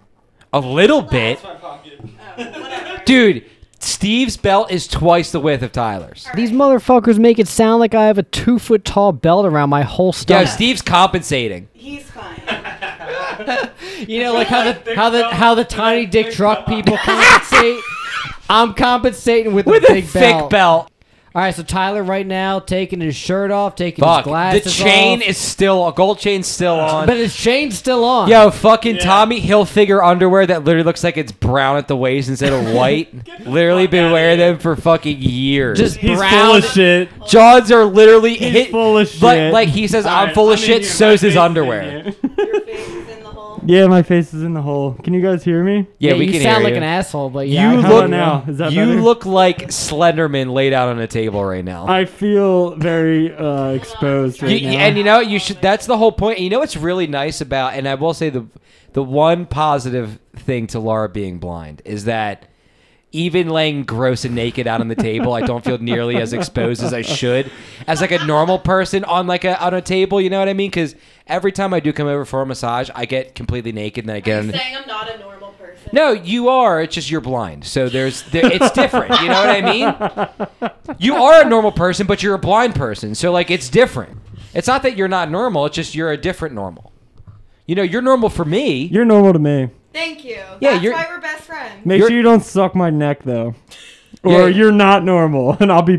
[SPEAKER 2] A little bit,
[SPEAKER 3] Oh, whatever.
[SPEAKER 2] dude. Steve's belt is twice the width of Tyler's.
[SPEAKER 1] These motherfuckers make it sound like I have a two foot tall belt around my whole
[SPEAKER 2] Yeah,
[SPEAKER 1] stomach.
[SPEAKER 2] Steve's compensating.
[SPEAKER 3] He's fine.
[SPEAKER 1] you know, like how the how the how the tiny dick truck people compensate. I'm compensating with,
[SPEAKER 2] with
[SPEAKER 1] a
[SPEAKER 2] a
[SPEAKER 1] big
[SPEAKER 2] thick
[SPEAKER 1] belt.
[SPEAKER 2] belt.
[SPEAKER 1] All right, so Tyler right now taking his shirt off, taking
[SPEAKER 2] Fuck.
[SPEAKER 1] his glasses
[SPEAKER 2] The chain
[SPEAKER 1] off.
[SPEAKER 2] is still a gold chain's still on.
[SPEAKER 1] but his chain's still on.
[SPEAKER 2] Yo, fucking Tommy Hilfiger underwear that literally looks like it's brown at the waist instead of white. literally
[SPEAKER 6] fuck
[SPEAKER 2] been
[SPEAKER 6] outta
[SPEAKER 2] wearing
[SPEAKER 6] here.
[SPEAKER 2] them for fucking years.
[SPEAKER 1] Just-
[SPEAKER 6] He's full
[SPEAKER 1] Brown-
[SPEAKER 6] of shit.
[SPEAKER 2] Johns are literally
[SPEAKER 6] He's
[SPEAKER 2] hit,
[SPEAKER 6] full of
[SPEAKER 2] Like,
[SPEAKER 6] shit.
[SPEAKER 2] like he says,
[SPEAKER 6] All
[SPEAKER 2] I'm
[SPEAKER 6] right,
[SPEAKER 2] full of
[SPEAKER 6] in
[SPEAKER 2] shit.
[SPEAKER 6] here.
[SPEAKER 2] So's
[SPEAKER 6] My
[SPEAKER 2] his
[SPEAKER 6] face is in
[SPEAKER 2] underwears.
[SPEAKER 6] here.
[SPEAKER 3] Your face is in the hole.
[SPEAKER 6] yeah, my face is in the hole. Can you guys hear me?
[SPEAKER 2] Yeah, we
[SPEAKER 1] you
[SPEAKER 2] can
[SPEAKER 1] sound
[SPEAKER 2] hear
[SPEAKER 1] like
[SPEAKER 2] you.
[SPEAKER 1] an asshole, but yeah,
[SPEAKER 2] you
[SPEAKER 1] I-
[SPEAKER 6] How
[SPEAKER 2] look
[SPEAKER 6] about now? Is that
[SPEAKER 2] you
[SPEAKER 6] better?
[SPEAKER 2] look like Slenderman laid out on a table right now.
[SPEAKER 6] I feel very uh, exposed
[SPEAKER 2] You-
[SPEAKER 6] right
[SPEAKER 2] you-
[SPEAKER 6] now.
[SPEAKER 2] and you know you should. That's the whole point. You know what's really nice about, and I will say the the one positive thing to Laura being blind is that even laying gross and naked out on the table, I don't feel nearly as exposed as I should as like a normal person on like a on a table. You know what I mean? Because every time I do come over for a massage, I get completely naked. And then I get on-
[SPEAKER 3] saying I'm not a normal person.
[SPEAKER 2] No, you are. It's just you're blind. So there's there, it's different. You know what I mean? You are a normal person, but you're a blind person. So like it's different. It's not that you're not normal. It's just you're a different normal. You know, you're normal for me.
[SPEAKER 6] You're normal to me.
[SPEAKER 3] Thank you.
[SPEAKER 2] Yeah,
[SPEAKER 3] That's
[SPEAKER 2] you're-
[SPEAKER 3] why we're best friends.
[SPEAKER 6] Make
[SPEAKER 2] You're-
[SPEAKER 6] sure you don't suck my neck though,
[SPEAKER 2] Yeah.
[SPEAKER 6] or you're not normal, and I'll be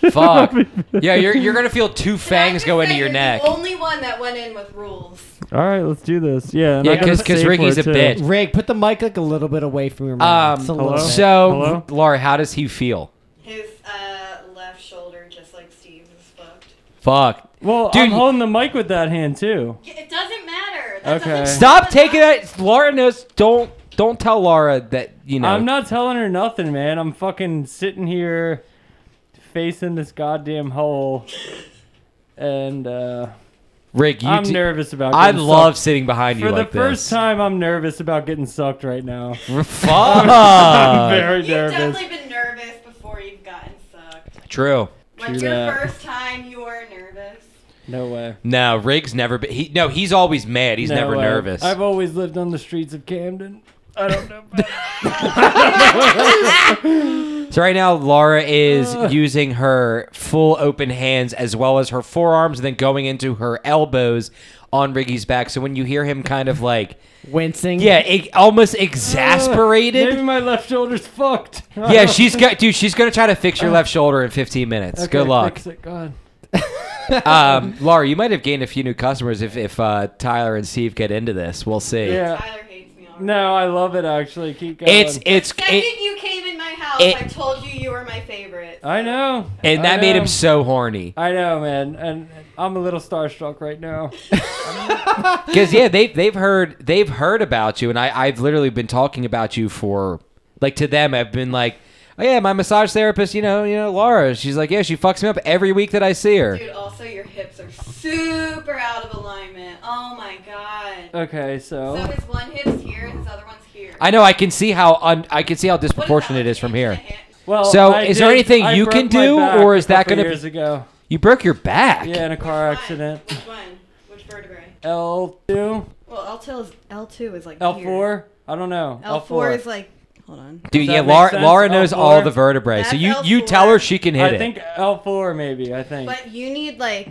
[SPEAKER 2] Fuck. yeah, you're you're gonna feel two
[SPEAKER 3] Can I
[SPEAKER 2] fangs
[SPEAKER 3] just
[SPEAKER 2] go
[SPEAKER 3] say
[SPEAKER 2] into your
[SPEAKER 3] you're
[SPEAKER 2] neck.
[SPEAKER 3] The only one that went in with rules.
[SPEAKER 6] All right, let's do this. Yeah, and
[SPEAKER 2] Yeah,
[SPEAKER 6] I got
[SPEAKER 2] 'cause-
[SPEAKER 6] a
[SPEAKER 2] 'cause
[SPEAKER 6] safe
[SPEAKER 2] Ricky's
[SPEAKER 6] word,
[SPEAKER 2] a
[SPEAKER 6] too.
[SPEAKER 2] bitch.
[SPEAKER 1] Rick, put the mic like a little bit away from your mouth.
[SPEAKER 2] Um,
[SPEAKER 1] Just a little
[SPEAKER 6] hello?
[SPEAKER 1] bit.
[SPEAKER 2] so
[SPEAKER 6] Hello?
[SPEAKER 2] Laura, how does he feel?
[SPEAKER 3] His uh, left shoulder, just like Steve's, is fucked.
[SPEAKER 2] Fuck.
[SPEAKER 6] Well,
[SPEAKER 2] Dude,
[SPEAKER 6] I'm
[SPEAKER 2] you-
[SPEAKER 6] holding the mic with that hand too.
[SPEAKER 3] It doesn't matter.
[SPEAKER 6] That Okay. doesn't-
[SPEAKER 2] Stop taking that. Laura knows. Don't don't tell Laura that you know.
[SPEAKER 6] I'm not telling her nothing, man. I'm fucking sitting here facing this goddamn hole, and uh,
[SPEAKER 2] Rick, you.
[SPEAKER 6] I'm
[SPEAKER 2] d-
[SPEAKER 6] nervous about.
[SPEAKER 2] I
[SPEAKER 6] getting
[SPEAKER 2] love
[SPEAKER 6] sucked.
[SPEAKER 2] sitting behind you
[SPEAKER 6] For
[SPEAKER 2] like
[SPEAKER 6] the first
[SPEAKER 2] this.
[SPEAKER 6] time, I'm nervous about getting sucked right now. I'm
[SPEAKER 2] Fuck.
[SPEAKER 6] very
[SPEAKER 3] You've
[SPEAKER 6] nervous.
[SPEAKER 3] definitely been nervous before you've gotten sucked.
[SPEAKER 2] True.
[SPEAKER 3] When
[SPEAKER 6] True
[SPEAKER 3] it's
[SPEAKER 6] that.
[SPEAKER 3] your first time, you are nervous.
[SPEAKER 6] No way.
[SPEAKER 2] No, Riggs never. Be, he, no, he's always mad. He's
[SPEAKER 6] No
[SPEAKER 2] never
[SPEAKER 6] way.
[SPEAKER 2] nervous.
[SPEAKER 6] I've always lived on the streets of Camden. I don't know.
[SPEAKER 2] so right now, Laura is using her full open hands as well as her forearms, and then going into her elbows on Riggy's back. So when you hear him, kind of like,
[SPEAKER 1] Wincing.
[SPEAKER 2] yeah, e- almost
[SPEAKER 6] Maybe
[SPEAKER 2] exasperated.
[SPEAKER 6] my left shoulder's fucked.
[SPEAKER 2] Yeah, she's got, dude. She's gonna try to fix your left shoulder in 15 minutes.
[SPEAKER 6] Okay,
[SPEAKER 2] Good luck,
[SPEAKER 6] Fix it. God.
[SPEAKER 2] um, Laura. You might have gained a few new customers if, if uh, Tyler and Steve get into this. We'll see.
[SPEAKER 6] Yeah.
[SPEAKER 3] Tyler hates me already.
[SPEAKER 6] No, I love it actually. Keep going.
[SPEAKER 2] It's it's
[SPEAKER 3] The second
[SPEAKER 2] it,
[SPEAKER 3] you came in my house,
[SPEAKER 2] it-
[SPEAKER 3] I told you you were my favorite.
[SPEAKER 6] I know. I
[SPEAKER 2] and that made
[SPEAKER 6] know.
[SPEAKER 2] him so horny.
[SPEAKER 6] I know, man, and I'm a little starstruck right now.
[SPEAKER 2] Because yeah, they've they've heard they've heard about you, and I I've literally been talking about you for like to them. I've been like, oh yeah, my massage therapist, you know, you know, Laura. She's like, yeah, she fucks me up every week that I see her.
[SPEAKER 3] Dude, also your hips are super out of alignment. Oh my god.
[SPEAKER 6] Okay, so
[SPEAKER 3] So his one hip's here and his other one's here.
[SPEAKER 2] I know. I can see how un- I can see how
[SPEAKER 3] What is
[SPEAKER 2] disproportionate
[SPEAKER 3] that?
[SPEAKER 2] it is from here.
[SPEAKER 3] Hand to hand?
[SPEAKER 6] well.
[SPEAKER 2] So,
[SPEAKER 6] I
[SPEAKER 2] is there
[SPEAKER 6] did-
[SPEAKER 2] anything
[SPEAKER 6] I
[SPEAKER 2] you
[SPEAKER 6] broke
[SPEAKER 2] can
[SPEAKER 6] my
[SPEAKER 2] do,
[SPEAKER 6] back
[SPEAKER 2] or is
[SPEAKER 6] a
[SPEAKER 2] that
[SPEAKER 6] couple
[SPEAKER 2] gonna be-
[SPEAKER 6] years ago?
[SPEAKER 2] You broke your back.
[SPEAKER 6] Yeah, in a car
[SPEAKER 3] Which one?
[SPEAKER 6] accident.
[SPEAKER 3] Which one? Which vertebrae?
[SPEAKER 6] L two,
[SPEAKER 3] Well, L2 is, L2 is like
[SPEAKER 6] L four. I don't know.
[SPEAKER 3] L four is like. Hold on.
[SPEAKER 2] Dude, yeah,
[SPEAKER 6] Does that make
[SPEAKER 2] Laura,
[SPEAKER 6] sense?
[SPEAKER 2] Laura knows
[SPEAKER 6] L4?
[SPEAKER 2] all the vertebrae, so
[SPEAKER 3] That's
[SPEAKER 2] you you
[SPEAKER 3] L4.
[SPEAKER 2] tell her she can hit
[SPEAKER 6] I
[SPEAKER 2] it.
[SPEAKER 6] think L four maybe. I think.
[SPEAKER 3] But you need like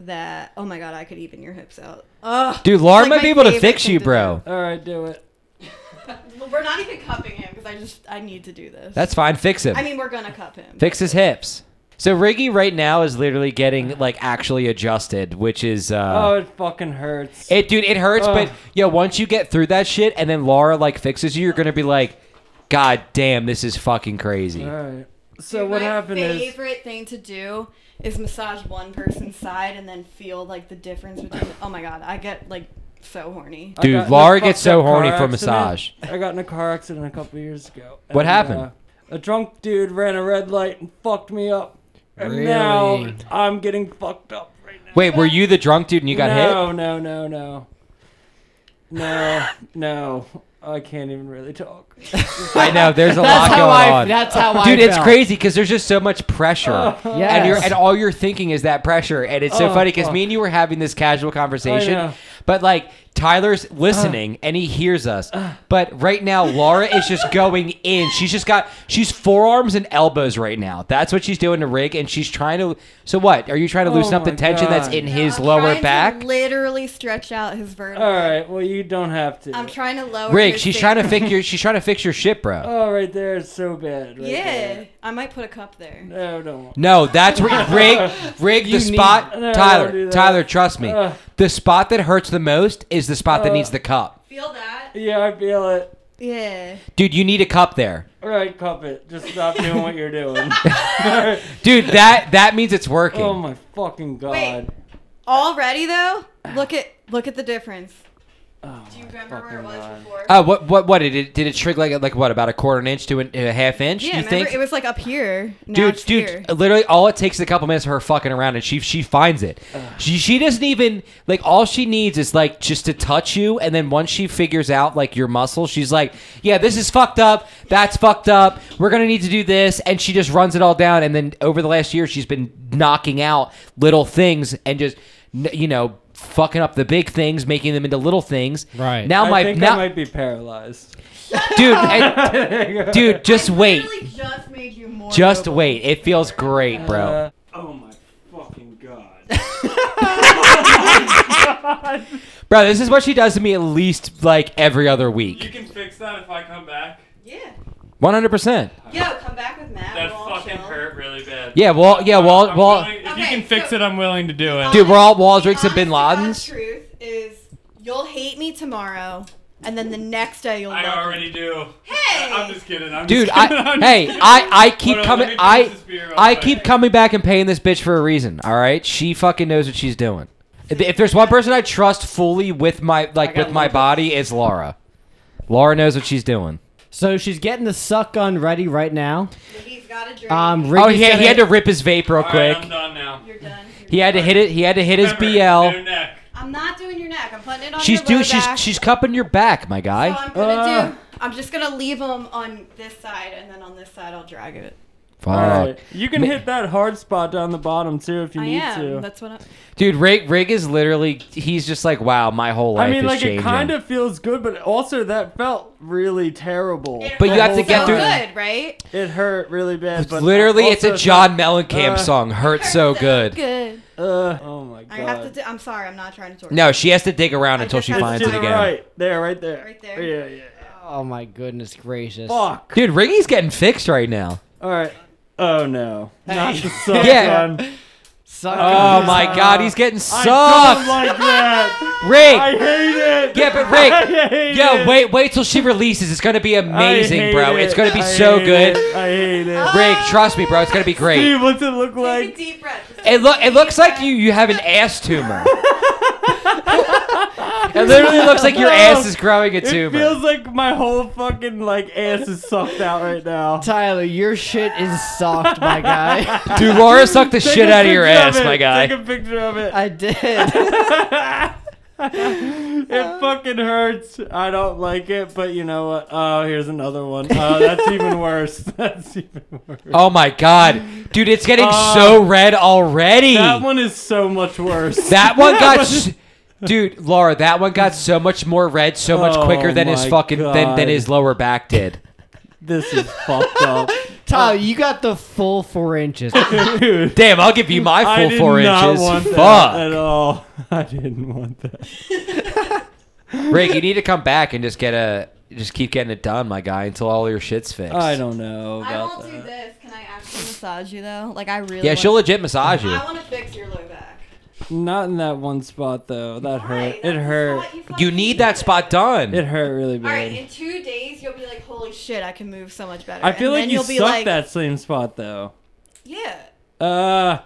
[SPEAKER 3] that. Oh my god, I could even your hips out. Ugh.
[SPEAKER 2] Dude, Laura
[SPEAKER 3] It's like
[SPEAKER 2] might
[SPEAKER 3] my
[SPEAKER 2] be able to
[SPEAKER 3] favorite
[SPEAKER 2] fix
[SPEAKER 3] thing
[SPEAKER 2] you,
[SPEAKER 3] to
[SPEAKER 2] bro.
[SPEAKER 6] All right, do it.
[SPEAKER 3] Well, we're not even cupping him because I just I need to do this.
[SPEAKER 2] That's fine. Fix him.
[SPEAKER 3] I mean, we're gonna cup him.
[SPEAKER 2] Fix his hips. So Riggy right now is literally getting like actually adjusted, which is uh,
[SPEAKER 6] Oh, it fucking hurts.
[SPEAKER 2] It, dude, it hurts, but
[SPEAKER 6] Ugh.
[SPEAKER 2] yo, once you get through that shit, and then Laura like fixes you, you're gonna be like, God damn, this is fucking crazy.
[SPEAKER 6] All right. So
[SPEAKER 3] Dude,
[SPEAKER 6] what
[SPEAKER 3] my
[SPEAKER 6] happened is
[SPEAKER 3] favorite thing to do is massage one person's side and then feel like the difference between. Oh my god, I get like so horny.
[SPEAKER 6] I
[SPEAKER 2] Dude,
[SPEAKER 6] got in a
[SPEAKER 2] Laura gets
[SPEAKER 6] fucked
[SPEAKER 2] so
[SPEAKER 6] up car
[SPEAKER 2] horny for
[SPEAKER 6] accident.
[SPEAKER 2] massage.
[SPEAKER 6] I got in a car accident a couple years ago.
[SPEAKER 2] What
[SPEAKER 6] and,
[SPEAKER 2] happened?
[SPEAKER 6] uh, a drunk dude ran a red light and fucked me up, and now
[SPEAKER 1] Really?
[SPEAKER 6] I'm getting fucked up right now.
[SPEAKER 2] Wait, were you the drunk dude and you got
[SPEAKER 6] no,
[SPEAKER 2] hit?
[SPEAKER 6] No, no, no, no, no. I can't even really talk.
[SPEAKER 2] I know. There's a lot
[SPEAKER 1] That's
[SPEAKER 2] going
[SPEAKER 1] how I.
[SPEAKER 2] on,
[SPEAKER 1] That's how I.
[SPEAKER 2] dude. It's
[SPEAKER 1] felt.
[SPEAKER 2] crazy because there's just so much pressure,
[SPEAKER 1] Yes.
[SPEAKER 2] and you're and all you're thinking is that pressure, and it's so
[SPEAKER 6] Oh,
[SPEAKER 2] funny because
[SPEAKER 6] fuck.
[SPEAKER 2] me and you were having this casual
[SPEAKER 6] I
[SPEAKER 2] conversation,
[SPEAKER 6] know. Uh.
[SPEAKER 2] but like, Tyler's listening and he hears us. But right now, Laura is just going in. She's just got she's forearms and elbows right now. That's what she's doing to Rick, and she's trying to. So what? Are you trying to loosen up the
[SPEAKER 6] Oh my
[SPEAKER 2] tension that's
[SPEAKER 6] God.
[SPEAKER 2] in his
[SPEAKER 3] I'm trying
[SPEAKER 2] lower
[SPEAKER 3] to
[SPEAKER 2] back?
[SPEAKER 3] literally stretch out his vertebrae.
[SPEAKER 6] All right. Well, you don't have to.
[SPEAKER 3] I'm trying to lower.
[SPEAKER 2] Rick,
[SPEAKER 3] his
[SPEAKER 2] she's trying to
[SPEAKER 3] finger.
[SPEAKER 2] fix your she's trying to fix your shit, bro.
[SPEAKER 6] Oh, right there. It's so bad. Right
[SPEAKER 3] Yeah,
[SPEAKER 6] There.
[SPEAKER 3] I might put a cup there.
[SPEAKER 6] No, don't.
[SPEAKER 2] No, that's where Rig, Rig, the spot,
[SPEAKER 6] No, don't do
[SPEAKER 2] Tyler,
[SPEAKER 6] that.
[SPEAKER 2] Tyler, trust me,
[SPEAKER 6] Ugh.
[SPEAKER 2] the spot that hurts the most is the spot that
[SPEAKER 6] Uh.
[SPEAKER 2] needs the cup.
[SPEAKER 3] Feel that?
[SPEAKER 6] Yeah, I feel it.
[SPEAKER 3] Yeah.
[SPEAKER 2] Dude, you need a cup there.
[SPEAKER 6] All right, cup it. Just stop doing what you're doing.
[SPEAKER 2] Dude, that that means it's working.
[SPEAKER 6] oh my fucking god.
[SPEAKER 3] Wait. Already though, look at look at the difference.
[SPEAKER 6] Oh
[SPEAKER 3] Do you
[SPEAKER 6] my
[SPEAKER 3] remember where it
[SPEAKER 6] fucking
[SPEAKER 3] was
[SPEAKER 6] God.
[SPEAKER 3] before?
[SPEAKER 2] Uh, what what what did it did it shrink like like what about a quarter of an inch to an, a half inch?
[SPEAKER 3] yeah,
[SPEAKER 2] you
[SPEAKER 3] remember
[SPEAKER 2] think?
[SPEAKER 3] it was like up here. Now
[SPEAKER 2] dude,
[SPEAKER 3] it's
[SPEAKER 2] dude,
[SPEAKER 3] here.
[SPEAKER 2] literally all it takes is a couple minutes of her fucking around and she she finds it. She she doesn't even like all she needs is like just to touch you and then once she figures out like your muscle, she's like, "Yeah, this is fucked up. That's fucked up. We're going to need to do this." And she just runs it all down and then over the last year she's been knocking out little things and just n- you know Fucking up the big things, making them into little things.
[SPEAKER 1] Right.
[SPEAKER 2] now,
[SPEAKER 6] I
[SPEAKER 2] my
[SPEAKER 6] think
[SPEAKER 2] now,
[SPEAKER 6] I might be paralyzed.
[SPEAKER 2] dude, I- dude, just wait,
[SPEAKER 3] Just made you more.
[SPEAKER 2] just wait. It feels great, bro.
[SPEAKER 6] Uh, oh my fucking god.
[SPEAKER 2] Bro, this is what she does to me at least like every other
[SPEAKER 4] You
[SPEAKER 2] week.
[SPEAKER 4] can fix that if I come back.
[SPEAKER 3] Yeah.
[SPEAKER 2] 100%.
[SPEAKER 3] Yo, come back with Matt.
[SPEAKER 4] That
[SPEAKER 3] we'll all
[SPEAKER 4] fucking
[SPEAKER 3] chill.
[SPEAKER 4] hurt really bad.
[SPEAKER 2] Yeah, well, yeah, well,
[SPEAKER 4] I'm
[SPEAKER 2] well.
[SPEAKER 4] willing- if you
[SPEAKER 3] Okay,
[SPEAKER 4] can fix
[SPEAKER 3] so-
[SPEAKER 4] it, I'm willing to do it.
[SPEAKER 2] Dude, we're all
[SPEAKER 3] Honest-
[SPEAKER 2] Waldricks and Bin
[SPEAKER 3] the
[SPEAKER 2] Ladens.
[SPEAKER 3] honest to God Truth is, you'll hate me tomorrow, and then the next day you'll.
[SPEAKER 4] I
[SPEAKER 3] love me.
[SPEAKER 4] already do.
[SPEAKER 3] Hey.
[SPEAKER 4] I'm just kidding. I'm
[SPEAKER 2] Dude,
[SPEAKER 4] just
[SPEAKER 2] I,
[SPEAKER 4] kidding. I'm
[SPEAKER 2] hey,
[SPEAKER 4] just
[SPEAKER 2] I, I
[SPEAKER 4] kidding.
[SPEAKER 2] keep
[SPEAKER 4] Hold on, let
[SPEAKER 2] coming,
[SPEAKER 4] me finish
[SPEAKER 2] I,
[SPEAKER 4] this beer real
[SPEAKER 2] I
[SPEAKER 4] quick.
[SPEAKER 2] keep coming back and paying this bitch for a reason. All right, she fucking knows what she's doing. If if there's one person I trust fully with my like with my body, it's Laura. Laura knows what she's doing.
[SPEAKER 1] So she's getting the suck gun ready right now.
[SPEAKER 3] He's got a drink.
[SPEAKER 1] Um,
[SPEAKER 2] Oh,
[SPEAKER 1] Riggy's
[SPEAKER 2] he, he
[SPEAKER 1] gonna-
[SPEAKER 2] had to rip his vape real
[SPEAKER 4] All right,
[SPEAKER 2] quick.
[SPEAKER 4] I'm done now.
[SPEAKER 3] You're done. You're
[SPEAKER 2] He had to hit it. He had to hit his
[SPEAKER 4] Remember,
[SPEAKER 2] BL.
[SPEAKER 4] no neck.
[SPEAKER 3] I'm not doing your neck. I'm putting it on
[SPEAKER 2] She's
[SPEAKER 3] your low
[SPEAKER 2] dude. She's
[SPEAKER 3] back.
[SPEAKER 2] she's cupping your back, my guy.
[SPEAKER 3] So I'm gonna do. I'm just gonna leave them on this side, and then on this side I'll drag it.
[SPEAKER 2] Fuck.
[SPEAKER 6] All right. You can
[SPEAKER 2] Ma-
[SPEAKER 6] hit that hard spot down the bottom too if you
[SPEAKER 3] I
[SPEAKER 6] need
[SPEAKER 3] am.
[SPEAKER 6] to.
[SPEAKER 3] That's what I'm.
[SPEAKER 2] Dude, Rig Rig is literally he's just like, wow, my whole life
[SPEAKER 6] I mean,
[SPEAKER 2] is
[SPEAKER 6] like
[SPEAKER 2] changing.
[SPEAKER 6] it kind of feels good, but also that felt really terrible.
[SPEAKER 3] It
[SPEAKER 2] But you
[SPEAKER 3] hurts
[SPEAKER 2] have to get
[SPEAKER 3] so
[SPEAKER 2] through-
[SPEAKER 3] Good, right?
[SPEAKER 6] It hurt really bad. But
[SPEAKER 2] literally it's
[SPEAKER 6] also
[SPEAKER 2] a John Mellencamp
[SPEAKER 6] uh,
[SPEAKER 2] song, Hurts So Good.
[SPEAKER 3] Good.
[SPEAKER 6] Uh, oh my god.
[SPEAKER 3] I have to. Do, I'm sorry. I'm not trying to torture.
[SPEAKER 2] No, she has to dig around
[SPEAKER 3] I
[SPEAKER 2] until
[SPEAKER 3] just
[SPEAKER 2] she
[SPEAKER 6] It's
[SPEAKER 3] have
[SPEAKER 2] finds
[SPEAKER 3] to
[SPEAKER 6] just
[SPEAKER 2] it again.
[SPEAKER 6] Right there, right there.
[SPEAKER 3] Right there.
[SPEAKER 6] Yeah, yeah.
[SPEAKER 1] Oh my goodness gracious!
[SPEAKER 6] Fuck.
[SPEAKER 2] Dude, Riggy's getting fixed right now.
[SPEAKER 6] All right. Oh no. Not the suck
[SPEAKER 2] Yeah.
[SPEAKER 6] gun.
[SPEAKER 1] Suck
[SPEAKER 2] Oh
[SPEAKER 1] gun.
[SPEAKER 2] my
[SPEAKER 6] Uh,
[SPEAKER 2] god, he's getting
[SPEAKER 6] I don't
[SPEAKER 2] sucked.
[SPEAKER 6] like that. I
[SPEAKER 2] Rig.
[SPEAKER 6] hate it.
[SPEAKER 2] Yeah, but
[SPEAKER 6] I
[SPEAKER 2] Rig.
[SPEAKER 6] hate
[SPEAKER 2] Yo,
[SPEAKER 6] it.
[SPEAKER 2] wait, wait till she releases. It's gonna be
[SPEAKER 6] I
[SPEAKER 2] amazing,
[SPEAKER 6] hate
[SPEAKER 2] bro.
[SPEAKER 6] it.
[SPEAKER 2] It's gonna be
[SPEAKER 6] I
[SPEAKER 2] so
[SPEAKER 6] hate
[SPEAKER 2] good.
[SPEAKER 6] it. I hate it.
[SPEAKER 2] Rig, trust me, bro. It's gonna be great.
[SPEAKER 6] Dude, what's it look
[SPEAKER 3] Take a
[SPEAKER 6] like?
[SPEAKER 3] deep breath. Just
[SPEAKER 2] It
[SPEAKER 3] take a
[SPEAKER 2] look it
[SPEAKER 3] deep
[SPEAKER 2] looks like
[SPEAKER 3] breath.
[SPEAKER 2] you you have an ass tumor. it literally looks like your ass is growing a
[SPEAKER 6] It
[SPEAKER 2] tumor.
[SPEAKER 6] feels like my whole fucking like ass is sucked out right now.
[SPEAKER 1] Tyler, your shit is soft, my guy.
[SPEAKER 2] Dude, Laura sucked the
[SPEAKER 6] Take
[SPEAKER 2] shit
[SPEAKER 6] a
[SPEAKER 2] out of your
[SPEAKER 6] picture
[SPEAKER 2] ass,
[SPEAKER 6] it.
[SPEAKER 2] my guy.
[SPEAKER 6] Take a picture of it.
[SPEAKER 1] I did.
[SPEAKER 6] it fucking hurts. I don't like it, but you know what? Oh, here's another one. Oh, that's even worse. That's even worse.
[SPEAKER 2] oh my god. Dude, it's getting
[SPEAKER 6] Uh,
[SPEAKER 2] so red already.
[SPEAKER 6] That one is so much worse.
[SPEAKER 2] That one got
[SPEAKER 6] one
[SPEAKER 2] s- Dude, Laura, that one got so much more red so much
[SPEAKER 6] Oh
[SPEAKER 2] quicker than his
[SPEAKER 6] my
[SPEAKER 2] fucking than, than
[SPEAKER 6] God.
[SPEAKER 2] his lower back did.
[SPEAKER 6] this is fucked up.
[SPEAKER 1] Tyler, you got the full four inches.
[SPEAKER 6] Dude.
[SPEAKER 2] Damn, I'll give you my full
[SPEAKER 6] I did
[SPEAKER 2] four
[SPEAKER 6] not
[SPEAKER 2] inches.
[SPEAKER 6] want that at
[SPEAKER 2] Fuck.
[SPEAKER 6] all. I didn't want that.
[SPEAKER 2] Rick, you need to come back and just get a just keep getting it done, my guy, until all your shit's fixed.
[SPEAKER 6] I don't know
[SPEAKER 3] I
[SPEAKER 6] about
[SPEAKER 3] won't do
[SPEAKER 6] that.
[SPEAKER 3] this. Can I actually massage you though? Like I really.
[SPEAKER 2] Yeah,
[SPEAKER 3] want-
[SPEAKER 2] she'll legit massage you.
[SPEAKER 3] I want to fix your low back.
[SPEAKER 6] Not in that one spot though. That hurt.
[SPEAKER 3] Right,
[SPEAKER 6] It
[SPEAKER 3] that's the
[SPEAKER 6] hurt.
[SPEAKER 3] spot
[SPEAKER 2] You
[SPEAKER 3] fucking
[SPEAKER 2] need that spot done.
[SPEAKER 6] It hurt really
[SPEAKER 3] All right,
[SPEAKER 6] bad.
[SPEAKER 3] in two days you'll be like, holy shit, I can move so much better.
[SPEAKER 6] I
[SPEAKER 3] And
[SPEAKER 6] feel like
[SPEAKER 3] then
[SPEAKER 6] you
[SPEAKER 3] you'll
[SPEAKER 6] sucked
[SPEAKER 3] be like,
[SPEAKER 6] that same spot though.
[SPEAKER 3] Yeah.
[SPEAKER 6] Uh,
[SPEAKER 2] All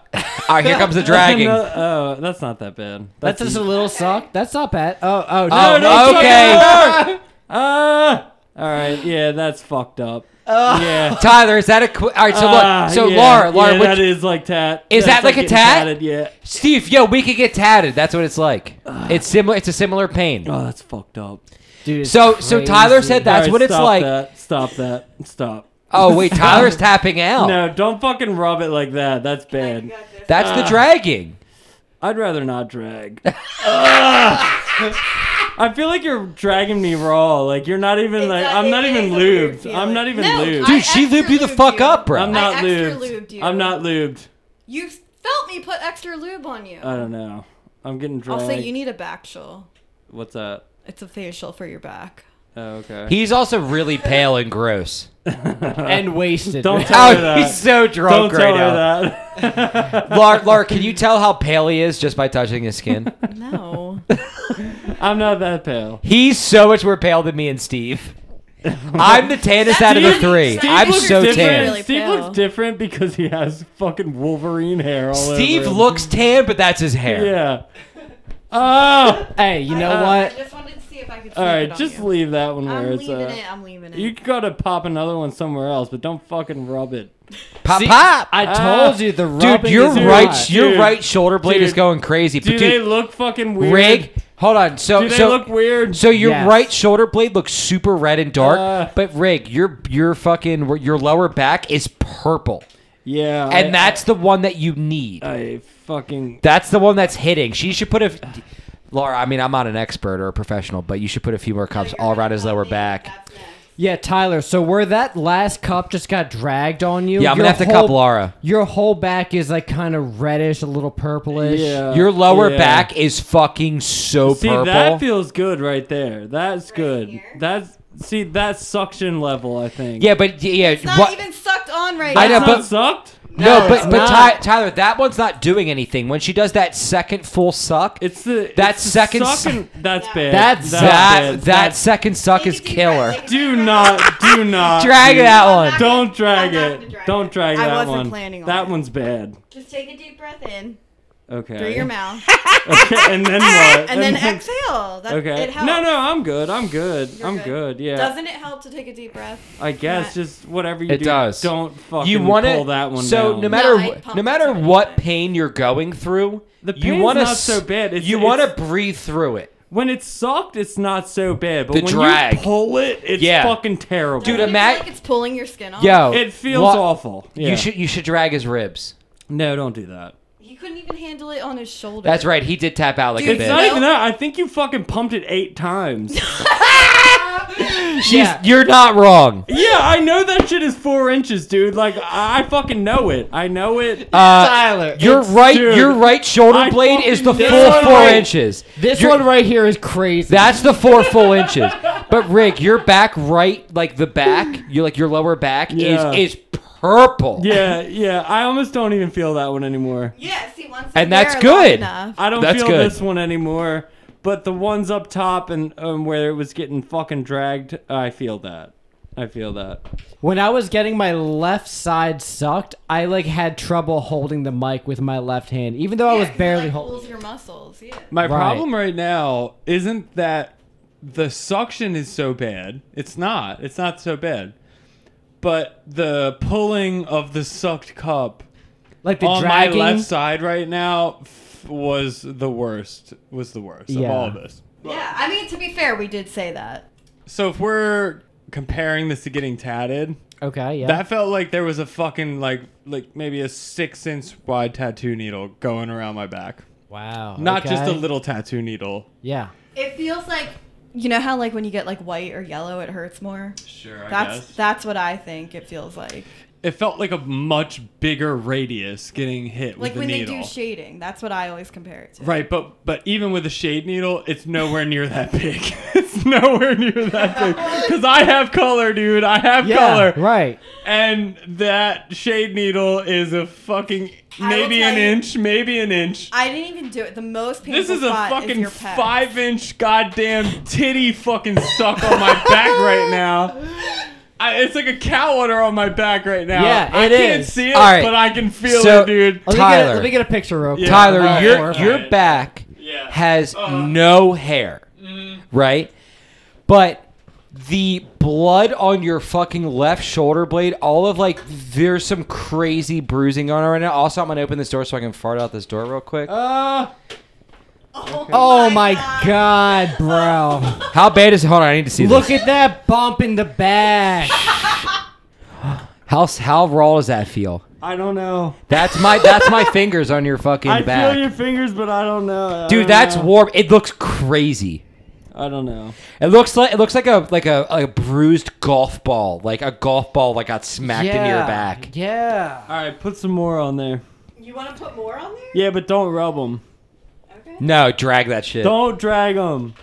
[SPEAKER 2] right, here comes the dragging.
[SPEAKER 6] no- oh, that's not that bad.
[SPEAKER 1] That's just a little suck. That's not bad. Oh, oh, no.
[SPEAKER 2] Oh,
[SPEAKER 6] no,
[SPEAKER 2] okay.
[SPEAKER 6] Uh, all right. Yeah, that's fucked up. yeah.
[SPEAKER 2] Tyler, is that a? Qu- all right, so
[SPEAKER 6] Ah,
[SPEAKER 2] look, so
[SPEAKER 6] yeah,
[SPEAKER 2] Laura, Laura,
[SPEAKER 6] yeah,
[SPEAKER 2] which-
[SPEAKER 6] that is like tat.
[SPEAKER 2] Is that
[SPEAKER 6] That's
[SPEAKER 2] like a
[SPEAKER 6] getting
[SPEAKER 2] tat?
[SPEAKER 6] Tatted, yeah.
[SPEAKER 2] Steve, yo, we could get tatted. That's what it's like. It's similar. It's a similar pain.
[SPEAKER 6] Ah. Oh, that's fucked up.
[SPEAKER 1] Dude, it's
[SPEAKER 2] So, so Tyler
[SPEAKER 1] crazy.
[SPEAKER 2] said that's
[SPEAKER 6] All right,
[SPEAKER 2] what it's
[SPEAKER 6] stop
[SPEAKER 2] like.
[SPEAKER 6] That. Stop that. Stop.
[SPEAKER 2] Oh wait, Tyler's tapping out.
[SPEAKER 6] No, don't fucking rub it like that. That's
[SPEAKER 3] You
[SPEAKER 6] bad.
[SPEAKER 3] got this.
[SPEAKER 6] Ah.
[SPEAKER 2] That's the dragging.
[SPEAKER 6] I'd rather not drag.
[SPEAKER 4] I feel like you're dragging me raw. Like you're not even
[SPEAKER 7] It
[SPEAKER 4] like
[SPEAKER 7] does-
[SPEAKER 4] I'm
[SPEAKER 7] it-
[SPEAKER 4] not
[SPEAKER 7] it
[SPEAKER 4] even
[SPEAKER 7] is a weird
[SPEAKER 4] lubed. I'm not even
[SPEAKER 7] No,
[SPEAKER 4] lubed.
[SPEAKER 7] I
[SPEAKER 2] Dude, she
[SPEAKER 7] extra
[SPEAKER 2] lubed you the
[SPEAKER 7] lubed
[SPEAKER 2] fuck
[SPEAKER 7] you.
[SPEAKER 2] up, bro.
[SPEAKER 4] I'm not
[SPEAKER 7] extra
[SPEAKER 4] lubed.
[SPEAKER 7] lubed you.
[SPEAKER 4] I'm not lubed.
[SPEAKER 7] You felt me put extra lube on you.
[SPEAKER 4] I don't know. I'm getting dragged.
[SPEAKER 3] Also, you need a back chill.
[SPEAKER 4] What's that?
[SPEAKER 3] It's a facial for your back.
[SPEAKER 4] Oh, okay.
[SPEAKER 2] He's also really pale and gross.
[SPEAKER 1] and wasted.
[SPEAKER 4] Don't tell her
[SPEAKER 2] Oh,
[SPEAKER 4] that.
[SPEAKER 2] he's so drunk
[SPEAKER 4] Don't tell
[SPEAKER 2] right
[SPEAKER 4] her
[SPEAKER 2] now.
[SPEAKER 4] that.
[SPEAKER 2] Laura, Laura, can you tell how pale he is just by touching his skin?
[SPEAKER 3] No.
[SPEAKER 4] I'm not that pale.
[SPEAKER 2] He's so much more pale than me and Steve. I'm the tannest out of the
[SPEAKER 4] Steve-
[SPEAKER 2] three.
[SPEAKER 7] Steve
[SPEAKER 2] I'm
[SPEAKER 7] looks
[SPEAKER 2] so
[SPEAKER 7] different.
[SPEAKER 2] tan.
[SPEAKER 7] Really
[SPEAKER 4] Steve
[SPEAKER 3] pale.
[SPEAKER 4] looks different because he has fucking Wolverine hair all over.
[SPEAKER 2] Steve
[SPEAKER 4] him.
[SPEAKER 2] looks tan, but that's his hair.
[SPEAKER 4] Yeah. Oh.
[SPEAKER 1] Hey, you know
[SPEAKER 3] I
[SPEAKER 1] what?
[SPEAKER 3] just wanted to see if I could.
[SPEAKER 4] All
[SPEAKER 3] sneak it
[SPEAKER 4] right,
[SPEAKER 3] on
[SPEAKER 4] just
[SPEAKER 3] you.
[SPEAKER 4] leave that one
[SPEAKER 3] I'm
[SPEAKER 4] where it's
[SPEAKER 3] leaving
[SPEAKER 4] uh,
[SPEAKER 3] it. I'm leaving it.
[SPEAKER 4] You gotta pop another one somewhere else, but don't fucking rub it.
[SPEAKER 2] Pop,
[SPEAKER 1] See,
[SPEAKER 2] pop.
[SPEAKER 1] I
[SPEAKER 4] Ah.
[SPEAKER 1] told you the
[SPEAKER 2] dude,
[SPEAKER 1] rubbing
[SPEAKER 2] your
[SPEAKER 1] is
[SPEAKER 2] right,
[SPEAKER 1] hot.
[SPEAKER 2] your
[SPEAKER 4] Dude.
[SPEAKER 2] right shoulder blade is
[SPEAKER 4] Dude.
[SPEAKER 2] going crazy.
[SPEAKER 4] Do
[SPEAKER 2] but
[SPEAKER 4] they
[SPEAKER 2] dude,
[SPEAKER 4] look fucking weird?
[SPEAKER 2] rig. Hold on. So,
[SPEAKER 4] Do they
[SPEAKER 2] so,
[SPEAKER 4] look weird?
[SPEAKER 2] so your
[SPEAKER 1] Yes.
[SPEAKER 2] right shoulder blade looks super red and dark,
[SPEAKER 4] Uh.
[SPEAKER 2] but rig, your your fucking your lower back is purple,
[SPEAKER 4] yeah. I-
[SPEAKER 2] and that's the one that you need.
[SPEAKER 4] I fucking
[SPEAKER 2] That's the one that's hitting. She should put a. Laura, I mean, I'm not an expert or a professional, but you should put a few more cups all around his lower back.
[SPEAKER 1] Yeah, Tyler. So where that last cup just got dragged on you?
[SPEAKER 2] Yeah, I'm
[SPEAKER 1] your
[SPEAKER 2] gonna have to
[SPEAKER 1] whole-
[SPEAKER 2] cup Laura.
[SPEAKER 1] Your whole back is like kind of reddish, a little purplish.
[SPEAKER 4] yeah.
[SPEAKER 2] Your lower
[SPEAKER 4] yeah.
[SPEAKER 2] back is fucking so
[SPEAKER 4] See,
[SPEAKER 2] purple.
[SPEAKER 4] that feels good right there. That's good.
[SPEAKER 7] here.
[SPEAKER 4] That's see that suction level. I think.
[SPEAKER 2] yeah, but yeah,
[SPEAKER 7] It's not
[SPEAKER 2] what?
[SPEAKER 7] even sucked on right
[SPEAKER 2] I
[SPEAKER 7] now.
[SPEAKER 2] know,
[SPEAKER 4] That's
[SPEAKER 2] but-
[SPEAKER 4] not sucked.
[SPEAKER 2] no,
[SPEAKER 1] No,
[SPEAKER 2] but
[SPEAKER 1] it's
[SPEAKER 2] but
[SPEAKER 1] not.
[SPEAKER 2] Ty, Tyler, that one's not doing anything. When she does that second full suck,
[SPEAKER 4] It's the it's
[SPEAKER 2] That
[SPEAKER 4] the
[SPEAKER 2] second s-
[SPEAKER 4] sucking. That's
[SPEAKER 7] No.
[SPEAKER 4] bad.
[SPEAKER 1] That's-
[SPEAKER 4] That's
[SPEAKER 2] that
[SPEAKER 4] bad.
[SPEAKER 2] that, second suck
[SPEAKER 7] Take
[SPEAKER 2] is
[SPEAKER 7] a deep
[SPEAKER 2] killer.
[SPEAKER 7] breath, take a
[SPEAKER 4] Do
[SPEAKER 7] deep breath.
[SPEAKER 4] not. Do not.
[SPEAKER 2] Drag
[SPEAKER 4] dude.
[SPEAKER 2] that one.
[SPEAKER 4] Don't drag
[SPEAKER 7] I'm not
[SPEAKER 4] it.
[SPEAKER 7] gonna drag
[SPEAKER 4] Don't
[SPEAKER 7] it.
[SPEAKER 4] drag
[SPEAKER 3] I
[SPEAKER 4] that
[SPEAKER 3] wasn't
[SPEAKER 4] one.
[SPEAKER 3] planning on
[SPEAKER 4] that
[SPEAKER 3] it.
[SPEAKER 4] one's bad.
[SPEAKER 7] Just take a deep breath in
[SPEAKER 4] Okay.
[SPEAKER 7] through your mouth
[SPEAKER 4] Okay, and then what?
[SPEAKER 7] and then exhale. That,
[SPEAKER 4] Okay.
[SPEAKER 7] It helps.
[SPEAKER 4] No, no, I'm good. I'm good.
[SPEAKER 7] You're
[SPEAKER 4] I'm good.
[SPEAKER 7] good.
[SPEAKER 4] Yeah.
[SPEAKER 3] Doesn't it help to take a deep breath?
[SPEAKER 4] I guess
[SPEAKER 3] Matt.
[SPEAKER 4] just whatever you
[SPEAKER 2] It
[SPEAKER 4] do,
[SPEAKER 2] does.
[SPEAKER 4] don't fucking
[SPEAKER 2] you want
[SPEAKER 4] pull
[SPEAKER 2] to
[SPEAKER 4] that one
[SPEAKER 2] so
[SPEAKER 4] down.
[SPEAKER 2] no matter
[SPEAKER 3] No, I
[SPEAKER 2] wh-
[SPEAKER 3] pumped
[SPEAKER 2] no
[SPEAKER 3] it
[SPEAKER 2] matter
[SPEAKER 3] so many
[SPEAKER 2] what
[SPEAKER 3] times.
[SPEAKER 2] pain you're going through,
[SPEAKER 4] the
[SPEAKER 2] you
[SPEAKER 4] pain's
[SPEAKER 2] want to
[SPEAKER 4] not so bad. It's,
[SPEAKER 2] you
[SPEAKER 4] it's-
[SPEAKER 2] want to breathe through it.
[SPEAKER 4] when it's sucked, it's not so bad. But
[SPEAKER 2] The
[SPEAKER 4] when
[SPEAKER 2] drag.
[SPEAKER 4] you pull it, it's
[SPEAKER 2] Yeah.
[SPEAKER 4] fucking terrible.
[SPEAKER 2] Dude,
[SPEAKER 3] Doesn't it feel
[SPEAKER 2] Matt-
[SPEAKER 3] like it's pulling your skin off.
[SPEAKER 2] Yo,
[SPEAKER 4] Oh, it feels
[SPEAKER 2] what-
[SPEAKER 4] awful. Yeah.
[SPEAKER 2] You should you should drag his ribs.
[SPEAKER 4] no, don't do that.
[SPEAKER 3] He couldn't even handle it on his shoulder.
[SPEAKER 2] That's right. He did tap out like
[SPEAKER 3] Dude,
[SPEAKER 2] a
[SPEAKER 4] It's
[SPEAKER 2] bitch.
[SPEAKER 4] not
[SPEAKER 3] No.
[SPEAKER 4] even that. I think you fucking pumped it eight times.
[SPEAKER 2] She's, You're not wrong.
[SPEAKER 4] yeah, I know that shit is four inches, dude. Like I I fucking know it. I know it.
[SPEAKER 2] Uh,
[SPEAKER 1] Tyler.
[SPEAKER 2] your
[SPEAKER 4] It's-
[SPEAKER 2] right
[SPEAKER 4] dude,
[SPEAKER 2] your right shoulder
[SPEAKER 4] I
[SPEAKER 2] blade is the
[SPEAKER 4] fucking
[SPEAKER 2] full
[SPEAKER 4] know.
[SPEAKER 2] four
[SPEAKER 4] Right.
[SPEAKER 2] inches.
[SPEAKER 1] This
[SPEAKER 2] You're-
[SPEAKER 1] one right here is crazy.
[SPEAKER 2] That's the four full inches. But Rick, your back right, like the back, you like your lower back
[SPEAKER 4] Yeah.
[SPEAKER 2] is is purple.
[SPEAKER 4] yeah, yeah. I almost don't even feel that one anymore.
[SPEAKER 7] Yeah, see, once
[SPEAKER 2] And
[SPEAKER 7] they're
[SPEAKER 2] that's
[SPEAKER 7] long
[SPEAKER 2] good.
[SPEAKER 7] enough.
[SPEAKER 4] I don't
[SPEAKER 2] That's
[SPEAKER 4] feel
[SPEAKER 2] good.
[SPEAKER 4] this one anymore. But the ones up top and um, where it was getting fucking dragged, I feel that. I feel that.
[SPEAKER 1] when I was getting my left side sucked, I like had trouble holding the mic with my left hand, even though I was
[SPEAKER 7] Yeah, 'cause it,
[SPEAKER 1] barely
[SPEAKER 7] like,
[SPEAKER 1] holding.
[SPEAKER 7] Pulls your muscles. Yeah.
[SPEAKER 6] My
[SPEAKER 1] Right.
[SPEAKER 6] problem right now isn't that the suction is so bad. It's not. It's not so bad. But the pulling of the sucked cup
[SPEAKER 1] Like the
[SPEAKER 6] on
[SPEAKER 1] dragging.
[SPEAKER 6] my left side right now f- was the worst. Was the worst
[SPEAKER 1] Yeah.
[SPEAKER 6] of all this.
[SPEAKER 7] Yeah, I mean, to be fair, we did say that.
[SPEAKER 6] So if we're comparing this to getting tatted,
[SPEAKER 1] Okay, yeah.
[SPEAKER 6] that felt like there was a fucking like like maybe a six inch wide tattoo needle going around my back.
[SPEAKER 1] wow.
[SPEAKER 6] Not just a
[SPEAKER 1] okay.
[SPEAKER 6] little tattoo needle.
[SPEAKER 1] Yeah.
[SPEAKER 7] It feels like
[SPEAKER 3] You know how like when you get like white or yellow, it hurts more.
[SPEAKER 6] Sure, I
[SPEAKER 3] That's that's what I think it feels like.
[SPEAKER 6] it felt like a much bigger radius getting hit
[SPEAKER 3] Like
[SPEAKER 6] with the
[SPEAKER 3] when
[SPEAKER 6] needle.
[SPEAKER 3] they do shading, that's what I always compare it to.
[SPEAKER 6] right, but but even with a shade needle, it's nowhere near that big. it's nowhere near that big because I have color, dude. I have color,
[SPEAKER 1] Right.
[SPEAKER 6] and that shade needle is a fucking
[SPEAKER 3] I will
[SPEAKER 6] maybe an
[SPEAKER 3] tell you-
[SPEAKER 6] inch, maybe an inch.
[SPEAKER 3] I didn't even do it. The most painful
[SPEAKER 6] This is a
[SPEAKER 3] spot
[SPEAKER 6] fucking
[SPEAKER 3] your pec.
[SPEAKER 6] five inch goddamn titty fucking suck on my back right now. I, it's like a cow udder on my back right now.
[SPEAKER 1] Yeah,
[SPEAKER 6] I
[SPEAKER 1] it
[SPEAKER 6] can't
[SPEAKER 1] is.
[SPEAKER 6] see it,
[SPEAKER 2] All right.
[SPEAKER 6] but I can feel
[SPEAKER 2] So-
[SPEAKER 6] it, dude.
[SPEAKER 1] Let me, get a,
[SPEAKER 2] Tyler.
[SPEAKER 1] let me get a picture real quick.
[SPEAKER 6] Yeah.
[SPEAKER 2] Tyler,
[SPEAKER 6] Alright,
[SPEAKER 2] your
[SPEAKER 6] alright.
[SPEAKER 2] your back
[SPEAKER 6] Yeah.
[SPEAKER 2] has
[SPEAKER 6] Uh-huh. Mm-hmm.
[SPEAKER 2] no hair, right? But the blood on your fucking left shoulder blade, all of like, there's some crazy bruising on it right now. Also, I'm gonna open this door so I can fart out this door real quick.
[SPEAKER 4] Uh,
[SPEAKER 1] Oh my god, bro.
[SPEAKER 2] How bad is it? Hold on, I need to see
[SPEAKER 1] Look
[SPEAKER 2] this.
[SPEAKER 1] at that bump in the back.
[SPEAKER 2] How how raw does that feel?
[SPEAKER 4] I don't know.
[SPEAKER 2] That's my that's my fingers on your fucking
[SPEAKER 4] I
[SPEAKER 2] back,
[SPEAKER 4] feel your fingers, but I don't know. I
[SPEAKER 2] dude.
[SPEAKER 4] don't
[SPEAKER 2] That's
[SPEAKER 4] know.
[SPEAKER 2] warm. It looks crazy.
[SPEAKER 4] I don't know.
[SPEAKER 2] It looks like it looks like a like a, like a bruised golf ball, like a golf ball that got smacked into your back.
[SPEAKER 1] Yeah.
[SPEAKER 4] All right, put some more on there.
[SPEAKER 3] You want to put more on there?
[SPEAKER 4] Yeah, but don't rub them.
[SPEAKER 3] Okay.
[SPEAKER 2] No, drag that shit.
[SPEAKER 4] Don't drag them.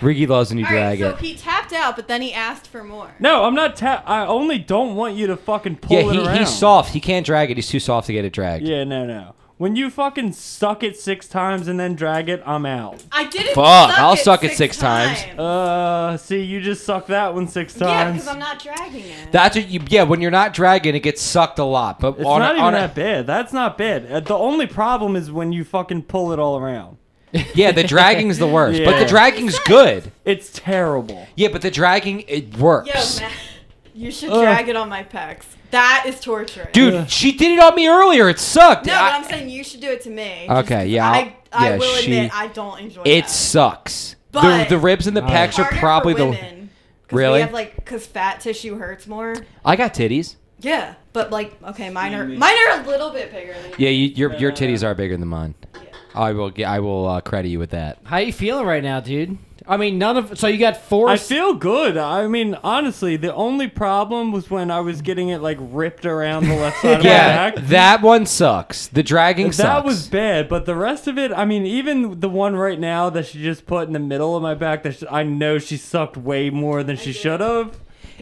[SPEAKER 2] Ricky loves when you
[SPEAKER 3] All right,
[SPEAKER 2] drag
[SPEAKER 3] so
[SPEAKER 2] it.
[SPEAKER 3] he tapped out, but then he asked for more.
[SPEAKER 4] No, I'm not. Ta- I only don't want you to fucking pull
[SPEAKER 2] yeah,
[SPEAKER 4] it around.
[SPEAKER 2] he, he's soft. He can't drag it. He's too soft to get it dragged.
[SPEAKER 4] Yeah, no, no. When you fucking suck it six times and then drag it, I'm out.
[SPEAKER 3] I didn't.
[SPEAKER 2] Fuck,
[SPEAKER 3] Suck
[SPEAKER 2] I'll
[SPEAKER 3] it
[SPEAKER 2] suck it
[SPEAKER 3] six
[SPEAKER 2] six times.
[SPEAKER 4] Uh, see, you just suck that one six
[SPEAKER 3] Yeah,
[SPEAKER 4] times.
[SPEAKER 3] because I'm not dragging it.
[SPEAKER 2] That's what you. Yeah, when you're not dragging, it gets sucked a lot. But
[SPEAKER 4] it's
[SPEAKER 2] on, a-
[SPEAKER 4] not even
[SPEAKER 2] on a-
[SPEAKER 4] that bad. That's not bad. Uh, The only problem is when you fucking pull it all around.
[SPEAKER 2] yeah, the dragging's the worst. But
[SPEAKER 4] Yeah.
[SPEAKER 2] the dragging's good.
[SPEAKER 4] It's terrible.
[SPEAKER 2] Yeah, but the dragging it
[SPEAKER 3] Yo,
[SPEAKER 2] works.
[SPEAKER 3] Matt, you should
[SPEAKER 2] Uh.
[SPEAKER 3] drag it on my pecs. That is torture.
[SPEAKER 2] Dude, she did it on me earlier. It sucked.
[SPEAKER 3] No,
[SPEAKER 2] I-
[SPEAKER 3] but I'm saying you should do it to me. just
[SPEAKER 2] Okay,
[SPEAKER 3] 'cause
[SPEAKER 2] yeah, I'll-
[SPEAKER 3] I, I
[SPEAKER 2] yeah,
[SPEAKER 3] will
[SPEAKER 2] she-
[SPEAKER 3] admit I don't enjoy that.
[SPEAKER 2] it sucks.
[SPEAKER 3] But-
[SPEAKER 2] the, the ribs and the pecs are
[SPEAKER 3] Harder
[SPEAKER 2] probably
[SPEAKER 3] for
[SPEAKER 2] the.
[SPEAKER 3] women, 'cause
[SPEAKER 2] Really?
[SPEAKER 3] We have like because fat tissue hurts more.
[SPEAKER 2] I got titties.
[SPEAKER 3] Yeah, but like okay, mine are mine are a little bit bigger. Than
[SPEAKER 2] Yeah, you, your
[SPEAKER 4] Uh,
[SPEAKER 2] your titties are bigger than mine. I will ge- I will uh, credit you with that.
[SPEAKER 1] How you feeling right now, dude? I mean, none of. So you got four.
[SPEAKER 4] I feel good. I mean, honestly, the only problem was when I was getting it like ripped around the left side of
[SPEAKER 2] Yeah,
[SPEAKER 4] my back.
[SPEAKER 2] that one sucks. The dragging sucks.
[SPEAKER 4] That was bad, but the rest of it, I mean, even the one right now that she just put in the middle of my back, that she, I know she sucked way more than she should have.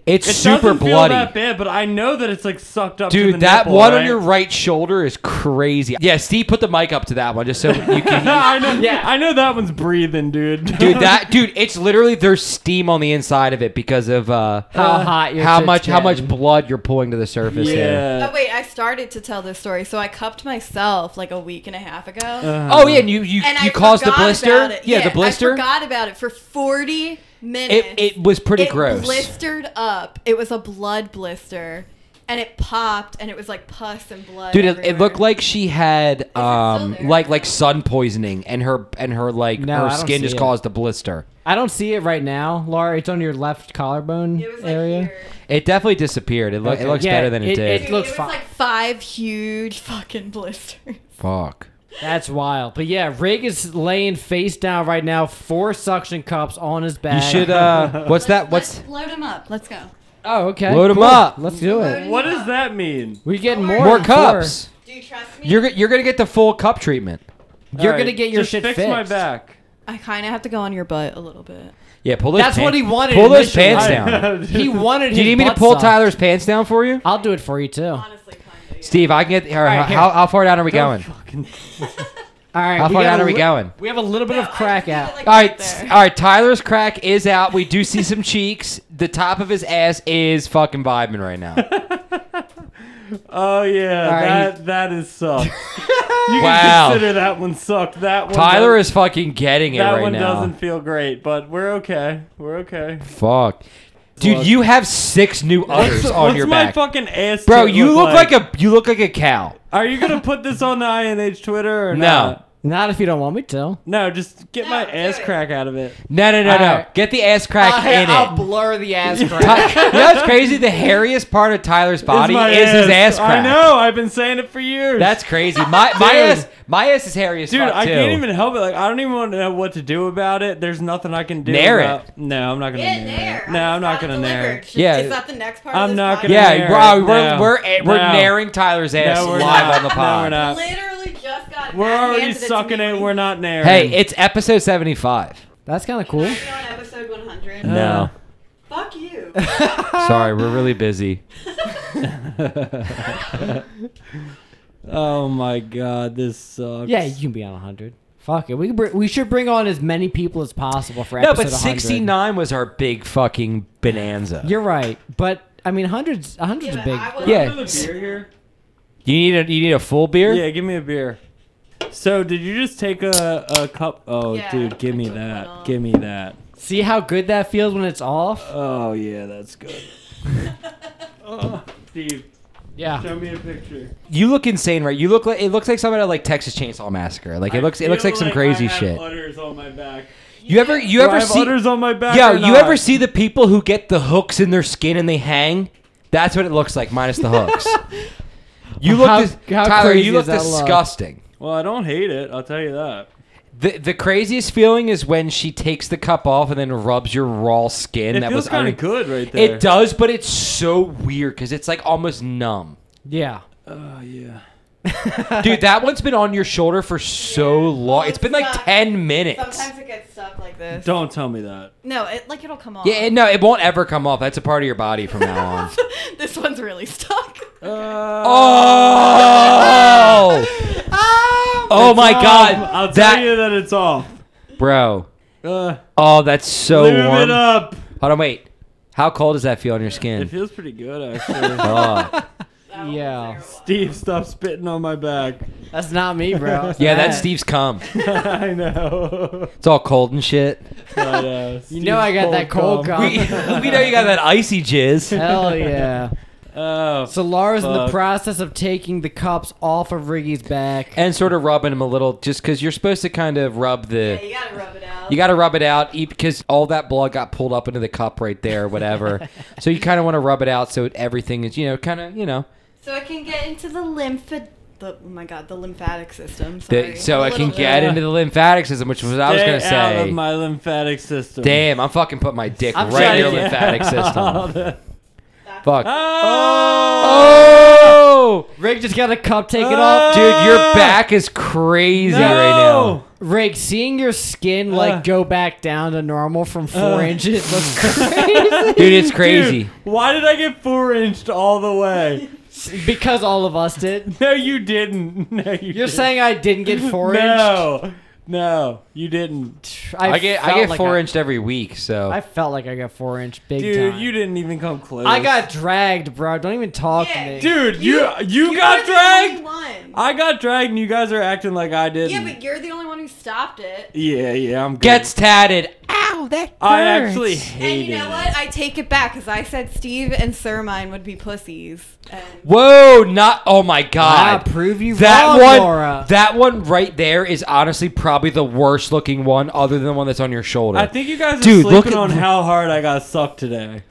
[SPEAKER 2] it's
[SPEAKER 4] It
[SPEAKER 2] super
[SPEAKER 4] doesn't feel
[SPEAKER 2] bloody.
[SPEAKER 4] that bad, but I know that it's like sucked up. to
[SPEAKER 2] Dude,
[SPEAKER 4] the
[SPEAKER 2] that
[SPEAKER 4] nipple,
[SPEAKER 2] one
[SPEAKER 4] right?
[SPEAKER 2] on your right shoulder is crazy. Yeah, Steve, put the mic up to that one just so you can.
[SPEAKER 4] I know. Yeah, I know that one's breathing, dude.
[SPEAKER 2] Dude, that dude, it's literally there's steam on the inside of it because of uh,
[SPEAKER 1] How hot your
[SPEAKER 2] how
[SPEAKER 1] shit's
[SPEAKER 2] much how much
[SPEAKER 1] getting.
[SPEAKER 2] blood you're pulling to the surface. there.
[SPEAKER 4] yeah.
[SPEAKER 3] Oh wait, I started to tell this story. So I cupped myself like a week and a half ago,
[SPEAKER 2] Oh yeah, and you you,
[SPEAKER 3] and I
[SPEAKER 2] you caused the
[SPEAKER 3] forgot
[SPEAKER 2] blister.
[SPEAKER 3] about it.
[SPEAKER 2] Yeah, the
[SPEAKER 3] I
[SPEAKER 2] blister.
[SPEAKER 3] forgot about it for forty minutes.
[SPEAKER 2] It it was pretty
[SPEAKER 3] it
[SPEAKER 2] gross.
[SPEAKER 3] blistered up. It was a blood blister, and it popped, and it was like pus and blood.
[SPEAKER 2] Dude, it, it
[SPEAKER 3] everywhere.
[SPEAKER 2] looked like she had um
[SPEAKER 3] there?
[SPEAKER 2] like like sun poisoning, and her and her like
[SPEAKER 1] No, I
[SPEAKER 2] her
[SPEAKER 1] don't
[SPEAKER 2] skin
[SPEAKER 1] see
[SPEAKER 2] just
[SPEAKER 1] it.
[SPEAKER 2] caused a blister.
[SPEAKER 1] I don't see it right now, Laura. It's on your left collarbone
[SPEAKER 3] It was like
[SPEAKER 1] area.
[SPEAKER 3] here.
[SPEAKER 2] It definitely disappeared. It, look,
[SPEAKER 1] Okay.
[SPEAKER 2] it looks
[SPEAKER 1] Yeah,
[SPEAKER 2] better than it,
[SPEAKER 1] it-
[SPEAKER 2] did.
[SPEAKER 3] Dude,
[SPEAKER 1] it- looks
[SPEAKER 3] it was
[SPEAKER 1] fine.
[SPEAKER 3] like five huge fucking blisters.
[SPEAKER 2] Fuck.
[SPEAKER 1] That's wild. But yeah, Rig is laying face down right now, four suction cups on his back.
[SPEAKER 2] You should. uh What's that? What's
[SPEAKER 3] Let's load them up? Let's go.
[SPEAKER 1] Oh, okay.
[SPEAKER 2] Load 'em up.
[SPEAKER 1] Let's do it.
[SPEAKER 4] What does that mean?
[SPEAKER 1] We're getting more
[SPEAKER 3] More
[SPEAKER 2] more
[SPEAKER 1] than four.
[SPEAKER 2] cups?
[SPEAKER 3] Do you trust me?
[SPEAKER 2] You're go- you're gonna get the full cup treatment.
[SPEAKER 1] You're
[SPEAKER 4] All
[SPEAKER 1] gonna
[SPEAKER 4] right,
[SPEAKER 1] get your
[SPEAKER 4] just
[SPEAKER 1] shit
[SPEAKER 4] fix
[SPEAKER 1] fixed.
[SPEAKER 4] my back.
[SPEAKER 3] I kind of have to go on your butt a little bit.
[SPEAKER 2] Yeah, pull those.
[SPEAKER 1] That's
[SPEAKER 2] pan-
[SPEAKER 1] what he wanted
[SPEAKER 2] Pull those
[SPEAKER 1] initially.
[SPEAKER 2] pants
[SPEAKER 1] I-
[SPEAKER 2] down.
[SPEAKER 1] He wanted.
[SPEAKER 2] Do you
[SPEAKER 1] his
[SPEAKER 2] need me to
[SPEAKER 1] butt
[SPEAKER 2] pull
[SPEAKER 1] sucked.
[SPEAKER 2] Tyler's pants down for you,
[SPEAKER 1] I'll do it for you too. All
[SPEAKER 3] Honestly, kind of.
[SPEAKER 2] Steve? I can get. Or,
[SPEAKER 1] right, here.
[SPEAKER 2] how, how far down are we going?
[SPEAKER 4] Fucking-
[SPEAKER 1] right.
[SPEAKER 2] How
[SPEAKER 1] we
[SPEAKER 2] far
[SPEAKER 1] got
[SPEAKER 2] down
[SPEAKER 1] a
[SPEAKER 2] are we
[SPEAKER 1] li-
[SPEAKER 2] going?
[SPEAKER 1] We have a little bit of crack out.
[SPEAKER 2] All right, s- all right. Tyler's crack is out. We do see some cheeks. The top of his ass is fucking vibing right now.
[SPEAKER 4] oh yeah,
[SPEAKER 1] right,
[SPEAKER 4] that that is sucked. you
[SPEAKER 2] Wow.
[SPEAKER 4] can consider that one sucked. That one.
[SPEAKER 2] Tyler
[SPEAKER 4] does-
[SPEAKER 2] is fucking getting it
[SPEAKER 4] That
[SPEAKER 2] right
[SPEAKER 4] one
[SPEAKER 2] now.
[SPEAKER 4] doesn't feel great, but we're okay. We're okay.
[SPEAKER 2] Fuck, dude,
[SPEAKER 4] Fuck.
[SPEAKER 2] you have six new udders
[SPEAKER 4] What's,
[SPEAKER 2] on
[SPEAKER 4] what's
[SPEAKER 2] your
[SPEAKER 4] my
[SPEAKER 2] back,
[SPEAKER 4] fucking ass?
[SPEAKER 2] bro.
[SPEAKER 4] cheek
[SPEAKER 2] You look like.
[SPEAKER 4] a.
[SPEAKER 2] a you look like a cow.
[SPEAKER 4] Are you gonna put this on the INH Twitter or
[SPEAKER 2] No.
[SPEAKER 4] not?
[SPEAKER 1] Not if you don't want me to.
[SPEAKER 4] No, just get my
[SPEAKER 3] No, do
[SPEAKER 4] ass
[SPEAKER 3] it.
[SPEAKER 4] crack out of it.
[SPEAKER 2] No, no, no, no.
[SPEAKER 1] Alright.
[SPEAKER 2] Get the ass crack in it.
[SPEAKER 1] blur the ass
[SPEAKER 2] Ty- you know what's crazy? The hairiest part of Tyler's body
[SPEAKER 4] It's my
[SPEAKER 2] is his ass crack.
[SPEAKER 4] I know. I've been saying it for years.
[SPEAKER 2] That's crazy. My my
[SPEAKER 4] Dude.
[SPEAKER 2] ass my ass is hairy as
[SPEAKER 4] dude.
[SPEAKER 2] fuck
[SPEAKER 4] I
[SPEAKER 2] too.
[SPEAKER 4] can't even help it. Like I don't even want to know what to do about it. There's nothing I can do.
[SPEAKER 2] Nair it.
[SPEAKER 4] about- No, I'm not gonna
[SPEAKER 3] Get
[SPEAKER 4] nair
[SPEAKER 3] there.
[SPEAKER 4] it. No, I'm not gonna nair
[SPEAKER 3] there.
[SPEAKER 4] it.
[SPEAKER 2] Yeah.
[SPEAKER 3] Is that the next part?
[SPEAKER 4] I'm
[SPEAKER 3] of this
[SPEAKER 4] not
[SPEAKER 3] podcast?
[SPEAKER 4] gonna
[SPEAKER 2] Yeah,
[SPEAKER 4] Nair
[SPEAKER 2] bro,
[SPEAKER 4] it.
[SPEAKER 2] we're,
[SPEAKER 4] No.
[SPEAKER 2] we're eh, we're
[SPEAKER 4] No.
[SPEAKER 2] nairing Tyler's ass
[SPEAKER 4] No, we're
[SPEAKER 2] live
[SPEAKER 4] not.
[SPEAKER 2] on the
[SPEAKER 4] No, we're
[SPEAKER 2] pod.
[SPEAKER 4] not.
[SPEAKER 3] Literally just got.
[SPEAKER 4] We're already
[SPEAKER 3] handed
[SPEAKER 4] sucking
[SPEAKER 3] to
[SPEAKER 4] it.
[SPEAKER 3] me.
[SPEAKER 4] We're not nairing.
[SPEAKER 2] Hey, it's episode seventy five.
[SPEAKER 1] That's kind of cool.
[SPEAKER 3] Are we on episode 100.
[SPEAKER 2] No.
[SPEAKER 3] Fuck you.
[SPEAKER 2] Sorry, we're really busy.
[SPEAKER 4] oh my god, this sucks.
[SPEAKER 1] Yeah, you can be on 100. Fuck it. We can br- we should bring on as many people as possible for
[SPEAKER 2] No,
[SPEAKER 1] episode
[SPEAKER 2] but
[SPEAKER 1] 100.
[SPEAKER 2] sixty nine was our big fucking bonanza.
[SPEAKER 1] You're right, but I mean, hundreds, hundreds
[SPEAKER 3] Yeah,
[SPEAKER 1] are big.
[SPEAKER 3] I was-
[SPEAKER 2] yeah. You need a you need a full beer?
[SPEAKER 4] Yeah, give me a beer. So, did you just take a, a cup? Oh,
[SPEAKER 3] Yeah,
[SPEAKER 4] dude, give
[SPEAKER 3] I
[SPEAKER 4] me
[SPEAKER 3] took one
[SPEAKER 4] that.
[SPEAKER 3] off.
[SPEAKER 4] Give me that.
[SPEAKER 1] See how good that feels when it's off?
[SPEAKER 4] Oh, yeah, that's good. oh, Steve,
[SPEAKER 1] Yeah.
[SPEAKER 4] show me a picture.
[SPEAKER 2] You look insane, right? You look like it looks like somebody out of, like Texas Chainsaw Massacre. Like it looks it looks like some crazy shit.
[SPEAKER 4] udders on my back.
[SPEAKER 2] You ever you
[SPEAKER 4] Do
[SPEAKER 2] ever
[SPEAKER 4] I have
[SPEAKER 2] see
[SPEAKER 4] udders on my back?
[SPEAKER 2] Yo,
[SPEAKER 4] or
[SPEAKER 2] you
[SPEAKER 4] not?
[SPEAKER 2] ever see the people who get the hooks in their skin and they hang? That's what it looks like, minus the hooks. you look,
[SPEAKER 1] How-
[SPEAKER 2] dis-
[SPEAKER 1] how
[SPEAKER 2] Tyler.
[SPEAKER 1] crazy
[SPEAKER 2] You look
[SPEAKER 1] is that look?
[SPEAKER 2] disgusting.
[SPEAKER 4] Well, I don't hate it. I'll tell you that.
[SPEAKER 2] The, the craziest feeling is when she takes the cup off and then rubs your raw skin.
[SPEAKER 4] It
[SPEAKER 2] that
[SPEAKER 4] feels
[SPEAKER 2] was
[SPEAKER 4] kind
[SPEAKER 2] un-
[SPEAKER 4] of good right there.
[SPEAKER 2] It does, but it's so weird because it's like almost numb.
[SPEAKER 1] Yeah.
[SPEAKER 4] Oh yeah.
[SPEAKER 2] Dude, that one's been on your shoulder for so
[SPEAKER 3] Yeah.
[SPEAKER 2] long. It's been like
[SPEAKER 3] Sometimes-
[SPEAKER 2] 10 minutes.
[SPEAKER 3] Sometimes it gets stuck like this.
[SPEAKER 4] Don't tell me that.
[SPEAKER 3] No, it like it'll come off.
[SPEAKER 2] Yeah, no, it won't ever come off. That's a part of your body from now on.
[SPEAKER 3] this one's really stuck.
[SPEAKER 2] Uh, oh! oh my
[SPEAKER 4] It's
[SPEAKER 2] god.
[SPEAKER 4] off. I'll
[SPEAKER 2] that,
[SPEAKER 4] tell you that it's off.
[SPEAKER 2] Bro.
[SPEAKER 4] Uh,
[SPEAKER 2] Oh, that's so
[SPEAKER 4] lube
[SPEAKER 2] warm.
[SPEAKER 4] it up.
[SPEAKER 2] Hold on, wait. How cold does that feel on your skin?
[SPEAKER 4] It feels pretty good actually.
[SPEAKER 2] Oh.
[SPEAKER 1] Yeah.
[SPEAKER 4] Steve, stop spitting on my back.
[SPEAKER 1] That's not me, bro.
[SPEAKER 2] Yeah, that's Steve's cum.
[SPEAKER 4] I know.
[SPEAKER 2] It's all cold and shit.
[SPEAKER 4] I know.
[SPEAKER 1] You know I got that cold
[SPEAKER 4] cum.
[SPEAKER 1] cum.
[SPEAKER 2] we, we know you got that icy jizz.
[SPEAKER 1] Hell yeah.
[SPEAKER 4] Oh.
[SPEAKER 1] So Lara's in the
[SPEAKER 4] Fuck.
[SPEAKER 1] process of taking the cups off of Riggy's back.
[SPEAKER 2] And sort of rubbing him a little just because you're supposed to kind of rub the.
[SPEAKER 3] Yeah, you gotta rub it out.
[SPEAKER 2] You got to rub it out because all that blood got pulled up into the cup right there, whatever. so you kind of want to rub it out so it, everything is, you know, kind of, you know,
[SPEAKER 3] so it can get into the lymph. The, oh my god, the lymphatic system. Sorry.
[SPEAKER 2] the, so
[SPEAKER 3] A
[SPEAKER 2] I can
[SPEAKER 3] little
[SPEAKER 2] get
[SPEAKER 3] bit.
[SPEAKER 2] into the lymphatic system, which was what I was
[SPEAKER 4] Stay
[SPEAKER 2] going to
[SPEAKER 4] Out of
[SPEAKER 2] say.
[SPEAKER 4] my lymphatic system.
[SPEAKER 2] Damn, I'm fucking putting my dick
[SPEAKER 1] I'm
[SPEAKER 2] right
[SPEAKER 1] trying
[SPEAKER 2] in your
[SPEAKER 1] to get
[SPEAKER 2] lymphatic
[SPEAKER 4] Oh,
[SPEAKER 2] system.
[SPEAKER 4] the-
[SPEAKER 2] Fuck.
[SPEAKER 4] Oh!
[SPEAKER 1] Rig just got a cup taken
[SPEAKER 4] Ah!
[SPEAKER 1] off.
[SPEAKER 2] Dude, your back is crazy right now.
[SPEAKER 1] Rig, seeing your skin like
[SPEAKER 4] Ah.
[SPEAKER 1] go back down to normal from four
[SPEAKER 4] Ah.
[SPEAKER 1] inches looks crazy.
[SPEAKER 2] Dude, it's crazy.
[SPEAKER 4] Dude, why did I get four inched all the way?
[SPEAKER 1] because all of us did.
[SPEAKER 4] No, you didn't. No, you.
[SPEAKER 1] You're saying I didn't get four
[SPEAKER 4] no, no, you didn't,
[SPEAKER 1] inch?
[SPEAKER 2] I, get I
[SPEAKER 1] felt
[SPEAKER 2] get
[SPEAKER 1] like
[SPEAKER 2] four
[SPEAKER 1] I-
[SPEAKER 2] inched every week, so
[SPEAKER 1] I felt like I got four inch big
[SPEAKER 4] dude.
[SPEAKER 1] time.
[SPEAKER 4] You didn't even come close.
[SPEAKER 1] I got dragged, bro. Don't even talk
[SPEAKER 3] Yeah,
[SPEAKER 1] to me.
[SPEAKER 4] dude. You you,
[SPEAKER 3] You're
[SPEAKER 4] got
[SPEAKER 3] the only
[SPEAKER 4] dragged.
[SPEAKER 3] one.
[SPEAKER 4] I got dragged, and you guys are acting like I didn't.
[SPEAKER 3] Yeah, but you're the only one who stopped it.
[SPEAKER 4] yeah, yeah, I'm good.
[SPEAKER 2] gets tatted.
[SPEAKER 4] I actually
[SPEAKER 3] And
[SPEAKER 4] hate
[SPEAKER 3] you know
[SPEAKER 4] it.
[SPEAKER 3] what? I take it back because I said Steve and Sermine would be pussies. And
[SPEAKER 2] Whoa, not oh my
[SPEAKER 1] I
[SPEAKER 2] god.
[SPEAKER 1] prove you
[SPEAKER 2] That
[SPEAKER 1] wrong,
[SPEAKER 2] one,
[SPEAKER 1] Laura.
[SPEAKER 2] that one right there is honestly probably the worst looking one, other than the one that's on your shoulder.
[SPEAKER 4] I think you guys are
[SPEAKER 2] Dude,
[SPEAKER 4] sleeping
[SPEAKER 2] look at-
[SPEAKER 4] on how hard I got sucked today,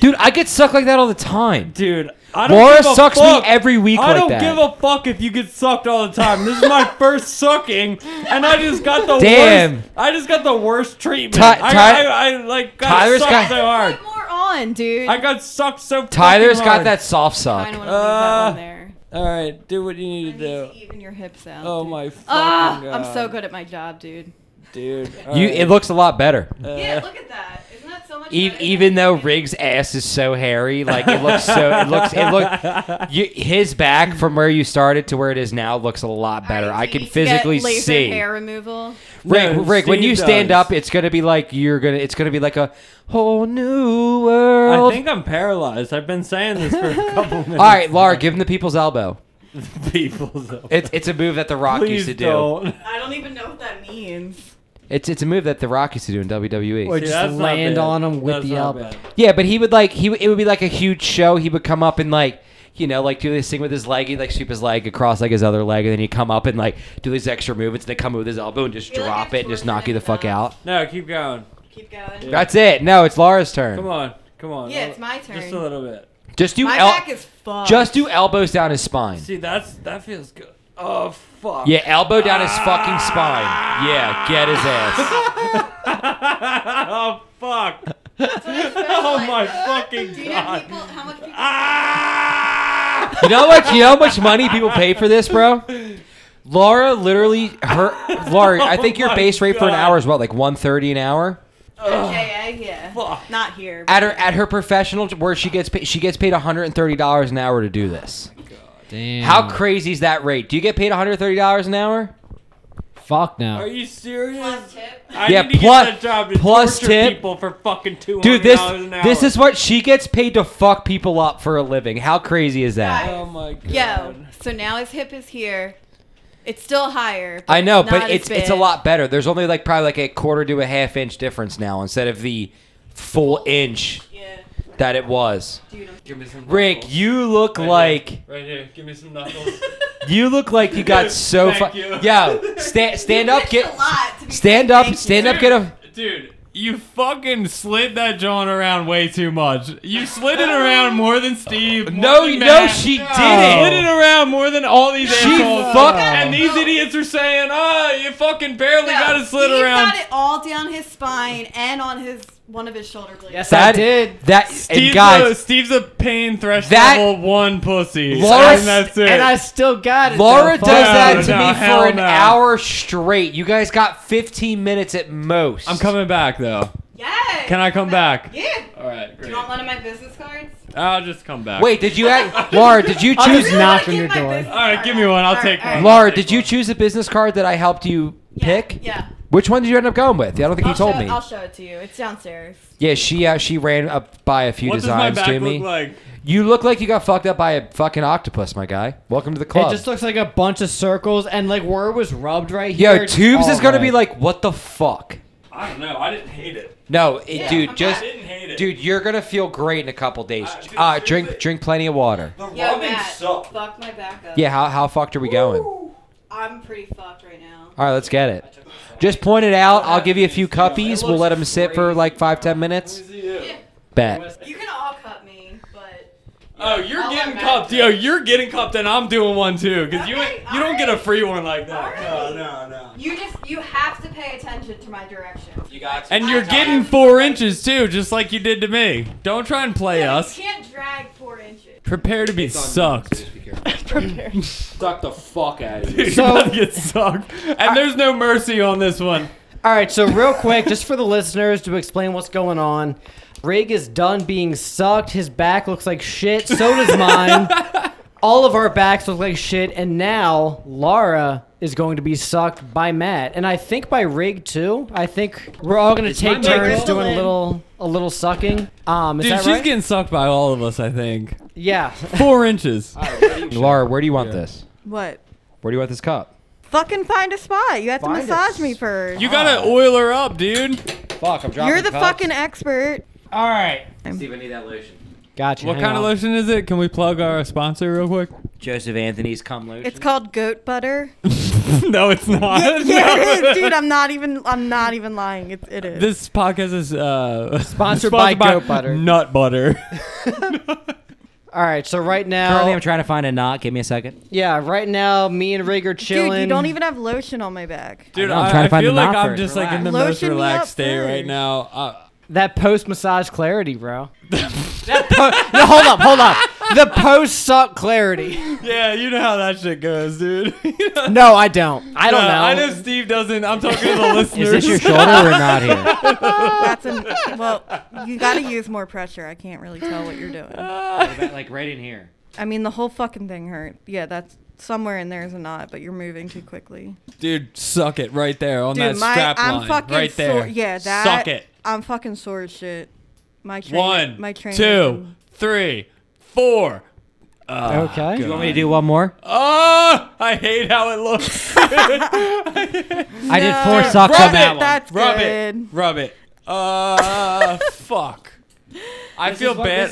[SPEAKER 2] Dude, I get sucked like that all the time.
[SPEAKER 4] dude. I don't
[SPEAKER 2] Laura
[SPEAKER 4] give a
[SPEAKER 2] sucks
[SPEAKER 4] fuck.
[SPEAKER 2] me every week
[SPEAKER 4] I
[SPEAKER 2] like
[SPEAKER 4] don't
[SPEAKER 2] that.
[SPEAKER 4] give a fuck if you get sucked all the time. This is my first sucking, and I just got the
[SPEAKER 2] Damn.
[SPEAKER 4] worst. I just got the worst treatment.
[SPEAKER 2] Ty-
[SPEAKER 4] I,
[SPEAKER 2] Ty-
[SPEAKER 4] I, I, like got
[SPEAKER 2] Tyler's
[SPEAKER 4] sucked
[SPEAKER 2] got-
[SPEAKER 4] so hard.
[SPEAKER 3] more on, dude.
[SPEAKER 4] I got sucked so.
[SPEAKER 2] Tyler's
[SPEAKER 4] fucking
[SPEAKER 2] got
[SPEAKER 4] hard.
[SPEAKER 2] that soft sock.
[SPEAKER 3] kind of want to
[SPEAKER 4] Uh,
[SPEAKER 3] leave that one there.
[SPEAKER 4] All right, do what you
[SPEAKER 3] I
[SPEAKER 4] need
[SPEAKER 3] need
[SPEAKER 4] to
[SPEAKER 3] to
[SPEAKER 4] do.
[SPEAKER 3] even your hips out.
[SPEAKER 4] Oh
[SPEAKER 3] dude.
[SPEAKER 4] my fucking
[SPEAKER 3] Ah,
[SPEAKER 4] god!
[SPEAKER 3] I'm so good at my job, dude.
[SPEAKER 4] dude.
[SPEAKER 2] You, it looks a lot better.
[SPEAKER 3] yeah, look at that. Isn't that so much?
[SPEAKER 2] E-
[SPEAKER 3] better?
[SPEAKER 2] even though Riggs' ass is so hairy, like it looks so, it looks, it look, you, his back from where you started to where it is now looks a lot better. I
[SPEAKER 3] do
[SPEAKER 2] can
[SPEAKER 3] you get
[SPEAKER 2] physically
[SPEAKER 3] laser
[SPEAKER 2] see.
[SPEAKER 3] hair removal.
[SPEAKER 2] Rick,
[SPEAKER 4] No,
[SPEAKER 2] Rick, when
[SPEAKER 4] Steve
[SPEAKER 2] you stand
[SPEAKER 4] does.
[SPEAKER 2] up, it's gonna be like you're gonna. It's gonna be like a whole new world.
[SPEAKER 4] I think I'm paralyzed. I've been saying this for a couple minutes.
[SPEAKER 2] All right, Laura, give him the people's elbow.
[SPEAKER 4] people.
[SPEAKER 2] It's it's a move that the Rock
[SPEAKER 4] Please
[SPEAKER 2] used to do.
[SPEAKER 4] don't.
[SPEAKER 3] I don't even know what that means.
[SPEAKER 2] It's it's a move that the Rock used to do in WWE.
[SPEAKER 1] Or
[SPEAKER 4] See,
[SPEAKER 1] just
[SPEAKER 4] that's not
[SPEAKER 1] land
[SPEAKER 4] bad.
[SPEAKER 1] on him with
[SPEAKER 4] That's
[SPEAKER 1] the
[SPEAKER 4] not
[SPEAKER 1] elbow.
[SPEAKER 4] bad.
[SPEAKER 2] Yeah, but he would like he would- it would be like a huge show. He would come up and like you know like do this thing with his leg. He'd like sweep his leg across like his other leg, and then he'd come up and like do these extra movements. And then come up with his elbow and just
[SPEAKER 3] You're like
[SPEAKER 2] drop
[SPEAKER 3] a
[SPEAKER 2] it and just knock you the fuck
[SPEAKER 3] Schwarzenegger.
[SPEAKER 2] out.
[SPEAKER 4] No, keep going.
[SPEAKER 3] Keep going.
[SPEAKER 4] Yeah.
[SPEAKER 2] That's it. No, it's Laura's turn.
[SPEAKER 4] Come on, come on.
[SPEAKER 3] Yeah, it's my
[SPEAKER 4] Just a
[SPEAKER 3] turn.
[SPEAKER 4] little bit.
[SPEAKER 2] Just do
[SPEAKER 3] My
[SPEAKER 2] el-
[SPEAKER 3] back is fucked.
[SPEAKER 2] just do elbows down his spine.
[SPEAKER 4] See, that's that feels good. Oh fuck.
[SPEAKER 2] Yeah, elbow down his fucking
[SPEAKER 4] Ah.
[SPEAKER 2] spine. Yeah, get his ass.
[SPEAKER 4] oh fuck.
[SPEAKER 3] oh
[SPEAKER 4] Oh my fucking
[SPEAKER 3] Do you know
[SPEAKER 4] god.
[SPEAKER 3] people? How much people?
[SPEAKER 4] Ah!
[SPEAKER 2] You know how much? You know how much money people pay for this, bro? Laura literally her Laura, I think
[SPEAKER 4] Oh
[SPEAKER 2] your
[SPEAKER 4] my
[SPEAKER 2] base rate for an
[SPEAKER 4] God.
[SPEAKER 2] hour is what, like one thirty an hour?
[SPEAKER 3] yeah, yeah.
[SPEAKER 4] Fuck.
[SPEAKER 3] Not here.
[SPEAKER 2] At her at her professional j- where she gets paid she gets paid hundred and thirty dollars an hour to do this.
[SPEAKER 1] Damn.
[SPEAKER 2] How crazy is that rate? Do you get paid hundred and thirty dollars an hour?
[SPEAKER 1] Fuck
[SPEAKER 4] Are
[SPEAKER 1] no.
[SPEAKER 4] you serious?
[SPEAKER 3] tip.
[SPEAKER 4] I
[SPEAKER 2] Yeah,
[SPEAKER 4] need to
[SPEAKER 2] plus-
[SPEAKER 4] get that job to
[SPEAKER 2] plus
[SPEAKER 4] torture
[SPEAKER 2] tip.
[SPEAKER 4] people for fucking two
[SPEAKER 2] Dude,
[SPEAKER 4] hundred
[SPEAKER 2] this
[SPEAKER 4] dollars an hour.
[SPEAKER 2] this is what she gets paid to fuck people up for a living. How crazy is that?
[SPEAKER 4] Oh my god.
[SPEAKER 3] Yo, so now his hip is here. It's still higher.
[SPEAKER 2] I know,
[SPEAKER 3] not
[SPEAKER 2] but
[SPEAKER 3] as
[SPEAKER 2] it's it's a
[SPEAKER 3] big.
[SPEAKER 2] lot better. There's only like probably like a quarter to a half inch difference now instead of the full inch
[SPEAKER 3] Yeah.
[SPEAKER 2] that it was.
[SPEAKER 3] Dude, I'm-
[SPEAKER 4] Give me some
[SPEAKER 2] Rick,
[SPEAKER 4] knuckles.
[SPEAKER 2] you look
[SPEAKER 4] Right
[SPEAKER 2] like
[SPEAKER 4] here. Right here. Give me some knuckles.
[SPEAKER 2] you look like you got so
[SPEAKER 4] Thank
[SPEAKER 2] fu-
[SPEAKER 4] you.
[SPEAKER 2] Yo, stand stand up,
[SPEAKER 3] It's
[SPEAKER 2] get
[SPEAKER 3] a lot to be
[SPEAKER 2] stand
[SPEAKER 3] saying
[SPEAKER 2] up,
[SPEAKER 3] thank
[SPEAKER 2] stand
[SPEAKER 3] you.
[SPEAKER 2] up, get a
[SPEAKER 4] Dude,
[SPEAKER 6] You fucking slid that John around way too much. You slid it around more than Steve. more
[SPEAKER 2] No,
[SPEAKER 6] than
[SPEAKER 2] no,
[SPEAKER 6] Matt.
[SPEAKER 2] she
[SPEAKER 6] You
[SPEAKER 2] didn't.
[SPEAKER 6] Slid it around more than all these
[SPEAKER 2] She
[SPEAKER 6] assholes.
[SPEAKER 2] fucked-
[SPEAKER 6] And these idiots are saying, "Oh, you fucking barely got it slid
[SPEAKER 7] Steve
[SPEAKER 6] around."
[SPEAKER 7] got it all down his spine and on his one of his shoulder blades.
[SPEAKER 1] Yes,
[SPEAKER 2] That
[SPEAKER 1] I did.
[SPEAKER 2] That and
[SPEAKER 6] Steve's, a,
[SPEAKER 2] guys,
[SPEAKER 6] Steve's a pain threshold
[SPEAKER 2] That-
[SPEAKER 6] level one pussy.
[SPEAKER 2] Laura-
[SPEAKER 6] and that's it.
[SPEAKER 1] And I still got it.
[SPEAKER 2] Laura
[SPEAKER 1] though.
[SPEAKER 2] does that to
[SPEAKER 6] no,
[SPEAKER 2] me
[SPEAKER 6] hell
[SPEAKER 2] for an
[SPEAKER 6] no.
[SPEAKER 2] hour straight. You guys got 15 minutes at most.
[SPEAKER 6] am coming back though.
[SPEAKER 7] Yes.
[SPEAKER 6] Can I come back?
[SPEAKER 7] Yeah.
[SPEAKER 6] All right,
[SPEAKER 7] Do
[SPEAKER 6] great.
[SPEAKER 7] you want one of my business cards?
[SPEAKER 6] I'll just come back.
[SPEAKER 2] Wait, did you act, Laura? Did you choose?
[SPEAKER 1] Just knock
[SPEAKER 7] Give
[SPEAKER 1] on your
[SPEAKER 7] my
[SPEAKER 1] door.
[SPEAKER 7] business
[SPEAKER 6] All right,
[SPEAKER 7] card.
[SPEAKER 6] give me one. I'll
[SPEAKER 7] All
[SPEAKER 6] take
[SPEAKER 7] right, all
[SPEAKER 6] one.
[SPEAKER 2] Laura, did you choose the business card that I helped you
[SPEAKER 7] Yeah,
[SPEAKER 2] pick?
[SPEAKER 7] Yeah.
[SPEAKER 2] Which one did you end up going with? I don't think you
[SPEAKER 7] I'll
[SPEAKER 2] told
[SPEAKER 7] show,
[SPEAKER 2] me.
[SPEAKER 7] I'll show it to you. It's downstairs.
[SPEAKER 2] yeah, she uh, she ran up by a few
[SPEAKER 6] What does my
[SPEAKER 2] designs
[SPEAKER 6] back
[SPEAKER 2] to me.
[SPEAKER 6] look like?
[SPEAKER 2] You look like you got fucked up by a fucking octopus, my guy. Welcome to the
[SPEAKER 1] It
[SPEAKER 2] club.
[SPEAKER 1] just looks like a bunch of circles, and like where it was rubbed right here.
[SPEAKER 2] Yo,
[SPEAKER 1] it's
[SPEAKER 2] Tubes
[SPEAKER 1] all
[SPEAKER 2] is gonna be
[SPEAKER 1] red.
[SPEAKER 2] like, what the fuck?
[SPEAKER 6] I don't know. I didn't hate it.
[SPEAKER 2] No, it, dude,
[SPEAKER 7] I'm
[SPEAKER 2] just
[SPEAKER 6] I didn't hate it.
[SPEAKER 2] dude, you're gonna feel great in a couple days.
[SPEAKER 6] Uh, dude,
[SPEAKER 2] Uh, drink
[SPEAKER 6] seriously.
[SPEAKER 2] drink plenty of water.
[SPEAKER 6] the
[SPEAKER 7] Yeah,
[SPEAKER 6] rubbing
[SPEAKER 7] Matt.
[SPEAKER 6] sucked.
[SPEAKER 7] Fuck my back up.
[SPEAKER 2] Yeah, how how fucked are we going?
[SPEAKER 7] I'm pretty fucked right now.
[SPEAKER 2] All right, let's get it. Just point it out. I'll give you a few cuppies. We'll let them sit for like five, ten minutes. Bet.
[SPEAKER 7] You can all cut me, but
[SPEAKER 6] Oh, you're
[SPEAKER 7] I'll
[SPEAKER 6] getting
[SPEAKER 7] let Matt
[SPEAKER 6] cupped.
[SPEAKER 7] do
[SPEAKER 6] Yo, you're getting cupped, and I'm doing one too. Cause you
[SPEAKER 7] Okay,
[SPEAKER 6] you don't
[SPEAKER 7] alright.
[SPEAKER 6] get a free one like that.
[SPEAKER 7] Alright.
[SPEAKER 6] No, no, no.
[SPEAKER 7] you just you have to pay attention to my directions.
[SPEAKER 2] You got
[SPEAKER 4] And you're getting four inches too, just like you did to me. Don't try and play us.
[SPEAKER 7] You can't drag four inches.
[SPEAKER 4] Prepare to be sucked.
[SPEAKER 2] Suck the fuck out of you.
[SPEAKER 4] So-
[SPEAKER 6] You're about to get sucked. And there's no mercy on this one.
[SPEAKER 1] All right, so real quick, just for the listeners to explain what's going on. Rig is done being sucked. His back looks like shit. So does mine. All of our backs look like shit. And now Laura is going to be sucked by Matt, and I think by Rig too. I think we're all going to take
[SPEAKER 4] my
[SPEAKER 1] turns
[SPEAKER 4] girl.
[SPEAKER 1] doing a little, a little sucking. Um, is
[SPEAKER 4] Dude,
[SPEAKER 1] that
[SPEAKER 4] she's
[SPEAKER 1] right?
[SPEAKER 4] getting sucked by all of us, I think.
[SPEAKER 1] yeah.
[SPEAKER 4] Four inches.
[SPEAKER 2] Laura, where do you want this?
[SPEAKER 3] What?
[SPEAKER 2] Where do you want this cup?
[SPEAKER 3] Fucking find a spot. You have to
[SPEAKER 1] Find a
[SPEAKER 3] massage
[SPEAKER 1] s-
[SPEAKER 3] me first.
[SPEAKER 4] You gotta oil her up, dude.
[SPEAKER 2] Fuck, I'm dropping.
[SPEAKER 3] You're the fucking expert.
[SPEAKER 1] All right.
[SPEAKER 2] Steve, I need that lotion.
[SPEAKER 1] Gotcha.
[SPEAKER 4] What
[SPEAKER 1] hang
[SPEAKER 4] kind of
[SPEAKER 1] on.
[SPEAKER 4] lotion is it? Can we plug our sponsor real quick?
[SPEAKER 2] Joseph Anthony's cum lotion.
[SPEAKER 3] It's called goat butter.
[SPEAKER 4] no, it's not.
[SPEAKER 3] Yeah, yeah, it
[SPEAKER 4] No.
[SPEAKER 3] is, dude. I'm not even. I'm not even lying. It, it is.
[SPEAKER 4] This podcast is uh,
[SPEAKER 1] Sponsored by goat butter.
[SPEAKER 4] Nut butter.
[SPEAKER 1] All right. So right
[SPEAKER 2] Currently,
[SPEAKER 1] now,
[SPEAKER 2] I'm trying to find a knot. Give me a second.
[SPEAKER 1] yeah, right now, me and Rig are chilling.
[SPEAKER 3] Dude, you don't even have lotion on my back.
[SPEAKER 4] Dude,
[SPEAKER 2] know, I'm
[SPEAKER 4] I,
[SPEAKER 2] trying to
[SPEAKER 4] I
[SPEAKER 2] find
[SPEAKER 4] feel
[SPEAKER 2] a
[SPEAKER 4] like
[SPEAKER 2] knot for
[SPEAKER 4] I'm
[SPEAKER 2] it.
[SPEAKER 4] just like
[SPEAKER 2] Relax.
[SPEAKER 4] in the most
[SPEAKER 3] Lotion me
[SPEAKER 4] relaxed
[SPEAKER 3] up
[SPEAKER 4] state right
[SPEAKER 3] first.
[SPEAKER 4] now. Uh,
[SPEAKER 1] That post massage clarity, bro. that po- no, hold up, hold up. The post suck clarity.
[SPEAKER 4] yeah, you know how that shit goes, dude. You know-
[SPEAKER 1] No, I don't. I don't
[SPEAKER 4] Uh,
[SPEAKER 1] know.
[SPEAKER 4] I know Steve doesn't. I'm talking to the listeners.
[SPEAKER 2] Is this your shoulder or not here?
[SPEAKER 3] That's an, well, you gotta use more pressure. I can't really tell what you're doing.
[SPEAKER 2] like right in here.
[SPEAKER 3] I mean, the whole fucking thing hurt. Yeah, that's somewhere in there is a knot, but you're moving too quickly.
[SPEAKER 4] Dude, suck it right there on
[SPEAKER 3] Dude,
[SPEAKER 4] that
[SPEAKER 3] my
[SPEAKER 4] strap
[SPEAKER 3] I'm
[SPEAKER 4] line,
[SPEAKER 3] fucking
[SPEAKER 4] right there.
[SPEAKER 3] sore. Yeah, that.
[SPEAKER 4] Suck it.
[SPEAKER 3] I'm fucking sore as shit. My train.
[SPEAKER 4] One,
[SPEAKER 3] my train.
[SPEAKER 4] two, three, four.
[SPEAKER 1] okay.
[SPEAKER 2] You want me to do one more?
[SPEAKER 4] Oh, I hate how it looks.
[SPEAKER 2] I did four socks
[SPEAKER 4] Rub
[SPEAKER 2] on
[SPEAKER 4] it.
[SPEAKER 2] that one.
[SPEAKER 3] That's
[SPEAKER 4] Rub
[SPEAKER 3] good.
[SPEAKER 4] it. Rub it. Uh, fuck. I feel bad.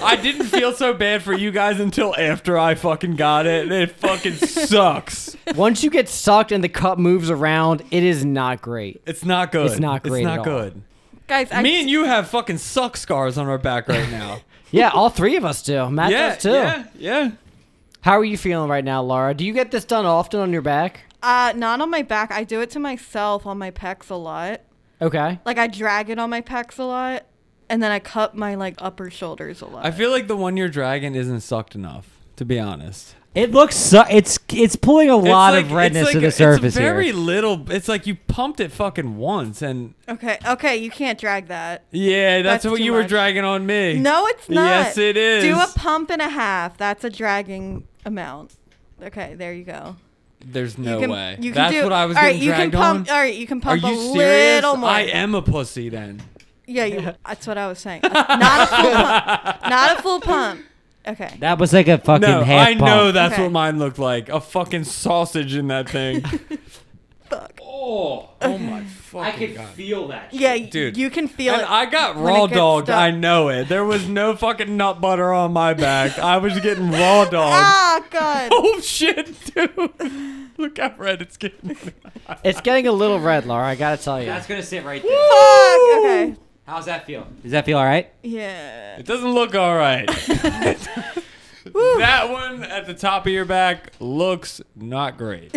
[SPEAKER 4] I didn't feel so bad for you guys until after I fucking got it. It fucking sucks.
[SPEAKER 1] Once you get sucked and the cup moves around, it is not great.
[SPEAKER 4] It's not good.
[SPEAKER 1] It's not great
[SPEAKER 4] It's not
[SPEAKER 1] at all.
[SPEAKER 4] good.
[SPEAKER 3] Guys, I
[SPEAKER 4] Me and you have fucking suck scars on our back right now.
[SPEAKER 1] Yeah, all three of us do. Matt
[SPEAKER 4] yeah,
[SPEAKER 1] does too.
[SPEAKER 4] yeah, yeah.
[SPEAKER 1] How are you feeling right now, Laura? Do you get this done often on your back?
[SPEAKER 3] uh, not on my back. I do it to myself on my pecs a lot.
[SPEAKER 1] Okay.
[SPEAKER 3] Like I drag it on my pecs a lot, and then I cup my like upper shoulders a lot.
[SPEAKER 4] I feel like the one you're dragging isn't sucked enough, to be honest.
[SPEAKER 5] It looks so. It's it's pulling a
[SPEAKER 4] It's
[SPEAKER 5] lot
[SPEAKER 4] like-
[SPEAKER 5] of
[SPEAKER 4] it's
[SPEAKER 5] redness
[SPEAKER 4] like
[SPEAKER 5] to
[SPEAKER 4] a-
[SPEAKER 5] the surface
[SPEAKER 4] It's very
[SPEAKER 5] here.
[SPEAKER 4] little. It's like you pumped it fucking once, and
[SPEAKER 3] okay, okay, you can't drag that.
[SPEAKER 4] yeah, that's,
[SPEAKER 3] That's
[SPEAKER 4] what
[SPEAKER 3] too
[SPEAKER 4] you were
[SPEAKER 3] much.
[SPEAKER 4] dragging on me.
[SPEAKER 3] No, it's not.
[SPEAKER 4] Yes, it is.
[SPEAKER 3] Do a pump and a half. That's a dragging amount. Okay, there you go.
[SPEAKER 4] There's no
[SPEAKER 3] you can,
[SPEAKER 4] way.
[SPEAKER 3] You can
[SPEAKER 4] that's
[SPEAKER 3] do,
[SPEAKER 4] what I was
[SPEAKER 3] all right,
[SPEAKER 4] getting
[SPEAKER 3] you
[SPEAKER 4] dragged
[SPEAKER 3] can pump,
[SPEAKER 4] on.
[SPEAKER 3] All right, you can
[SPEAKER 4] Are
[SPEAKER 3] pump
[SPEAKER 4] you
[SPEAKER 3] a
[SPEAKER 4] serious?
[SPEAKER 3] little more.
[SPEAKER 4] I am a pussy then.
[SPEAKER 3] Yeah, you, that's what I was saying. Not a full pump. Not a full pump. Okay.
[SPEAKER 5] That was like a fucking
[SPEAKER 4] No,
[SPEAKER 5] half
[SPEAKER 4] I
[SPEAKER 5] pump.
[SPEAKER 4] know that's
[SPEAKER 3] Okay.
[SPEAKER 4] what mine looked like. A fucking sausage in that thing.
[SPEAKER 3] fuck.
[SPEAKER 4] Oh, oh my fucking god.
[SPEAKER 1] feel that.
[SPEAKER 3] Yeah,
[SPEAKER 4] Dude.
[SPEAKER 3] Dude. you can feel
[SPEAKER 4] and
[SPEAKER 3] it.
[SPEAKER 4] I got
[SPEAKER 3] when it
[SPEAKER 4] raw
[SPEAKER 3] gets
[SPEAKER 4] dogged.
[SPEAKER 3] stuck.
[SPEAKER 4] I know it. There was no fucking nut butter on my back. I was getting raw dogged.
[SPEAKER 3] ah, God.
[SPEAKER 4] oh shit, dude! Look how red it's getting.
[SPEAKER 1] It's getting a little red, Laura. I gotta tell you.
[SPEAKER 2] That's gonna sit right there.
[SPEAKER 3] Fuck. Okay.
[SPEAKER 2] How's that feel? Does that feel all right?
[SPEAKER 3] Yeah.
[SPEAKER 4] It doesn't look all right. that one at the top of your back looks not great.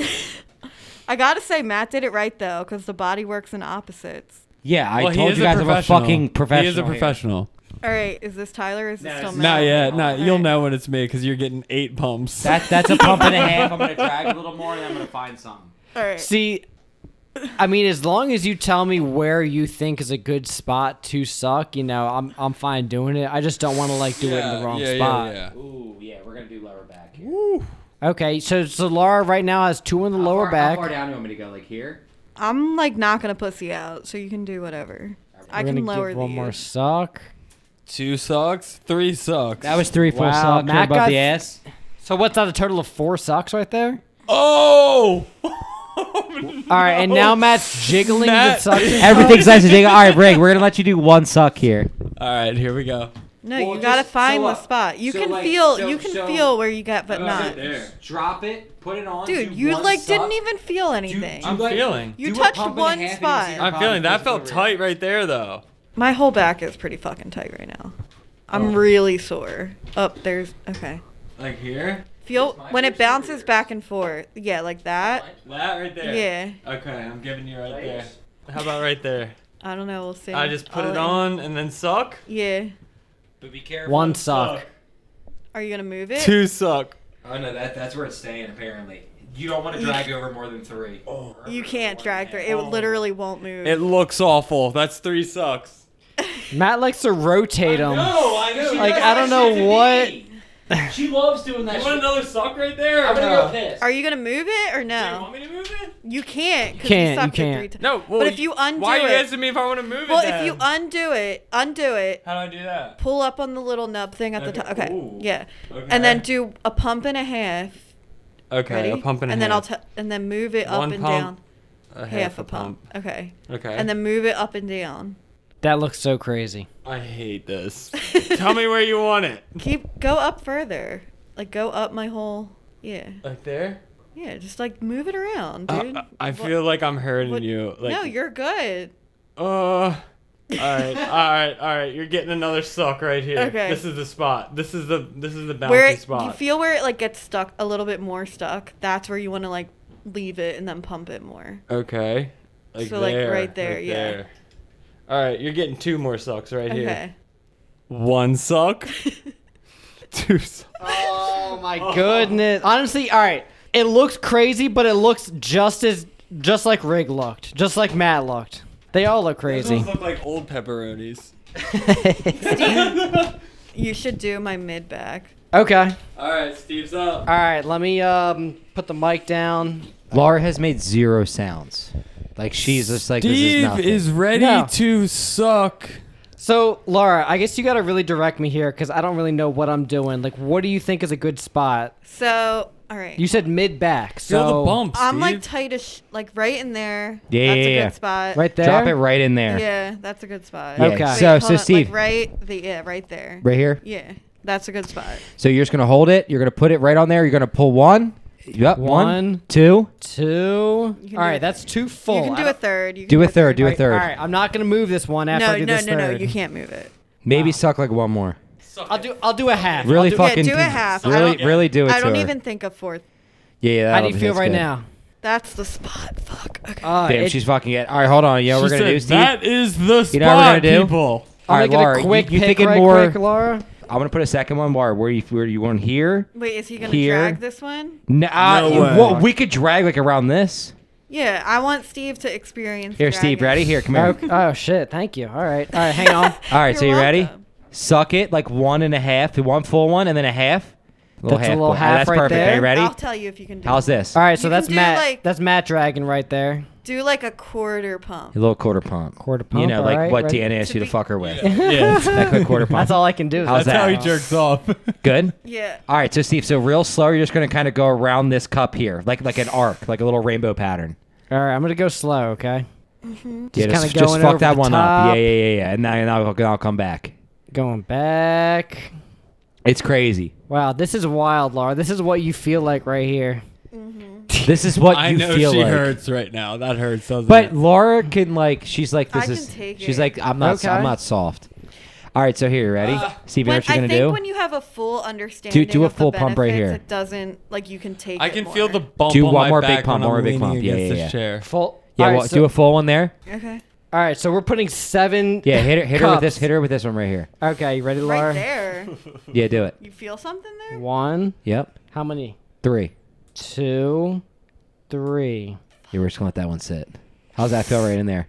[SPEAKER 3] I gotta say, Matt did it right though, because the body works in opposites.
[SPEAKER 2] Yeah, I
[SPEAKER 4] Well, he
[SPEAKER 2] told
[SPEAKER 4] is
[SPEAKER 2] you
[SPEAKER 4] a
[SPEAKER 2] guys I'm a
[SPEAKER 4] professional.
[SPEAKER 2] fucking professional.
[SPEAKER 4] He is a
[SPEAKER 2] here.
[SPEAKER 4] professional.
[SPEAKER 3] All right, is this Tyler? or Is this still Matt?
[SPEAKER 4] Not yet. Not. You'll
[SPEAKER 3] Alright.
[SPEAKER 4] know when it's me because you're getting eight pumps.
[SPEAKER 2] That, that's a pump and a half. I'm gonna drag a little more, and I'm gonna find something.
[SPEAKER 3] All right.
[SPEAKER 1] See, I mean, as long as you tell me where you think is a good spot to suck, you know, I'm I'm fine doing it. I just don't want to like do it in the wrong spot.
[SPEAKER 2] Ooh, yeah, we're gonna do lower back. Here.
[SPEAKER 1] Okay, so so Laura right now has two in the lower back.
[SPEAKER 2] down do you want me to go? Like here?
[SPEAKER 3] I'm like not gonna pussy out, so you can do whatever. I
[SPEAKER 1] We're
[SPEAKER 3] can
[SPEAKER 1] gonna
[SPEAKER 3] lower
[SPEAKER 1] give one
[SPEAKER 3] these.
[SPEAKER 1] more suck.
[SPEAKER 4] Two socks, three socks.
[SPEAKER 2] That was three full
[SPEAKER 1] Wow,
[SPEAKER 2] socks right
[SPEAKER 1] Matt
[SPEAKER 2] above
[SPEAKER 1] got-
[SPEAKER 2] the ass.
[SPEAKER 1] So what's that? A total of four sucks right there.
[SPEAKER 4] oh.
[SPEAKER 1] All right, and now Matt's jiggling
[SPEAKER 4] Matt-
[SPEAKER 1] the sucks.
[SPEAKER 2] Everything's nice and All right, Rig, we're gonna let you do one suck here.
[SPEAKER 4] All right, here we go.
[SPEAKER 3] No,
[SPEAKER 2] Well,
[SPEAKER 3] you gotta
[SPEAKER 2] just-
[SPEAKER 3] find
[SPEAKER 2] so,
[SPEAKER 3] the
[SPEAKER 2] uh,
[SPEAKER 3] spot. You
[SPEAKER 2] so,
[SPEAKER 3] can
[SPEAKER 2] like,
[SPEAKER 3] feel.
[SPEAKER 2] so-
[SPEAKER 3] you can
[SPEAKER 2] so-
[SPEAKER 3] feel where you get, but
[SPEAKER 4] Right
[SPEAKER 3] not.
[SPEAKER 4] there.
[SPEAKER 2] Drop it, put it on.
[SPEAKER 3] Dude,
[SPEAKER 2] do
[SPEAKER 3] you
[SPEAKER 2] one
[SPEAKER 3] like
[SPEAKER 2] suck.
[SPEAKER 3] didn't even feel anything.
[SPEAKER 2] Do,
[SPEAKER 4] I'm
[SPEAKER 2] like,
[SPEAKER 4] feeling.
[SPEAKER 3] You
[SPEAKER 2] do a
[SPEAKER 3] touched
[SPEAKER 2] pump and a
[SPEAKER 3] one
[SPEAKER 2] half and
[SPEAKER 3] spot.
[SPEAKER 2] see your
[SPEAKER 3] I'm
[SPEAKER 2] body
[SPEAKER 4] I'm feeling that
[SPEAKER 2] goes
[SPEAKER 4] felt
[SPEAKER 2] over.
[SPEAKER 4] tight right there though.
[SPEAKER 3] My whole back is pretty fucking tight right now. I'm really sore. Up there's okay.
[SPEAKER 4] Like here.
[SPEAKER 3] Feel
[SPEAKER 2] Is mine
[SPEAKER 3] when it
[SPEAKER 2] worse or
[SPEAKER 3] bounces
[SPEAKER 2] yours?
[SPEAKER 3] back and forth. Yeah, like that.
[SPEAKER 4] That right there.
[SPEAKER 3] Yeah.
[SPEAKER 4] Okay, I'm giving you right there. How about right there?
[SPEAKER 3] I don't know. We'll see.
[SPEAKER 4] I just put
[SPEAKER 3] I'll
[SPEAKER 4] it
[SPEAKER 3] let you-
[SPEAKER 4] on and then suck.
[SPEAKER 3] Yeah.
[SPEAKER 2] But be careful.
[SPEAKER 1] One suck.
[SPEAKER 3] Are you gonna move it?
[SPEAKER 4] Two suck.
[SPEAKER 2] Oh no, that that's where it's staying apparently. You don't want to drag over more than three.
[SPEAKER 3] You can't drag through. It literally won't move.
[SPEAKER 4] It looks awful. That's three sucks.
[SPEAKER 1] Matt likes to rotate
[SPEAKER 4] Um,
[SPEAKER 1] them.
[SPEAKER 4] I know.
[SPEAKER 1] Like, I don't know what-
[SPEAKER 2] She loves doing that. shit.
[SPEAKER 4] another suck right there?
[SPEAKER 2] I'm gonna go piss.
[SPEAKER 3] Are you gonna move it or no?
[SPEAKER 4] me to move it?
[SPEAKER 3] You can't. 'cause
[SPEAKER 1] Can't, you
[SPEAKER 3] You sucked
[SPEAKER 1] can't.
[SPEAKER 3] It three times.
[SPEAKER 4] No. Well,
[SPEAKER 3] But if you undo
[SPEAKER 4] why are you
[SPEAKER 3] it-
[SPEAKER 4] asking me if I want to move
[SPEAKER 3] Well,
[SPEAKER 4] it?
[SPEAKER 3] if you
[SPEAKER 4] then?
[SPEAKER 3] undo it, undo it,
[SPEAKER 4] how do I do that?
[SPEAKER 3] pull up on the little nub thing at the
[SPEAKER 4] Okay.
[SPEAKER 3] top. Okay.
[SPEAKER 4] Ooh.
[SPEAKER 3] Yeah.
[SPEAKER 4] Okay.
[SPEAKER 3] And then do a pump and a half.
[SPEAKER 4] Okay,
[SPEAKER 3] Ready?
[SPEAKER 4] a pump and, a
[SPEAKER 3] then
[SPEAKER 4] half.
[SPEAKER 3] I'll t- and then move it up
[SPEAKER 4] One
[SPEAKER 3] and
[SPEAKER 4] pump,
[SPEAKER 3] down. Half, a pump. Okay.
[SPEAKER 4] Okay.
[SPEAKER 3] And then move it up and down.
[SPEAKER 1] That looks so crazy.
[SPEAKER 4] I hate this. Tell me where you want it.
[SPEAKER 3] Keep go up further. Like go up my whole. Yeah.
[SPEAKER 4] Like there?
[SPEAKER 3] Yeah. Just like move it around,
[SPEAKER 4] Uh,
[SPEAKER 3] dude.
[SPEAKER 4] I I
[SPEAKER 3] What-
[SPEAKER 4] feel like I'm hurting
[SPEAKER 3] what-
[SPEAKER 4] you. Like,
[SPEAKER 3] no, you're good.
[SPEAKER 4] Uh, all right, all right, all right. You're getting another suck right here.
[SPEAKER 3] Okay.
[SPEAKER 4] This is the spot. This is the this is the bouncy
[SPEAKER 3] where it,
[SPEAKER 4] spot.
[SPEAKER 3] you feel where it like gets stuck a little bit more stuck that's where you want to like leave it and then pump it more
[SPEAKER 4] okay. Like
[SPEAKER 3] So, like,
[SPEAKER 4] there.
[SPEAKER 3] right there, yeah.
[SPEAKER 4] All right, you're getting two more sucks right here.
[SPEAKER 3] okay
[SPEAKER 4] One suck. two sucks.
[SPEAKER 1] Oh my goodness. Honestly, all right. It looks crazy, but it looks just as just like Rig looked, just like Matt looked. They all look crazy.
[SPEAKER 4] look like old pepperonis.
[SPEAKER 3] you should do my mid back
[SPEAKER 1] Okay.
[SPEAKER 4] All right, Steve's up.
[SPEAKER 1] All right, let me um put the mic down.
[SPEAKER 2] Laura has made zero sounds. Like she's just like
[SPEAKER 4] Steve is ready
[SPEAKER 1] No.
[SPEAKER 4] to suck.
[SPEAKER 1] So, Laura, I guess you got to really direct me here cuz I don't really know what I'm doing. Like what do you think is a good spot?
[SPEAKER 3] so all right
[SPEAKER 1] You said mid back. So
[SPEAKER 4] Feel the bump, Steve.
[SPEAKER 3] i'm like tight as sh- like right in there
[SPEAKER 2] Yeah,
[SPEAKER 3] that's
[SPEAKER 2] yeah,
[SPEAKER 3] a
[SPEAKER 2] yeah.
[SPEAKER 3] good spot
[SPEAKER 1] right there.
[SPEAKER 2] Drop it right in there.
[SPEAKER 3] yeah that's a good spot
[SPEAKER 2] Yeah,
[SPEAKER 1] Okay.
[SPEAKER 3] Wait,
[SPEAKER 2] So
[SPEAKER 3] hold
[SPEAKER 2] so
[SPEAKER 3] on, like,
[SPEAKER 2] Steve,
[SPEAKER 3] right the yeah right there
[SPEAKER 2] right here.
[SPEAKER 3] yeah that's a good spot
[SPEAKER 2] So you're just gonna hold it. You're gonna put it right on there. You're gonna pull one. Yep.
[SPEAKER 1] One.
[SPEAKER 2] One, two.
[SPEAKER 1] Two.
[SPEAKER 3] can
[SPEAKER 1] All
[SPEAKER 3] do
[SPEAKER 1] right,
[SPEAKER 3] it.
[SPEAKER 1] that's two full.
[SPEAKER 3] you can
[SPEAKER 1] I
[SPEAKER 3] do a
[SPEAKER 1] don't-
[SPEAKER 3] third you can
[SPEAKER 2] Do a third. Do a
[SPEAKER 1] All
[SPEAKER 2] third.
[SPEAKER 1] right, I'm not gonna move this one after
[SPEAKER 3] no
[SPEAKER 1] I do
[SPEAKER 3] no
[SPEAKER 1] this
[SPEAKER 3] no no
[SPEAKER 1] third.
[SPEAKER 3] you can't move it
[SPEAKER 2] Maybe suck like one more.
[SPEAKER 1] I'll do. I'll do a half. I'll
[SPEAKER 2] Really
[SPEAKER 1] do-
[SPEAKER 2] fucking
[SPEAKER 3] do a half. I
[SPEAKER 2] Really,
[SPEAKER 3] don't-
[SPEAKER 2] really do it.
[SPEAKER 3] i don't
[SPEAKER 2] to her.
[SPEAKER 3] even think of fourth
[SPEAKER 2] Yeah. yeah
[SPEAKER 1] How do
[SPEAKER 2] that'll-
[SPEAKER 1] you feel
[SPEAKER 2] that's
[SPEAKER 1] right
[SPEAKER 2] good.
[SPEAKER 1] now?
[SPEAKER 3] that's the spot fuck okay
[SPEAKER 1] Uh,
[SPEAKER 2] Damn,
[SPEAKER 1] it-
[SPEAKER 2] she's fucking it. All right, hold on. Yeah,
[SPEAKER 4] She
[SPEAKER 2] we're gonna
[SPEAKER 4] said,
[SPEAKER 2] do Steve.
[SPEAKER 4] That is the spot,
[SPEAKER 2] You know what we're gonna do?
[SPEAKER 4] people.
[SPEAKER 2] All
[SPEAKER 1] I'm
[SPEAKER 2] right,
[SPEAKER 1] making
[SPEAKER 2] Laura,
[SPEAKER 1] a quick
[SPEAKER 2] you, you
[SPEAKER 1] pick
[SPEAKER 2] thinking
[SPEAKER 1] right
[SPEAKER 2] more?
[SPEAKER 1] quick, Laura?
[SPEAKER 2] I'm gonna put a second one. Where where you where you weren't here?
[SPEAKER 3] wait is he gonna
[SPEAKER 2] Here.
[SPEAKER 3] drag this one
[SPEAKER 2] Nah,
[SPEAKER 4] No
[SPEAKER 2] you-
[SPEAKER 4] way.
[SPEAKER 2] what- we could drag like around this.
[SPEAKER 3] Yeah, I want Steve to experience.
[SPEAKER 2] Here, Steve, ready? Here, come here.
[SPEAKER 1] Oh, oh shit! Thank you. All right, all right, hang on.
[SPEAKER 2] All right, so you
[SPEAKER 3] You're
[SPEAKER 2] ready?
[SPEAKER 3] welcome.
[SPEAKER 2] Suck it like one and a half, one full one, and then a half. Little
[SPEAKER 1] That's a little
[SPEAKER 2] one.
[SPEAKER 1] half
[SPEAKER 2] That's
[SPEAKER 1] right
[SPEAKER 2] perfect. Are
[SPEAKER 1] there.
[SPEAKER 2] you ready?
[SPEAKER 3] I'll tell you if you can do.
[SPEAKER 2] How's
[SPEAKER 3] it.
[SPEAKER 2] this?
[SPEAKER 1] All right, so
[SPEAKER 3] You can
[SPEAKER 1] that's
[SPEAKER 3] do,
[SPEAKER 1] Matt.
[SPEAKER 3] like-
[SPEAKER 1] that's Matt Dragon right there.
[SPEAKER 3] Do like a quarter pump.
[SPEAKER 2] A little quarter pump.
[SPEAKER 1] Quarter
[SPEAKER 2] You
[SPEAKER 1] pump,
[SPEAKER 2] know, like
[SPEAKER 1] alright,
[SPEAKER 2] what
[SPEAKER 1] right.
[SPEAKER 2] Dan asked you to
[SPEAKER 3] be-
[SPEAKER 2] fuck her with.
[SPEAKER 4] Yeah.
[SPEAKER 2] That quick quarter pump.
[SPEAKER 1] That's all I can do.
[SPEAKER 2] How's
[SPEAKER 4] That's how he
[SPEAKER 2] that?
[SPEAKER 4] jerks off.
[SPEAKER 2] Good.
[SPEAKER 3] Yeah.
[SPEAKER 2] All right, so Steve, so real slow, you're just gonna kind of go around this cup here, like like an arc, like a little rainbow pattern.
[SPEAKER 5] All right, I'm gonna go slow. Okay,
[SPEAKER 3] Mm-hmm.
[SPEAKER 2] yeah,
[SPEAKER 5] kinda
[SPEAKER 2] just, just
[SPEAKER 5] going
[SPEAKER 2] fuck
[SPEAKER 5] over
[SPEAKER 2] that
[SPEAKER 5] the
[SPEAKER 2] one
[SPEAKER 5] top.
[SPEAKER 2] up. Yeah, yeah, yeah, yeah. And, I, and I'll, I'll come back.
[SPEAKER 5] going back.
[SPEAKER 2] It's crazy.
[SPEAKER 5] Wow, this is wild, Laura. This is what you feel like right here.
[SPEAKER 2] This is what
[SPEAKER 4] I
[SPEAKER 2] you
[SPEAKER 4] know she
[SPEAKER 2] feel like.
[SPEAKER 4] hurts right now. That hurts, doesn't
[SPEAKER 2] But
[SPEAKER 4] it?
[SPEAKER 2] Laura can like she's like this
[SPEAKER 3] I
[SPEAKER 2] is
[SPEAKER 3] can take
[SPEAKER 2] she's
[SPEAKER 3] it.
[SPEAKER 2] like I'm not
[SPEAKER 5] Okay.
[SPEAKER 2] I'm not soft. All right, so here you ready? Steve, you know
[SPEAKER 3] When,
[SPEAKER 2] what you're
[SPEAKER 3] I
[SPEAKER 2] gonna
[SPEAKER 3] think
[SPEAKER 2] do?
[SPEAKER 3] when you have a full understanding,
[SPEAKER 2] do a
[SPEAKER 3] of the
[SPEAKER 2] full pump right
[SPEAKER 3] benefits,
[SPEAKER 2] here.
[SPEAKER 3] It doesn't like you can take.
[SPEAKER 4] I
[SPEAKER 3] it
[SPEAKER 4] can
[SPEAKER 3] more.
[SPEAKER 4] feel the bump.
[SPEAKER 2] Do
[SPEAKER 4] on
[SPEAKER 2] one
[SPEAKER 4] my
[SPEAKER 2] more big
[SPEAKER 4] back
[SPEAKER 2] pump, one
[SPEAKER 4] when
[SPEAKER 2] more
[SPEAKER 4] I'm
[SPEAKER 2] big
[SPEAKER 4] leaning
[SPEAKER 2] pump. Yeah,
[SPEAKER 4] against
[SPEAKER 2] yeah,
[SPEAKER 4] this
[SPEAKER 2] yeah.
[SPEAKER 4] chair.
[SPEAKER 5] Full.
[SPEAKER 2] yeah,
[SPEAKER 5] all right,
[SPEAKER 2] well,
[SPEAKER 5] so,
[SPEAKER 2] do a full one there.
[SPEAKER 3] Okay,
[SPEAKER 5] all right, so we're putting seven.
[SPEAKER 2] Yeah, hit her hit her with this
[SPEAKER 5] cups.
[SPEAKER 2] hit her with this one right here.
[SPEAKER 5] Okay, you ready,
[SPEAKER 3] right
[SPEAKER 5] Laura?
[SPEAKER 3] there.
[SPEAKER 2] Yeah, do it.
[SPEAKER 3] You feel something there?
[SPEAKER 5] One.
[SPEAKER 2] Yep.
[SPEAKER 5] How many?
[SPEAKER 2] Three.
[SPEAKER 5] Two, three.
[SPEAKER 2] Yeah, we're just gonna let that one sit. How's that feel right in there?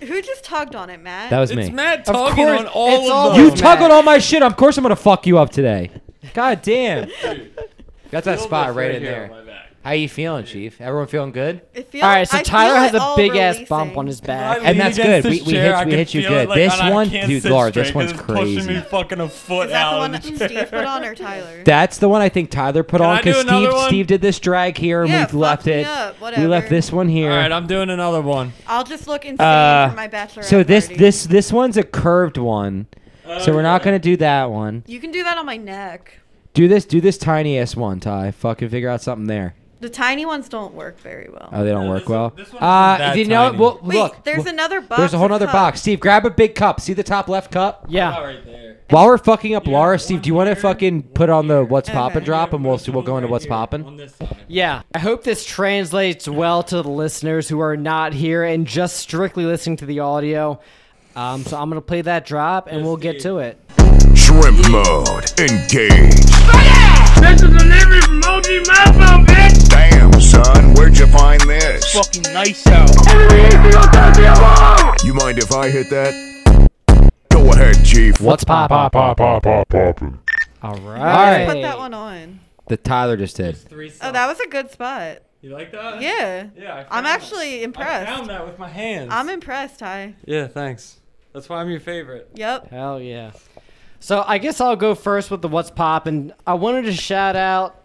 [SPEAKER 3] Who just tugged on it, Matt?
[SPEAKER 2] That was
[SPEAKER 4] It's
[SPEAKER 2] me.
[SPEAKER 4] Matt talking
[SPEAKER 5] course,
[SPEAKER 4] on all
[SPEAKER 5] it's
[SPEAKER 4] of
[SPEAKER 5] all
[SPEAKER 4] them.
[SPEAKER 2] you
[SPEAKER 5] Oh,
[SPEAKER 2] tug
[SPEAKER 5] Matt.
[SPEAKER 2] on all my shit. Of course I'm gonna fuck you up today. God damn. That's that spot right in there. How you feeling, Chief? Everyone feeling good?
[SPEAKER 3] It feels,
[SPEAKER 5] All right, so
[SPEAKER 3] I
[SPEAKER 5] Tyler
[SPEAKER 3] feel
[SPEAKER 5] has
[SPEAKER 3] it
[SPEAKER 5] a
[SPEAKER 3] all
[SPEAKER 5] big ass bump
[SPEAKER 3] releasing.
[SPEAKER 5] on his
[SPEAKER 4] I
[SPEAKER 5] back.
[SPEAKER 4] lean
[SPEAKER 2] And that's
[SPEAKER 4] against
[SPEAKER 2] good.
[SPEAKER 4] this
[SPEAKER 2] We- we
[SPEAKER 4] chair,
[SPEAKER 2] hit-
[SPEAKER 4] I
[SPEAKER 2] we
[SPEAKER 4] can
[SPEAKER 2] hit you
[SPEAKER 4] feel
[SPEAKER 2] good.
[SPEAKER 4] it, Like,
[SPEAKER 2] This
[SPEAKER 4] and I
[SPEAKER 2] one-
[SPEAKER 4] can't
[SPEAKER 2] dude,
[SPEAKER 4] sit
[SPEAKER 2] Laura, this
[SPEAKER 4] straight 'cause
[SPEAKER 2] one's
[SPEAKER 4] it's pushing
[SPEAKER 2] crazy.
[SPEAKER 4] me fucking a foot
[SPEAKER 3] Is that
[SPEAKER 4] out
[SPEAKER 3] the
[SPEAKER 4] of
[SPEAKER 3] one
[SPEAKER 4] the
[SPEAKER 3] that
[SPEAKER 4] chair.
[SPEAKER 3] Steve put on or Tyler?
[SPEAKER 2] That's the one I think Tyler put
[SPEAKER 4] Can
[SPEAKER 2] on
[SPEAKER 4] I do
[SPEAKER 2] because
[SPEAKER 4] another
[SPEAKER 2] Steve,
[SPEAKER 4] one?
[SPEAKER 2] Steve did this drag here and
[SPEAKER 3] Yeah,
[SPEAKER 2] we left
[SPEAKER 3] fuck me
[SPEAKER 2] it.
[SPEAKER 3] up,
[SPEAKER 2] we left
[SPEAKER 3] whatever.
[SPEAKER 2] this one here.
[SPEAKER 4] All right, I'm doing another one.
[SPEAKER 3] I'll just look insane
[SPEAKER 2] Uh,
[SPEAKER 3] for my bachelorette.
[SPEAKER 2] so this
[SPEAKER 3] party.
[SPEAKER 2] this this one's a curved one. So we're not gonna do that one.
[SPEAKER 3] You can do that on my neck.
[SPEAKER 2] Do this do this tiny ass one, Ty. Fucking figure out something there.
[SPEAKER 3] The tiny ones don't work very well.
[SPEAKER 2] Oh, they don't work
[SPEAKER 4] this
[SPEAKER 2] well.
[SPEAKER 4] one- this one isn't
[SPEAKER 2] uh,
[SPEAKER 4] that
[SPEAKER 2] you know what?
[SPEAKER 4] tiny.
[SPEAKER 2] Well,
[SPEAKER 3] Wait,
[SPEAKER 2] look,
[SPEAKER 3] there's
[SPEAKER 2] look,
[SPEAKER 3] another box.
[SPEAKER 2] there's a whole
[SPEAKER 3] of
[SPEAKER 2] other
[SPEAKER 3] cups.
[SPEAKER 2] box. Steve, grab a big cup. See the top left cup.
[SPEAKER 5] Yeah.
[SPEAKER 4] right there.
[SPEAKER 2] While we're fucking up Laura, Steve, do you want to fucking put on the what's
[SPEAKER 3] Okay.
[SPEAKER 2] poppin' drop and we'll see we'll go into what's
[SPEAKER 4] On
[SPEAKER 2] poppin'?
[SPEAKER 4] this side.
[SPEAKER 5] Yeah. I hope this translates well to the listeners who are not here and just strictly listening to the audio. Um, so I'm gonna play that drop and we'll get to it.
[SPEAKER 8] Shrimp mode. Engage.
[SPEAKER 9] This is a living emoji mouthful, bitch!
[SPEAKER 8] Damn, son, where'd you find this?
[SPEAKER 9] Fucking nice out.
[SPEAKER 8] You mind if I hit that? Go ahead, Chief.
[SPEAKER 2] What's pop pop pop?
[SPEAKER 5] All
[SPEAKER 2] right.
[SPEAKER 5] right.
[SPEAKER 3] Put that one on.
[SPEAKER 2] The Tyler just did.
[SPEAKER 3] Oh, that was a good spot.
[SPEAKER 4] You like that?
[SPEAKER 3] Yeah.
[SPEAKER 4] Yeah. I
[SPEAKER 3] I'm
[SPEAKER 4] found
[SPEAKER 3] actually
[SPEAKER 4] that. I found
[SPEAKER 3] impressed.
[SPEAKER 4] that with my hands.
[SPEAKER 3] I'm impressed, Ty.
[SPEAKER 4] yeah, thanks. That's why I'm your favorite.
[SPEAKER 3] Yep.
[SPEAKER 5] Hell yeah. So I guess I'll go first with the what's pop, and I wanted to shout out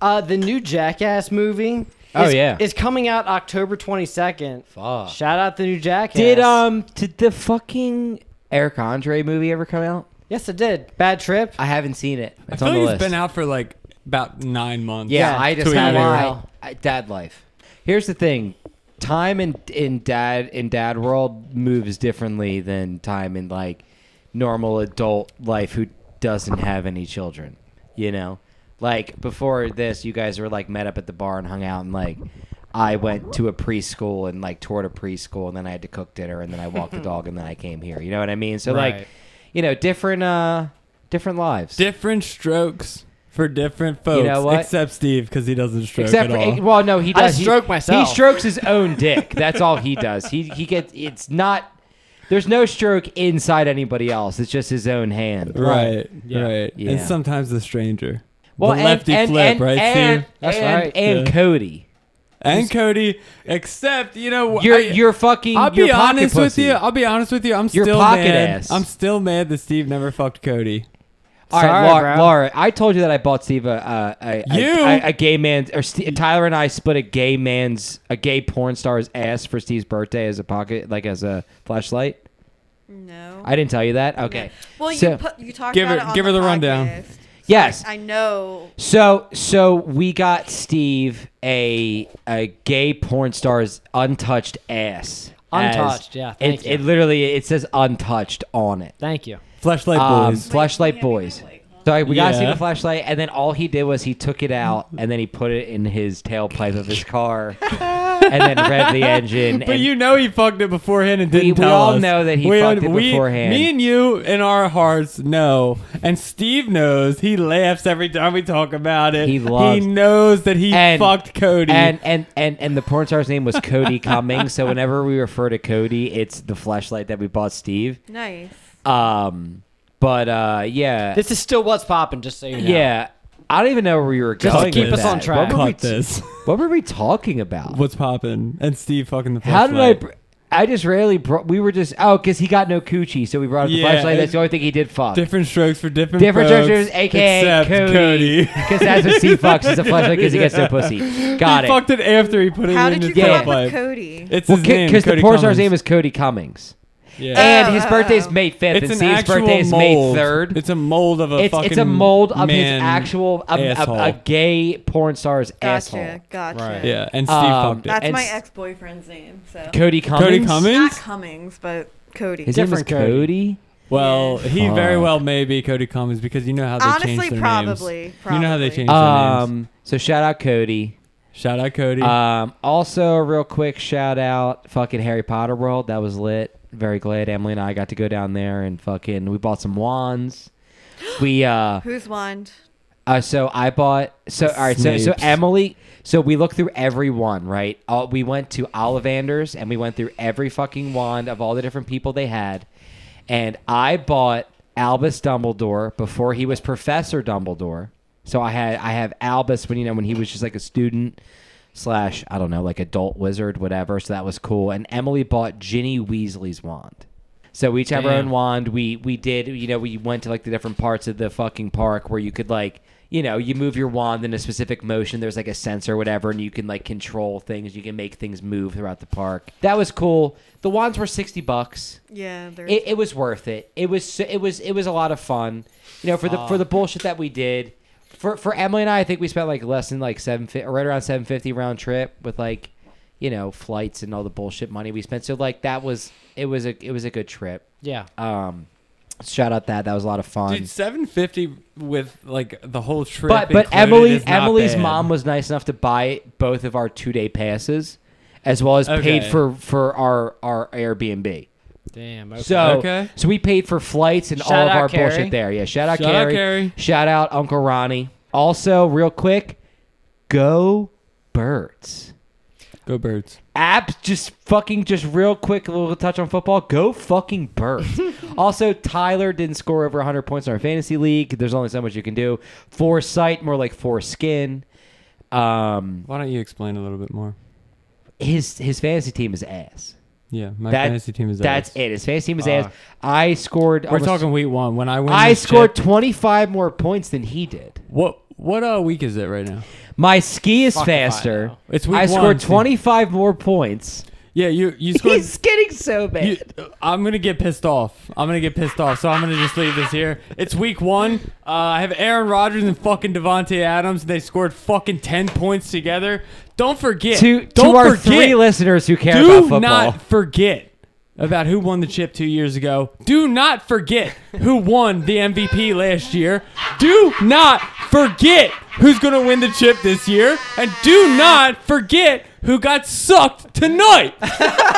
[SPEAKER 5] uh, the new Jackass movie.
[SPEAKER 2] Oh,
[SPEAKER 5] is-
[SPEAKER 2] yeah.
[SPEAKER 5] is coming out October 22nd.
[SPEAKER 2] Fuck.
[SPEAKER 5] Shout out the new Jackass.
[SPEAKER 2] Did um did the fucking Eric Andre movie ever come out?
[SPEAKER 5] Yes, it did. Bad trip.
[SPEAKER 2] I haven't seen it. It's
[SPEAKER 4] I
[SPEAKER 2] on
[SPEAKER 4] feel
[SPEAKER 2] the
[SPEAKER 4] like
[SPEAKER 2] list.
[SPEAKER 4] it's been out for like about nine months.
[SPEAKER 2] yeah,
[SPEAKER 5] yeah,
[SPEAKER 2] I just
[SPEAKER 4] tweeted
[SPEAKER 2] had
[SPEAKER 5] it.
[SPEAKER 2] I, I, dad life. Here's the thing. Time in in dad in dad world moves differently than time in like normal adult life who doesn't have any children. You know? Like before this you guys were like met up at the bar and hung out and like I went to a preschool and like toured a preschool and then I had to cook dinner and then I walked the dog and then I came here. You know what I mean? So like
[SPEAKER 5] Right.
[SPEAKER 2] you know, different uh different lives.
[SPEAKER 4] Different strokes for different folks.
[SPEAKER 2] know what?
[SPEAKER 4] Except Steve, because he doesn't stroke
[SPEAKER 2] Except for
[SPEAKER 4] at
[SPEAKER 2] eh,
[SPEAKER 4] all.
[SPEAKER 2] well, no, he
[SPEAKER 5] I
[SPEAKER 2] does.
[SPEAKER 5] stroke
[SPEAKER 2] he,
[SPEAKER 5] myself.
[SPEAKER 2] He strokes his own dick. That's all he does. He he gets. It's not. There's no stroke inside anybody else. It's just his own hand.
[SPEAKER 4] Right, right.
[SPEAKER 2] Yeah.
[SPEAKER 4] And sometimes the stranger.
[SPEAKER 2] Well,
[SPEAKER 4] the lefty
[SPEAKER 2] and,
[SPEAKER 4] flip,
[SPEAKER 2] and,
[SPEAKER 4] right,
[SPEAKER 2] And,
[SPEAKER 4] Steve?
[SPEAKER 5] That's
[SPEAKER 2] and,
[SPEAKER 5] right.
[SPEAKER 2] And
[SPEAKER 4] Yeah.
[SPEAKER 2] Cody,
[SPEAKER 4] And Cody, except you know,
[SPEAKER 2] you're
[SPEAKER 4] I-
[SPEAKER 2] you're fucking.
[SPEAKER 4] I'll
[SPEAKER 2] you're
[SPEAKER 4] be
[SPEAKER 2] pocket
[SPEAKER 4] honest
[SPEAKER 2] pussy.
[SPEAKER 4] with you. I'll be honest with you. I'm
[SPEAKER 2] You're
[SPEAKER 4] still
[SPEAKER 2] pocket
[SPEAKER 4] mad.
[SPEAKER 2] ass.
[SPEAKER 4] I'm still mad that Steve never fucked Cody.
[SPEAKER 2] All right,
[SPEAKER 5] Sorry,
[SPEAKER 2] Laura,
[SPEAKER 5] bro.
[SPEAKER 2] Laura. I told you that I bought Steve a a, a,
[SPEAKER 4] You?
[SPEAKER 2] a, a gay man or Ste Tyler and I split a gay man's a gay porn star's ass for Steve's birthday as a pocket like as a flashlight.
[SPEAKER 3] No.
[SPEAKER 2] I didn't tell you that. Okay.
[SPEAKER 3] Well,
[SPEAKER 2] So-
[SPEAKER 3] you put, you talked
[SPEAKER 4] Give
[SPEAKER 3] about
[SPEAKER 4] her-
[SPEAKER 3] it on
[SPEAKER 4] give
[SPEAKER 3] the
[SPEAKER 4] her the rundown.
[SPEAKER 3] podcast.
[SPEAKER 2] Yes.
[SPEAKER 3] I know.
[SPEAKER 2] So so we got Steve a a gay porn star's untouched ass. as-
[SPEAKER 5] Untouched, yeah, thank
[SPEAKER 2] it,
[SPEAKER 5] you.
[SPEAKER 2] it literally it says untouched on it.
[SPEAKER 5] Thank you.
[SPEAKER 4] Flashlight
[SPEAKER 2] Um,
[SPEAKER 4] boys.
[SPEAKER 2] flashlight boys. So like, we got Steve
[SPEAKER 4] Yeah.
[SPEAKER 2] a flashlight, and then all he did was he took it out and then he put it in his tailpipe of his car, and then rev the engine.
[SPEAKER 4] But
[SPEAKER 2] and
[SPEAKER 4] you know he fucked it beforehand and didn't
[SPEAKER 2] we
[SPEAKER 4] tell
[SPEAKER 2] all
[SPEAKER 4] us.
[SPEAKER 2] know that he fucked it beforehand.
[SPEAKER 4] Me and you in our hearts know, and Steve knows. He laughs every time we talk about it.
[SPEAKER 2] He loves-
[SPEAKER 4] knows that he
[SPEAKER 2] And-
[SPEAKER 4] fucked Cody.
[SPEAKER 2] And and and and the porn star's name was Cody Cummings. So whenever we refer to Cody, it's the flashlight that we bought Steve.
[SPEAKER 3] Nice.
[SPEAKER 2] Um, but uh, yeah,
[SPEAKER 5] This is still what's popping. Just so you know.
[SPEAKER 2] yeah. I don't even know where we were
[SPEAKER 5] Just
[SPEAKER 2] going.
[SPEAKER 5] keep
[SPEAKER 2] with
[SPEAKER 5] us on
[SPEAKER 2] that.
[SPEAKER 5] track.
[SPEAKER 2] What were, we
[SPEAKER 4] Cut this.
[SPEAKER 2] what were we talking about?
[SPEAKER 4] What's poppin'? And Steve fucking the
[SPEAKER 2] How did I?
[SPEAKER 4] flashlight.
[SPEAKER 2] br- I just rarely brought. We were just oh, because he got no coochie, so we brought up the
[SPEAKER 4] Yeah,
[SPEAKER 2] flashlight. That's
[SPEAKER 4] it-
[SPEAKER 2] the only thing he did fuck.
[SPEAKER 4] Different strokes for different
[SPEAKER 2] Different
[SPEAKER 4] folks,
[SPEAKER 2] structures, aka
[SPEAKER 4] except
[SPEAKER 2] Cody, because that's what C fucks is a flashlight because he gets no pussy. Got
[SPEAKER 4] he
[SPEAKER 2] it.
[SPEAKER 4] fucked it after he put it
[SPEAKER 7] How
[SPEAKER 4] in
[SPEAKER 7] did you
[SPEAKER 4] his
[SPEAKER 7] come
[SPEAKER 2] Yeah.
[SPEAKER 7] up with
[SPEAKER 4] pipe.
[SPEAKER 7] Cody?
[SPEAKER 4] It's
[SPEAKER 2] Well,
[SPEAKER 4] his name,
[SPEAKER 2] because the
[SPEAKER 4] Cody
[SPEAKER 2] porn star's
[SPEAKER 4] Cummings.
[SPEAKER 2] name is Cody Cummings,
[SPEAKER 4] Yeah.
[SPEAKER 2] and his
[SPEAKER 7] Oh,
[SPEAKER 2] birthday's
[SPEAKER 7] oh.
[SPEAKER 2] May fifth,
[SPEAKER 4] it's
[SPEAKER 2] and
[SPEAKER 4] an
[SPEAKER 2] C's
[SPEAKER 4] actual
[SPEAKER 2] birthday is
[SPEAKER 4] mold.
[SPEAKER 2] May third.
[SPEAKER 4] It's a mold of a
[SPEAKER 2] It's,
[SPEAKER 4] fucking
[SPEAKER 2] it's a mold of his
[SPEAKER 4] man
[SPEAKER 2] actual a,
[SPEAKER 4] asshole.
[SPEAKER 2] a, a gay porn star's
[SPEAKER 7] Gotcha.
[SPEAKER 2] asshole.
[SPEAKER 7] Gotcha.
[SPEAKER 6] Right.
[SPEAKER 4] yeah, and Steve
[SPEAKER 2] Um,
[SPEAKER 4] fucked it.
[SPEAKER 7] That's
[SPEAKER 2] And
[SPEAKER 7] my
[SPEAKER 2] s-
[SPEAKER 7] ex boyfriend's name. So
[SPEAKER 2] Cody Cummings.
[SPEAKER 4] Cody
[SPEAKER 7] not
[SPEAKER 4] Cummings?
[SPEAKER 7] Cummings, but Cody.
[SPEAKER 2] His
[SPEAKER 1] Different
[SPEAKER 2] name is
[SPEAKER 1] Cody.
[SPEAKER 2] Cody.
[SPEAKER 4] Well, he very
[SPEAKER 2] Fuck.
[SPEAKER 4] well may be Cody Cummings because you know how they
[SPEAKER 7] Honestly,
[SPEAKER 4] changed their
[SPEAKER 7] probably,
[SPEAKER 4] names. You know how they
[SPEAKER 7] probably.
[SPEAKER 4] changed their names.
[SPEAKER 2] Um. So shout out Cody.
[SPEAKER 4] Shout out Cody.
[SPEAKER 2] Um. Also, a real quick shout out, fucking Harry Potter World. That was lit. Very glad Emily and I got to go down there and fucking we bought some wands. We uh,
[SPEAKER 7] Who's wand?
[SPEAKER 2] uh so I bought so all right so so
[SPEAKER 4] Snapes.
[SPEAKER 2] Emily so we looked through every one right. All, we went to Ollivander's and we went through every fucking wand of all the different people they had, and I bought Albus Dumbledore before he was Professor Dumbledore. So I had I have Albus when you know when he was just like a student slash I don't know like adult wizard whatever. So that was cool. And Emily bought Ginny Weasley's wand. So we each have our own wand. We we did you know we went to like the different parts of the fucking park where you could like you know you move your wand in a specific motion. There's like a sensor or whatever, and you can like control things. You can make things move throughout the park. That was cool. The wands were sixty bucks
[SPEAKER 7] Yeah, there's
[SPEAKER 2] it, it was worth it. It was so- it was it was a lot of fun. You know, for the for the bullshit that we did. For for Emily and I, I think we spent like less than like seven fi- right around seven fifty round trip with like you know flights and all the bullshit money we spent. So like that was it was a it was a good trip.
[SPEAKER 1] Yeah.
[SPEAKER 2] Um, shout out that that was a lot of fun.
[SPEAKER 4] Dude, seven fifty with like the whole trip.
[SPEAKER 2] but but
[SPEAKER 4] included
[SPEAKER 2] Emily
[SPEAKER 4] is not
[SPEAKER 2] Emily's
[SPEAKER 4] bad.
[SPEAKER 2] mom was nice enough to buy both of our two day passes, as well as paid
[SPEAKER 4] Okay.
[SPEAKER 2] for for our our Airbnb.
[SPEAKER 1] Damn. Okay.
[SPEAKER 2] So,
[SPEAKER 4] Okay.
[SPEAKER 2] so we paid for flights and
[SPEAKER 1] Shout
[SPEAKER 2] all of
[SPEAKER 1] out
[SPEAKER 2] our
[SPEAKER 1] Carrie.
[SPEAKER 2] bullshit there. Yeah, shout out
[SPEAKER 4] Shout out
[SPEAKER 2] Carrie.
[SPEAKER 4] Carrie.
[SPEAKER 2] Shout out Uncle Ronnie. Also, real quick, go birds.
[SPEAKER 4] Go birds.
[SPEAKER 2] App just fucking just real quick a little touch on football. Go fucking birds. also, Tyler didn't score over 100 points in our fantasy league. There's only so much you can do. Foresight, more like foreskin. Um,
[SPEAKER 4] Why don't you explain a little bit more?
[SPEAKER 2] his his fantasy team is ass.
[SPEAKER 4] Yeah, my
[SPEAKER 2] That-
[SPEAKER 4] fantasy team is.
[SPEAKER 2] That's
[SPEAKER 4] ass. Ah.
[SPEAKER 2] it. His fantasy team is ass. I scored.
[SPEAKER 4] We're
[SPEAKER 2] almost-
[SPEAKER 4] talking week one. When I win,
[SPEAKER 2] I
[SPEAKER 4] this
[SPEAKER 2] scored
[SPEAKER 4] chip-
[SPEAKER 2] 25 more points than he did.
[SPEAKER 4] what what uh week is it right now?
[SPEAKER 2] My ski is
[SPEAKER 1] Fuck if I
[SPEAKER 2] faster.
[SPEAKER 1] know.
[SPEAKER 4] It's week
[SPEAKER 2] I
[SPEAKER 4] one,
[SPEAKER 2] scored
[SPEAKER 4] Steve.
[SPEAKER 2] 25 more points.
[SPEAKER 4] Yeah, you you scored.
[SPEAKER 2] He's getting so bad.
[SPEAKER 4] you, uh, I'm gonna get pissed off. I'm gonna get pissed off. So I'm gonna just leave this here. It's week one. Uh, I have Aaron Rodgers and fucking Devonte Adams. They scored fucking ten points together. Don't forget.
[SPEAKER 2] to
[SPEAKER 4] don't
[SPEAKER 2] to our
[SPEAKER 4] forget.
[SPEAKER 2] three listeners who care
[SPEAKER 4] Do
[SPEAKER 2] about football.
[SPEAKER 4] not forget about who won the chip two years ago. Do not forget who won the MVP last year. Do not forget who's going to win the chip this year. And do not forget who got sucked tonight.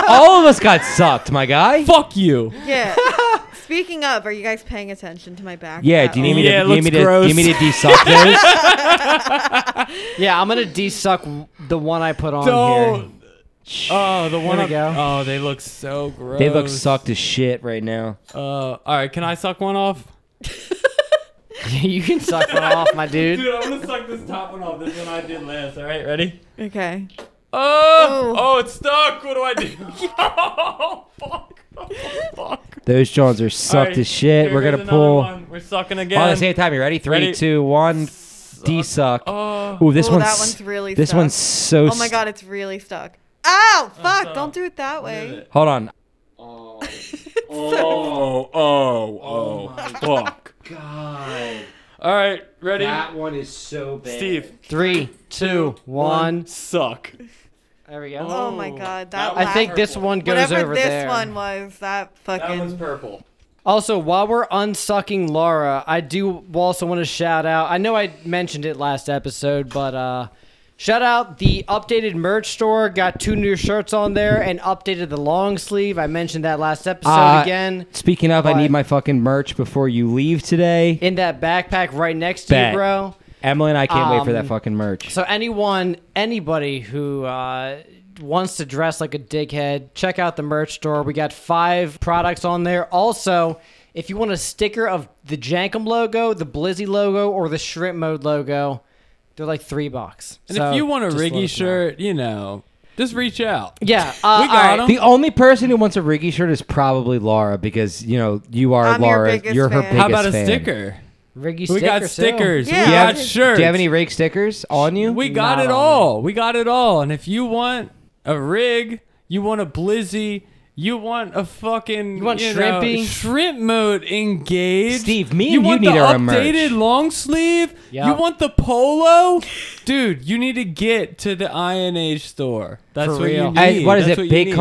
[SPEAKER 2] All of us got sucked, my guy.
[SPEAKER 4] Fuck you.
[SPEAKER 7] yeah. Speaking of, are you guys paying attention to my back?
[SPEAKER 2] Yeah, do you need me
[SPEAKER 4] Yeah, it
[SPEAKER 2] to do you need
[SPEAKER 4] looks
[SPEAKER 2] me to do
[SPEAKER 4] gross.
[SPEAKER 2] you need me to desuck those?
[SPEAKER 1] Yeah, I'm gonna desuck w- the one I put on here.
[SPEAKER 4] Don't. Oh, the one
[SPEAKER 1] we
[SPEAKER 4] up-
[SPEAKER 1] go.
[SPEAKER 4] Oh, they look so gross.
[SPEAKER 2] they look sucked as shit right now.
[SPEAKER 4] Uh, all right, can I suck one off?
[SPEAKER 1] you can suck one off, my dude.
[SPEAKER 4] Dude, I'm gonna suck this top one off. This one I did last. All right, ready?
[SPEAKER 7] Okay.
[SPEAKER 4] Oh,
[SPEAKER 7] Oh.
[SPEAKER 4] oh, it's stuck. What do I do? oh, fuck. Oh, fuck.
[SPEAKER 2] Those Johns are sucked
[SPEAKER 4] Alright,
[SPEAKER 2] as shit.
[SPEAKER 4] here
[SPEAKER 2] We're
[SPEAKER 4] goes
[SPEAKER 2] gonna
[SPEAKER 4] another
[SPEAKER 2] pull
[SPEAKER 4] one. We're sucking again.
[SPEAKER 2] all at the same time. You ready? Three,
[SPEAKER 4] Ready?
[SPEAKER 2] two, one. Desuck.
[SPEAKER 4] Oh,
[SPEAKER 2] Ooh, this
[SPEAKER 7] Oh,
[SPEAKER 2] one's
[SPEAKER 7] that one's really
[SPEAKER 2] this
[SPEAKER 7] sucked.
[SPEAKER 2] one's so.
[SPEAKER 7] Oh my
[SPEAKER 2] s-
[SPEAKER 7] god, it's really stuck. Ow! Fuck!
[SPEAKER 4] sorry.
[SPEAKER 7] Don't do it that way.
[SPEAKER 2] Hold on.
[SPEAKER 4] oh, oh, oh, fuck.
[SPEAKER 1] God,
[SPEAKER 4] All right, ready?
[SPEAKER 1] one is so bad.
[SPEAKER 4] Steve,
[SPEAKER 1] Three, two, one.
[SPEAKER 4] suck.
[SPEAKER 1] There we go.
[SPEAKER 7] Oh, my god, that.
[SPEAKER 4] that
[SPEAKER 1] I
[SPEAKER 7] last-
[SPEAKER 1] think this one goes
[SPEAKER 7] whatever
[SPEAKER 1] over
[SPEAKER 7] this
[SPEAKER 1] there.
[SPEAKER 7] one was, that
[SPEAKER 4] That one's
[SPEAKER 7] fucking.
[SPEAKER 4] purple.
[SPEAKER 1] Also, while we're unsucking Laura, I do also want to shout out. I know I mentioned it last episode, but uh, shout out the updated merch store. Got two new shirts on there and updated the long sleeve. I mentioned that last episode
[SPEAKER 2] Uh,
[SPEAKER 1] again.
[SPEAKER 2] Speaking of, I
[SPEAKER 1] But-
[SPEAKER 2] need my fucking merch before you leave today.
[SPEAKER 1] In that backpack right next to
[SPEAKER 2] Bet.
[SPEAKER 1] you, bro.
[SPEAKER 2] Emily and I can't wait for that
[SPEAKER 1] Um,
[SPEAKER 2] fucking merch.
[SPEAKER 1] So anyone, anybody who uh, wants to dress like a dickhead, check out the merch store. We got five products on there. Also, if you want a sticker of the Jankum logo, the Blizzy logo, or the Shrimp Mode logo, they're like three bucks.
[SPEAKER 4] And
[SPEAKER 1] So
[SPEAKER 4] if you want a
[SPEAKER 1] just let
[SPEAKER 4] Riggy
[SPEAKER 1] us know.
[SPEAKER 4] shirt, you know, Just reach out.
[SPEAKER 1] Yeah. Uh,
[SPEAKER 4] We got
[SPEAKER 1] all right.
[SPEAKER 4] him.
[SPEAKER 2] The only person who wants a Riggy shirt is probably Laura because you know you are
[SPEAKER 3] I'm your
[SPEAKER 2] Laura.
[SPEAKER 3] biggest
[SPEAKER 2] you're her
[SPEAKER 3] fan.
[SPEAKER 2] biggest
[SPEAKER 4] How about a
[SPEAKER 2] fan.
[SPEAKER 4] sticker?
[SPEAKER 1] Riggy
[SPEAKER 4] We
[SPEAKER 1] stickers,
[SPEAKER 4] got
[SPEAKER 1] too.
[SPEAKER 4] stickers.
[SPEAKER 3] Yeah.
[SPEAKER 4] We
[SPEAKER 3] Do you have-
[SPEAKER 4] got shirts.
[SPEAKER 2] Do you have any Rig stickers on you?
[SPEAKER 4] We got
[SPEAKER 1] Not
[SPEAKER 4] it
[SPEAKER 1] on
[SPEAKER 4] all. We got it all. And if you want a rig, you want a blizzy, you want a fucking you
[SPEAKER 1] want
[SPEAKER 4] know,
[SPEAKER 1] shrimpy?
[SPEAKER 4] shrimp mode engaged.
[SPEAKER 2] Steve, me
[SPEAKER 4] you
[SPEAKER 2] and you
[SPEAKER 4] want
[SPEAKER 2] need
[SPEAKER 4] the
[SPEAKER 2] our merch.
[SPEAKER 4] updated long sleeve. You want the polo, dude. You need to get to the INH store. That's
[SPEAKER 1] For
[SPEAKER 4] what you
[SPEAKER 1] real.
[SPEAKER 4] need.
[SPEAKER 2] I, what is
[SPEAKER 4] That's
[SPEAKER 2] it?
[SPEAKER 4] you
[SPEAKER 2] Big
[SPEAKER 4] need.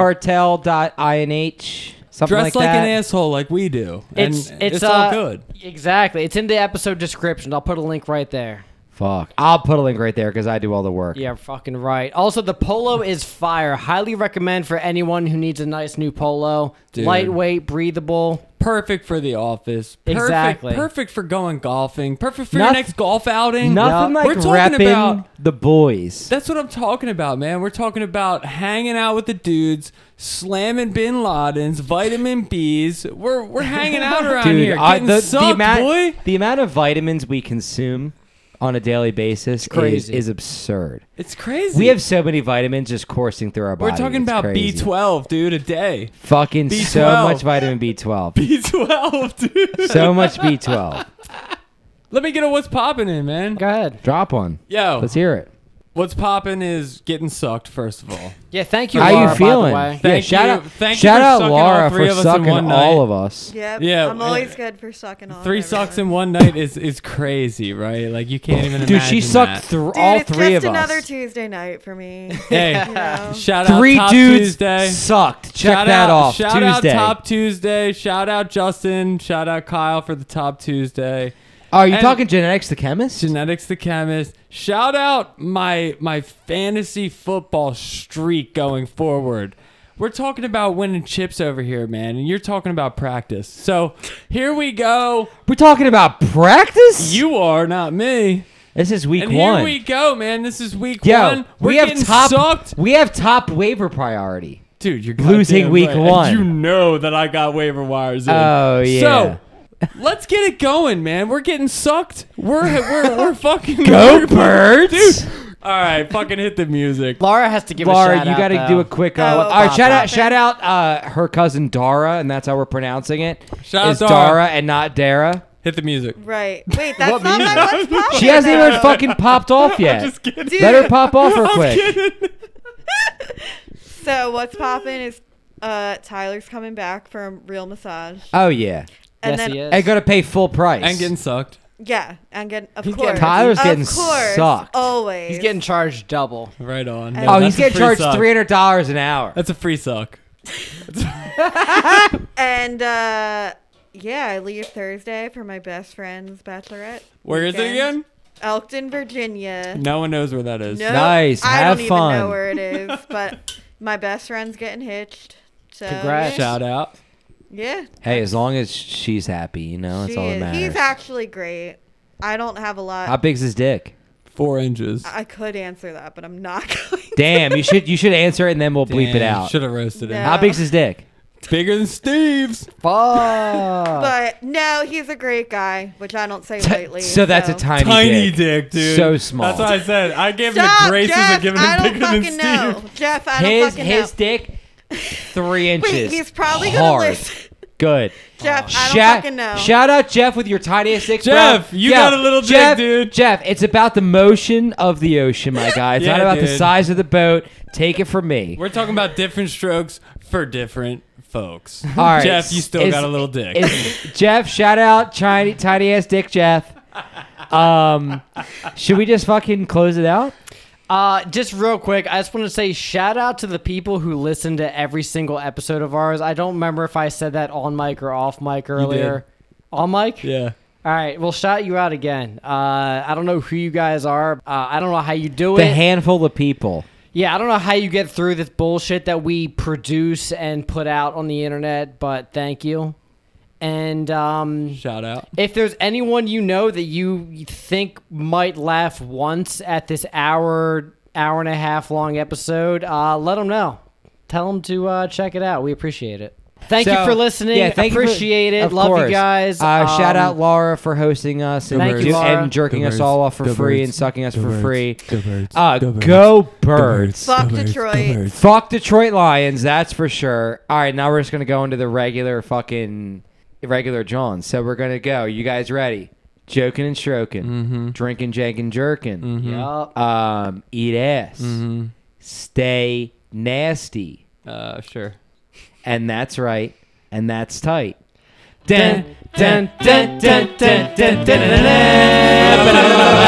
[SPEAKER 2] Cartel.inh something
[SPEAKER 4] Dress
[SPEAKER 2] like
[SPEAKER 4] like,
[SPEAKER 2] that.
[SPEAKER 4] an asshole, like we do. And
[SPEAKER 1] It's
[SPEAKER 4] it's,
[SPEAKER 1] it's,
[SPEAKER 4] all
[SPEAKER 1] uh,
[SPEAKER 4] good.
[SPEAKER 1] Exactly. It's in the episode description. I'll put a link right there.
[SPEAKER 2] Fuck. I'll put a link right there because I do all the work.
[SPEAKER 1] Yeah, fucking right. Also, the polo is fire. Highly recommend for anyone who needs a nice new polo.
[SPEAKER 4] Dude.
[SPEAKER 1] Lightweight, breathable.
[SPEAKER 4] Perfect for the office. Perfect,
[SPEAKER 1] Exactly.
[SPEAKER 4] Perfect for going golfing. Perfect for
[SPEAKER 2] Noth-
[SPEAKER 4] your next golf outing.
[SPEAKER 2] Nothing like
[SPEAKER 4] We're talking
[SPEAKER 2] repping
[SPEAKER 4] about
[SPEAKER 2] the boys.
[SPEAKER 4] That's what I'm talking about, man. We're talking about hanging out with the dudes, slamming Bin Laden's, vitamin B's. We're we're hanging out around
[SPEAKER 2] Dude,
[SPEAKER 4] here,
[SPEAKER 2] I-
[SPEAKER 4] getting
[SPEAKER 2] the,
[SPEAKER 4] sucked,
[SPEAKER 2] the amount,
[SPEAKER 4] boy.
[SPEAKER 2] the amount of vitamins we consume on a daily basis is,
[SPEAKER 1] crazy.
[SPEAKER 2] is absurd.
[SPEAKER 4] It's crazy.
[SPEAKER 2] We have so many vitamins just coursing through our
[SPEAKER 4] we're
[SPEAKER 2] body.
[SPEAKER 4] talking
[SPEAKER 2] It's
[SPEAKER 4] about
[SPEAKER 2] crazy.
[SPEAKER 4] B12, dude, a day.
[SPEAKER 2] Fucking so
[SPEAKER 4] B12.
[SPEAKER 2] much vitamin B12.
[SPEAKER 4] B12, dude.
[SPEAKER 2] so much B12.
[SPEAKER 4] Let me get a what's popping in, man.
[SPEAKER 1] Go ahead.
[SPEAKER 2] Drop one.
[SPEAKER 4] Yo,
[SPEAKER 2] Let's hear it.
[SPEAKER 4] what's popping is getting sucked. First of all,
[SPEAKER 1] Yeah, thank you.
[SPEAKER 2] How
[SPEAKER 1] Laura,
[SPEAKER 2] you feeling?
[SPEAKER 1] By the way.
[SPEAKER 2] yeah,
[SPEAKER 4] Thank
[SPEAKER 2] shout
[SPEAKER 4] you-
[SPEAKER 2] out,
[SPEAKER 4] thank you
[SPEAKER 2] shout
[SPEAKER 4] for
[SPEAKER 2] out
[SPEAKER 4] sucking all
[SPEAKER 2] Laura
[SPEAKER 4] three
[SPEAKER 2] for
[SPEAKER 4] of us in
[SPEAKER 2] sucking
[SPEAKER 4] one
[SPEAKER 2] all
[SPEAKER 4] night.
[SPEAKER 2] of us.
[SPEAKER 3] Yep.
[SPEAKER 4] Yeah,
[SPEAKER 3] I'm always
[SPEAKER 4] yeah.
[SPEAKER 3] good for sucking off.
[SPEAKER 4] three
[SPEAKER 3] everyone.
[SPEAKER 4] sucks in one night is is crazy, right? Like you can't even.
[SPEAKER 2] Dude, she
[SPEAKER 4] imagine
[SPEAKER 2] sucked
[SPEAKER 4] that.
[SPEAKER 2] through
[SPEAKER 3] Dude,
[SPEAKER 2] all
[SPEAKER 3] it's
[SPEAKER 2] three
[SPEAKER 3] just
[SPEAKER 2] of
[SPEAKER 3] another
[SPEAKER 2] us.
[SPEAKER 3] Tuesday night for me. you
[SPEAKER 4] Hey,
[SPEAKER 3] know?
[SPEAKER 4] shout out
[SPEAKER 2] Three
[SPEAKER 4] Top
[SPEAKER 2] dudes
[SPEAKER 4] Tuesday.
[SPEAKER 2] sucked. Check
[SPEAKER 4] shout
[SPEAKER 2] that
[SPEAKER 4] out,
[SPEAKER 2] off.
[SPEAKER 4] Shout
[SPEAKER 2] Tuesday.
[SPEAKER 4] out Top Tuesday. Shout out Justin. Shout out Kyle for the Top Tuesday.
[SPEAKER 2] Oh, are you
[SPEAKER 4] And-
[SPEAKER 2] talking genetics, the chemist?
[SPEAKER 4] Genetics the chemist. Shout out my my fantasy football streak going forward. We're talking about winning chips over here, man, and you're talking about practice. So here we go.
[SPEAKER 2] We're talking about practice.
[SPEAKER 4] You are not me.
[SPEAKER 2] This is week
[SPEAKER 4] And
[SPEAKER 2] one.
[SPEAKER 4] here we go, man. This is week
[SPEAKER 2] Yo,
[SPEAKER 4] one. We're
[SPEAKER 2] we have
[SPEAKER 4] getting
[SPEAKER 2] top.
[SPEAKER 4] sucked.
[SPEAKER 2] We have top waiver priority.
[SPEAKER 4] Dude, you're
[SPEAKER 2] Losing
[SPEAKER 4] goddamn
[SPEAKER 2] week
[SPEAKER 4] right.
[SPEAKER 2] one.
[SPEAKER 4] You know that I got waiver wires. In.
[SPEAKER 2] Oh, yeah.
[SPEAKER 4] So let's get it going, man. We're getting sucked. We're we're we're fucking
[SPEAKER 2] Go
[SPEAKER 4] we're-
[SPEAKER 2] birds!
[SPEAKER 4] All right, fucking hit the music.
[SPEAKER 1] Laura has to give a
[SPEAKER 2] Laura,
[SPEAKER 1] shout
[SPEAKER 2] you got to
[SPEAKER 1] out,
[SPEAKER 2] do
[SPEAKER 1] though.
[SPEAKER 2] a quick. Uh,
[SPEAKER 3] Oh,
[SPEAKER 2] all right,
[SPEAKER 3] Papa.
[SPEAKER 2] shout out, shout out uh, her cousin Dara, and that's how we're pronouncing it.
[SPEAKER 4] Shout out
[SPEAKER 2] It's
[SPEAKER 4] Dara.
[SPEAKER 2] Dara and not Dara.
[SPEAKER 4] Hit the music.
[SPEAKER 3] Right. Wait, that's not my what's popping.
[SPEAKER 2] She hasn't
[SPEAKER 3] though.
[SPEAKER 2] even fucking popped off yet.
[SPEAKER 4] Just kidding.
[SPEAKER 2] Let her pop off real quick.
[SPEAKER 3] So what's popping is uh, Tyler's coming back from real massage,
[SPEAKER 2] Oh yeah,
[SPEAKER 3] and
[SPEAKER 1] Yes,
[SPEAKER 3] then
[SPEAKER 1] he is.
[SPEAKER 2] and gonna pay full price.
[SPEAKER 4] And getting sucked.
[SPEAKER 3] yeah, and getting of
[SPEAKER 1] He's
[SPEAKER 3] course
[SPEAKER 1] getting-
[SPEAKER 2] Tyler's
[SPEAKER 3] of
[SPEAKER 2] getting
[SPEAKER 3] course,
[SPEAKER 2] sucked.
[SPEAKER 3] Always.
[SPEAKER 1] He's getting charged double.
[SPEAKER 4] Right on.
[SPEAKER 3] Oh,
[SPEAKER 2] oh,
[SPEAKER 4] that's
[SPEAKER 2] he's
[SPEAKER 4] a
[SPEAKER 2] getting
[SPEAKER 4] free
[SPEAKER 2] charged
[SPEAKER 4] suck.
[SPEAKER 2] three hundred dollars an hour.
[SPEAKER 4] That's a free suck.
[SPEAKER 3] and uh, yeah, I leave Thursday for my best friend's bachelorette.
[SPEAKER 4] Where is it
[SPEAKER 3] Weekend.
[SPEAKER 4] again?
[SPEAKER 3] Elkton, Virginia.
[SPEAKER 4] No one knows where that is.
[SPEAKER 3] No,
[SPEAKER 2] Nice,
[SPEAKER 3] I
[SPEAKER 2] have
[SPEAKER 3] don't
[SPEAKER 2] fun.
[SPEAKER 3] even know where it is, but my best friend's getting hitched. So
[SPEAKER 1] Congrats.
[SPEAKER 3] Yeah.
[SPEAKER 4] Shout out.
[SPEAKER 3] yeah.
[SPEAKER 2] Hey, as long as she's happy, you know, that's
[SPEAKER 3] She
[SPEAKER 2] all that
[SPEAKER 3] is-
[SPEAKER 2] matters.
[SPEAKER 3] He's actually great. I don't have a lot.
[SPEAKER 2] How big's his dick?
[SPEAKER 4] Four inches.
[SPEAKER 3] I could answer that, but I'm not going. to.
[SPEAKER 2] Damn, you should you should answer it and then we'll bleep it out.
[SPEAKER 4] Should have roasted him.
[SPEAKER 3] No.
[SPEAKER 2] How big's his dick?
[SPEAKER 4] Bigger than Steve's.
[SPEAKER 1] Fuck.
[SPEAKER 3] But no, he's a great guy, which I don't say lightly.
[SPEAKER 2] so that's a tiny,
[SPEAKER 4] Tiny
[SPEAKER 2] dick.
[SPEAKER 4] dick, dude.
[SPEAKER 2] So small.
[SPEAKER 4] That's what I said. I gave him the
[SPEAKER 3] Stop,
[SPEAKER 4] graces
[SPEAKER 3] Jeff,
[SPEAKER 4] of giving
[SPEAKER 3] I
[SPEAKER 4] him
[SPEAKER 3] don't
[SPEAKER 4] bigger than
[SPEAKER 3] fucking
[SPEAKER 4] Steve.
[SPEAKER 3] know. Jeff, I don't
[SPEAKER 2] His
[SPEAKER 3] fucking
[SPEAKER 2] his
[SPEAKER 3] know.
[SPEAKER 2] dick, three inches.
[SPEAKER 3] Wait, he's probably
[SPEAKER 2] Hard.
[SPEAKER 3] gonna listen.
[SPEAKER 2] Good.
[SPEAKER 3] Jeff, I don't
[SPEAKER 2] Shout-
[SPEAKER 3] fucking know.
[SPEAKER 2] Shout out Jeff with your tiniest dick. bro.
[SPEAKER 4] Jeff, you
[SPEAKER 2] Jeff,
[SPEAKER 4] got a little dick,
[SPEAKER 2] Jeff,
[SPEAKER 4] dude.
[SPEAKER 2] Jeff, it's about the motion of the ocean, my guy. It's not
[SPEAKER 4] Yeah,
[SPEAKER 2] about the
[SPEAKER 4] dude.
[SPEAKER 2] size of the boat. Take it from me.
[SPEAKER 4] We're talking about different strokes for different folks.
[SPEAKER 2] All right,
[SPEAKER 4] Jeff, you still
[SPEAKER 2] is-
[SPEAKER 4] got a little dick.
[SPEAKER 2] is- Jeff, shout out tiny tiny ass dick Jeff. Um, should we just fucking close it out?
[SPEAKER 1] Uh, just real quick, I just want to say shout out to the people who listen to every single episode of ours. I don't remember if I said that on mic or off mic earlier. On mic?
[SPEAKER 4] yeah.
[SPEAKER 1] All right, we'll shout you out again. Uh, I don't know who you guys are. Uh, I don't know how you do
[SPEAKER 2] The
[SPEAKER 1] it.
[SPEAKER 2] handful of people.
[SPEAKER 1] yeah, I don't know how you get through this bullshit that we produce and put out on the internet, but thank you. And um,
[SPEAKER 4] Shout out.
[SPEAKER 1] if there's anyone you know that you think might laugh once at this hour, hour and a half long episode, uh, let them know. Tell them to uh, check it out. We appreciate it. Thank you
[SPEAKER 2] So,
[SPEAKER 1] for listening.
[SPEAKER 2] Yeah, thank you for-
[SPEAKER 1] Appreciate it.
[SPEAKER 2] of
[SPEAKER 1] Love
[SPEAKER 2] course.
[SPEAKER 1] you guys.
[SPEAKER 2] Uh, shout
[SPEAKER 1] Um,
[SPEAKER 2] out Laura for hosting us and,
[SPEAKER 1] Thank you,
[SPEAKER 2] do-
[SPEAKER 1] Laura.
[SPEAKER 2] and jerking
[SPEAKER 4] Go
[SPEAKER 2] us
[SPEAKER 4] birds.
[SPEAKER 2] all off for
[SPEAKER 4] Go
[SPEAKER 2] free
[SPEAKER 4] birds.
[SPEAKER 2] and sucking us
[SPEAKER 4] Go
[SPEAKER 2] for
[SPEAKER 4] birds.
[SPEAKER 2] free.
[SPEAKER 4] Go birds.
[SPEAKER 2] Uh,
[SPEAKER 4] Go birds.
[SPEAKER 2] go
[SPEAKER 4] birds.
[SPEAKER 2] birds.
[SPEAKER 4] Go
[SPEAKER 3] Fuck
[SPEAKER 4] birds. Go
[SPEAKER 3] Detroit.
[SPEAKER 4] birds.
[SPEAKER 2] Fuck Detroit Lions, that's for sure. All right, now we're just gonna go into the regular fucking regular John. So we're gonna go. You guys ready? Joking and stroking,
[SPEAKER 4] Mm-hmm.
[SPEAKER 2] drinking, janking, jerking.
[SPEAKER 1] Yup.
[SPEAKER 2] Um, eat ass.
[SPEAKER 4] Mm-hmm.
[SPEAKER 2] Stay nasty.
[SPEAKER 4] Uh, sure.
[SPEAKER 2] And that's right. And that's tight.
[SPEAKER 1] Dun, dun, dun, dun, dun, dun, dun, dun, dun.